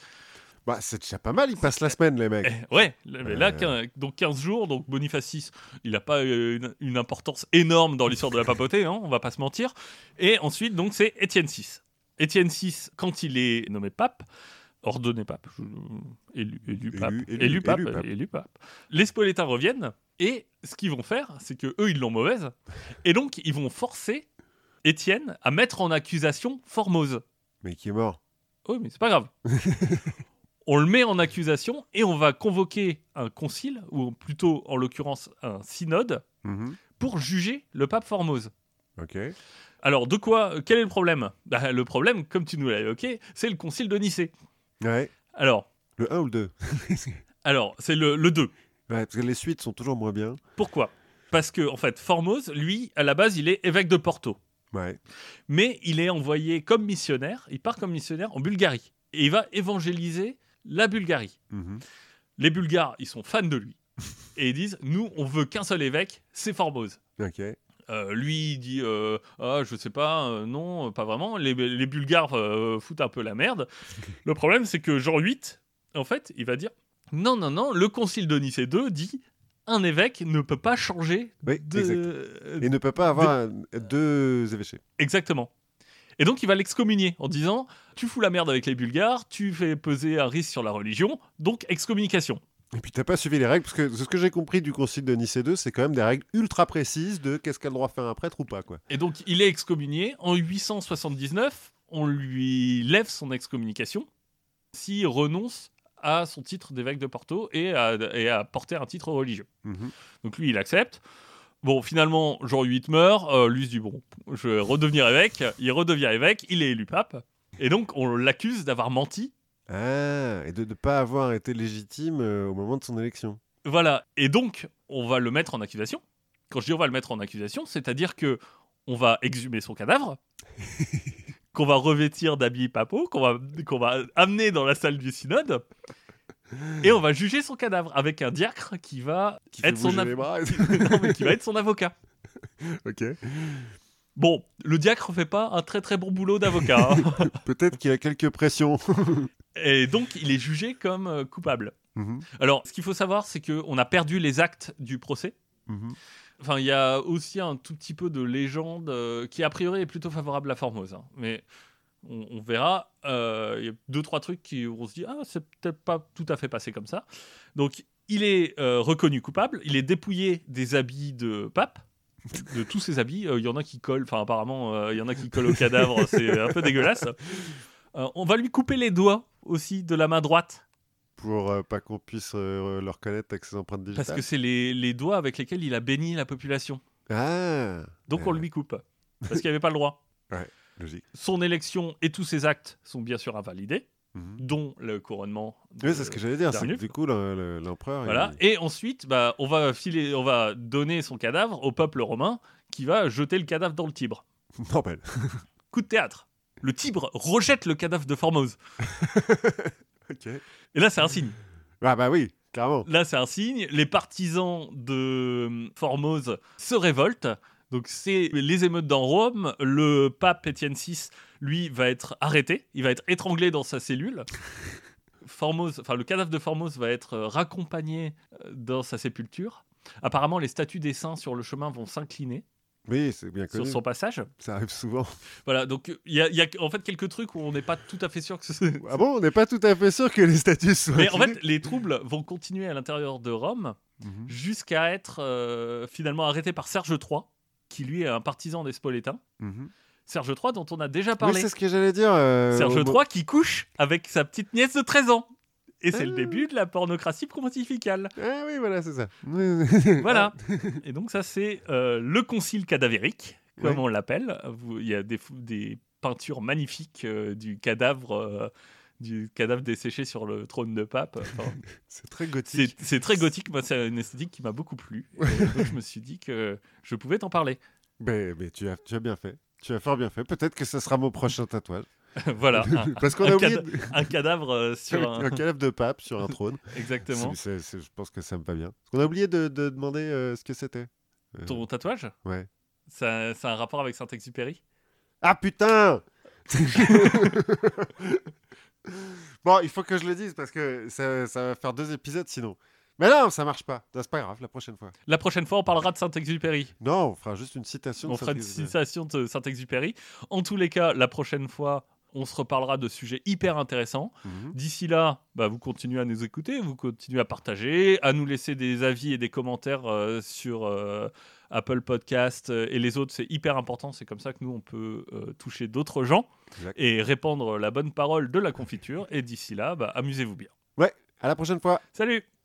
Speaker 1: Bah, c'est déjà pas mal. Ils passent la semaine, les
Speaker 2: *laughs*
Speaker 1: mecs.
Speaker 2: Eh, ouais, là, mais là,
Speaker 1: Euh.
Speaker 2: quin- donc 15 jours, donc Boniface VI, il n'a pas euh, une, une importance énorme dans l'histoire de la papauté, hein, on va pas se mentir. Et ensuite, donc c'est Étienne VI. Étienne VI, quand il est nommé pape, ordonné pape, je- euh, élu, élu pape,
Speaker 1: Élu,
Speaker 2: élu,
Speaker 1: élu,
Speaker 2: pape,
Speaker 1: élu pape.
Speaker 2: élu pape, les Spolétains reviennent et ce qu'ils vont faire, c'est que eux ils l'ont mauvaise et donc ils vont forcer Étienne à mettre en accusation Formose.
Speaker 1: Mais qui est mort.
Speaker 2: Oui, mais c'est pas grave. on le met en accusation et on va convoquer un concile, ou plutôt en l'occurrence un synode,
Speaker 1: Mhm.
Speaker 2: pour juger le pape Formose.
Speaker 1: Ok.
Speaker 2: Alors, de quoi euh, Quel est le problème Bah, Le problème, comme tu nous l'as évoqué, c'est le concile de Nicée.
Speaker 1: Ouais.
Speaker 2: Alors,
Speaker 1: Le 1 ou le 2
Speaker 2: alors c'est le, le 2.
Speaker 1: Ouais, parce que les suites sont toujours moins bien.
Speaker 2: Pourquoi Parce que, en fait, Formose, lui, à la base, il est évêque de Porto.
Speaker 1: Ouais.
Speaker 2: Mais il est envoyé comme missionnaire, il part comme missionnaire en Bulgarie. Et il va évangéliser la Bulgarie.
Speaker 1: Mhm.
Speaker 2: Les Bulgares, ils sont fans de lui.
Speaker 1: *laughs*
Speaker 2: Et ils disent, nous, on veut qu'un seul évêque, c'est Formose.
Speaker 1: Ok.
Speaker 2: Euh, lui, il dit, euh, ah, je sais pas, euh, non, euh, pas vraiment. Les, les Bulgares euh, foutent un peu
Speaker 1: *laughs*
Speaker 2: la merde. Le problème, c'est que Jean VIII, en fait, il va dire, non, non, non, le concile de Nicée II dit, un évêque ne peut pas changer
Speaker 1: Oui,
Speaker 2: de...
Speaker 1: exact.
Speaker 2: euh,
Speaker 1: Et ne peut pas avoir un- deux évêchés.
Speaker 2: Exactement. Et donc, il va l'excommunier en disant, tu fous la merde avec les Bulgares, tu fais peser un risque sur la religion, donc excommunication.
Speaker 1: Et puis t'as pas suivi les règles, parce que ce que j'ai compris du concile de Nicée 2, c'est quand même des règles ultra précises de qu'est-ce qu'a le droit de faire un prêtre ou pas. quoi.
Speaker 2: Et donc, il est excommunié. En 879, on lui lève son excommunication s'il renonce à son titre d'évêque de Porto et à, et à porter un titre religieux.
Speaker 1: Mhm.
Speaker 2: Donc lui, il accepte. Bon, finalement, Jean VIII meurt. Euh, lui se dit bon, je vais redevenir évêque. Il redevient évêque. Il est élu pape. Et donc, on l'accuse d'avoir menti.
Speaker 1: Ah, et de ne pas avoir été légitime euh, au moment de son élection.
Speaker 2: Voilà. Et donc, on va le mettre en accusation. Quand je dis on va le mettre en accusation, c'est-à-dire que on va exhumer son cadavre, qu'on va revêtir d'habits papaux, qu'on va, qu'on va amener dans la salle du synode, et on va juger son cadavre avec un diacre qui va,
Speaker 1: Qui fait
Speaker 2: être, son
Speaker 1: bouger
Speaker 2: av-
Speaker 1: les bras.
Speaker 2: *laughs* Non, mais qui va être son avocat.
Speaker 1: *laughs* ok.
Speaker 2: Bon, le diacre fait pas un très très bon boulot d'avocat. hein.
Speaker 1: Peut-être qu'il y a quelques
Speaker 2: *laughs*
Speaker 1: pressions.
Speaker 2: Et donc, il est jugé comme euh, coupable.
Speaker 1: Mhm,
Speaker 2: Alors, ce qu'il faut savoir, c'est qu'on a perdu les actes du procès.
Speaker 1: mhm.
Speaker 2: Enfin, il y a aussi un tout petit peu de légende euh, qui, a priori, est plutôt favorable à Formose. hein. Mais on, on verra. Euh, Il y a deux, trois trucs qui, où on se dit Ah, c'est peut-être pas tout à fait passé comme ça. Donc, il est euh, reconnu coupable. Il est dépouillé des habits de pape. De tous ses habits. Euh, Il y en a qui collent. Enfin, apparemment, euh, il y en a qui collent au cadavre. C'est un peu dégueulasse. Euh, on va lui couper les doigts aussi de la main droite.
Speaker 1: Pour euh, pas qu'on puisse euh, le reconnaître avec ses empreintes digitales.
Speaker 2: Parce que c'est les, les doigts avec lesquels il a béni la population.
Speaker 1: Ah,
Speaker 2: Donc on
Speaker 1: Ouais.
Speaker 2: lui coupe. Parce qu'il n'y avait pas le droit.
Speaker 1: logique.
Speaker 2: Son élection et tous ses actes sont bien sûr invalidés,
Speaker 1: Mhm.
Speaker 2: dont le couronnement. de-
Speaker 1: Oui, c'est ce que j'allais dire. C'est que
Speaker 2: Darnulf.
Speaker 1: du coup, le- le- l'empereur.
Speaker 2: Voilà.
Speaker 1: il-
Speaker 2: Et ensuite, bah, on, va filer, on va donner son cadavre au peuple romain qui va jeter le cadavre dans le Tibre.
Speaker 1: Normal. *laughs*
Speaker 2: Coup de théâtre. Le Tibre rejette le cadavre de Formose.
Speaker 1: Ok.
Speaker 2: Et là, c'est un signe.
Speaker 1: Ah, bah oui, clairement.
Speaker 2: Là, c'est un signe. Les partisans de hum, Formose se révoltent. Donc, c'est les émeutes dans Rome. Le pape Étienne VI, lui, va être arrêté. Il va être étranglé dans
Speaker 1: *laughs*
Speaker 2: sa cellule. Formose, enfin, le cadavre de Formose va être euh, raccompagné euh, dans sa sépulture. Apparemment, les statues des saints sur le chemin vont s'incliner
Speaker 1: Oui, c'est bien
Speaker 2: sur
Speaker 1: connu.
Speaker 2: son passage.
Speaker 1: Ça arrive souvent.
Speaker 2: Voilà, donc il y, a- il y a en fait quelques trucs où on n'est pas tout à fait sûr
Speaker 1: *laughs*
Speaker 2: que ce,
Speaker 1: Ah bon, on n'est pas tout à fait sûr que les statues soient.
Speaker 2: Mais en fait, mmh.
Speaker 1: inclus.
Speaker 2: les troubles vont continuer à l'intérieur de Rome
Speaker 1: Mhm.
Speaker 2: jusqu'à être euh, finalement arrêté par Serge III, qui lui est un partisan des Spolétains.
Speaker 1: Mhm.
Speaker 2: Serge III dont on a déjà
Speaker 1: Oui,
Speaker 2: parlé.
Speaker 1: c'est ce que j'allais dire. euh,
Speaker 2: Serge
Speaker 1: au mo-
Speaker 2: III qui couche avec sa petite nièce de 13 ans. Et c'est le
Speaker 1: Ah.
Speaker 2: début de la pornocratie pontificale.
Speaker 1: Ah oui, voilà, c'est ça. *laughs* voilà.
Speaker 2: Voilà.
Speaker 1: *laughs*
Speaker 2: Et donc ça, c'est euh, le concile cadavérique, comme
Speaker 1: Ouais.
Speaker 2: on l'appelle. Vous- Il y a des, fou- des peintures magnifiques euh, du cadavre. euh, du cadavre desséché sur le trône de pape.
Speaker 1: *laughs*
Speaker 2: Enfin,
Speaker 1: C'est très
Speaker 2: C'est
Speaker 1: gothique.
Speaker 2: c'est très gothique, moi c'est une esthétique qui m'a beaucoup plu. Et donc je me suis dit que je pouvais t'en parler.
Speaker 1: Mais, mais tu, as, tu as bien fait. Tu as fort bien fait. Peut-être que ce sera mon prochain tatouage.
Speaker 2: *laughs*
Speaker 1: *laughs*
Speaker 2: voilà, un,
Speaker 1: Parce qu'on
Speaker 2: Ah, un
Speaker 1: a oublié
Speaker 2: cadavre un cadavre
Speaker 1: *laughs*
Speaker 2: euh,
Speaker 1: de-
Speaker 2: sur
Speaker 1: un...
Speaker 2: un...
Speaker 1: calève de pape sur un trône.
Speaker 2: Exactement.
Speaker 1: C'est- c'est- c'est- je pense que ça me va bien. Parce qu'on a oublié de, de demander euh, ce que c'était. Euh,
Speaker 2: Ton tatouage
Speaker 1: Ouais.
Speaker 2: Ça, ça a un rapport avec Saint-Exupéry
Speaker 1: Ah putain *laughs* Bon, il faut que je le dise parce que ça, ça va faire deux épisodes sinon. Mais non, ça marche pas. C'est pas grave, la prochaine fois.
Speaker 2: La prochaine fois, on parlera de Saint-Exupéry.
Speaker 1: Non, on fera juste une citation. de
Speaker 2: On fera une
Speaker 1: Saint-Exupéry.
Speaker 2: citation de Saint-Exupéry. En tous les cas, la prochaine fois, on se reparlera de sujets hyper intéressants.
Speaker 1: Mhm.
Speaker 2: D'ici là, bah, vous continuez à nous écouter, vous continuez à partager, à nous laisser des avis et des commentaires euh, sur euh, Apple Podcast euh, et les autres. C'est hyper important. C'est comme ça que nous, on peut euh, toucher d'autres gens
Speaker 1: Exact.
Speaker 2: et répandre la bonne parole de la confiture. Et d'ici là, bah, amusez-vous bien.
Speaker 1: À la prochaine fois.
Speaker 2: Salut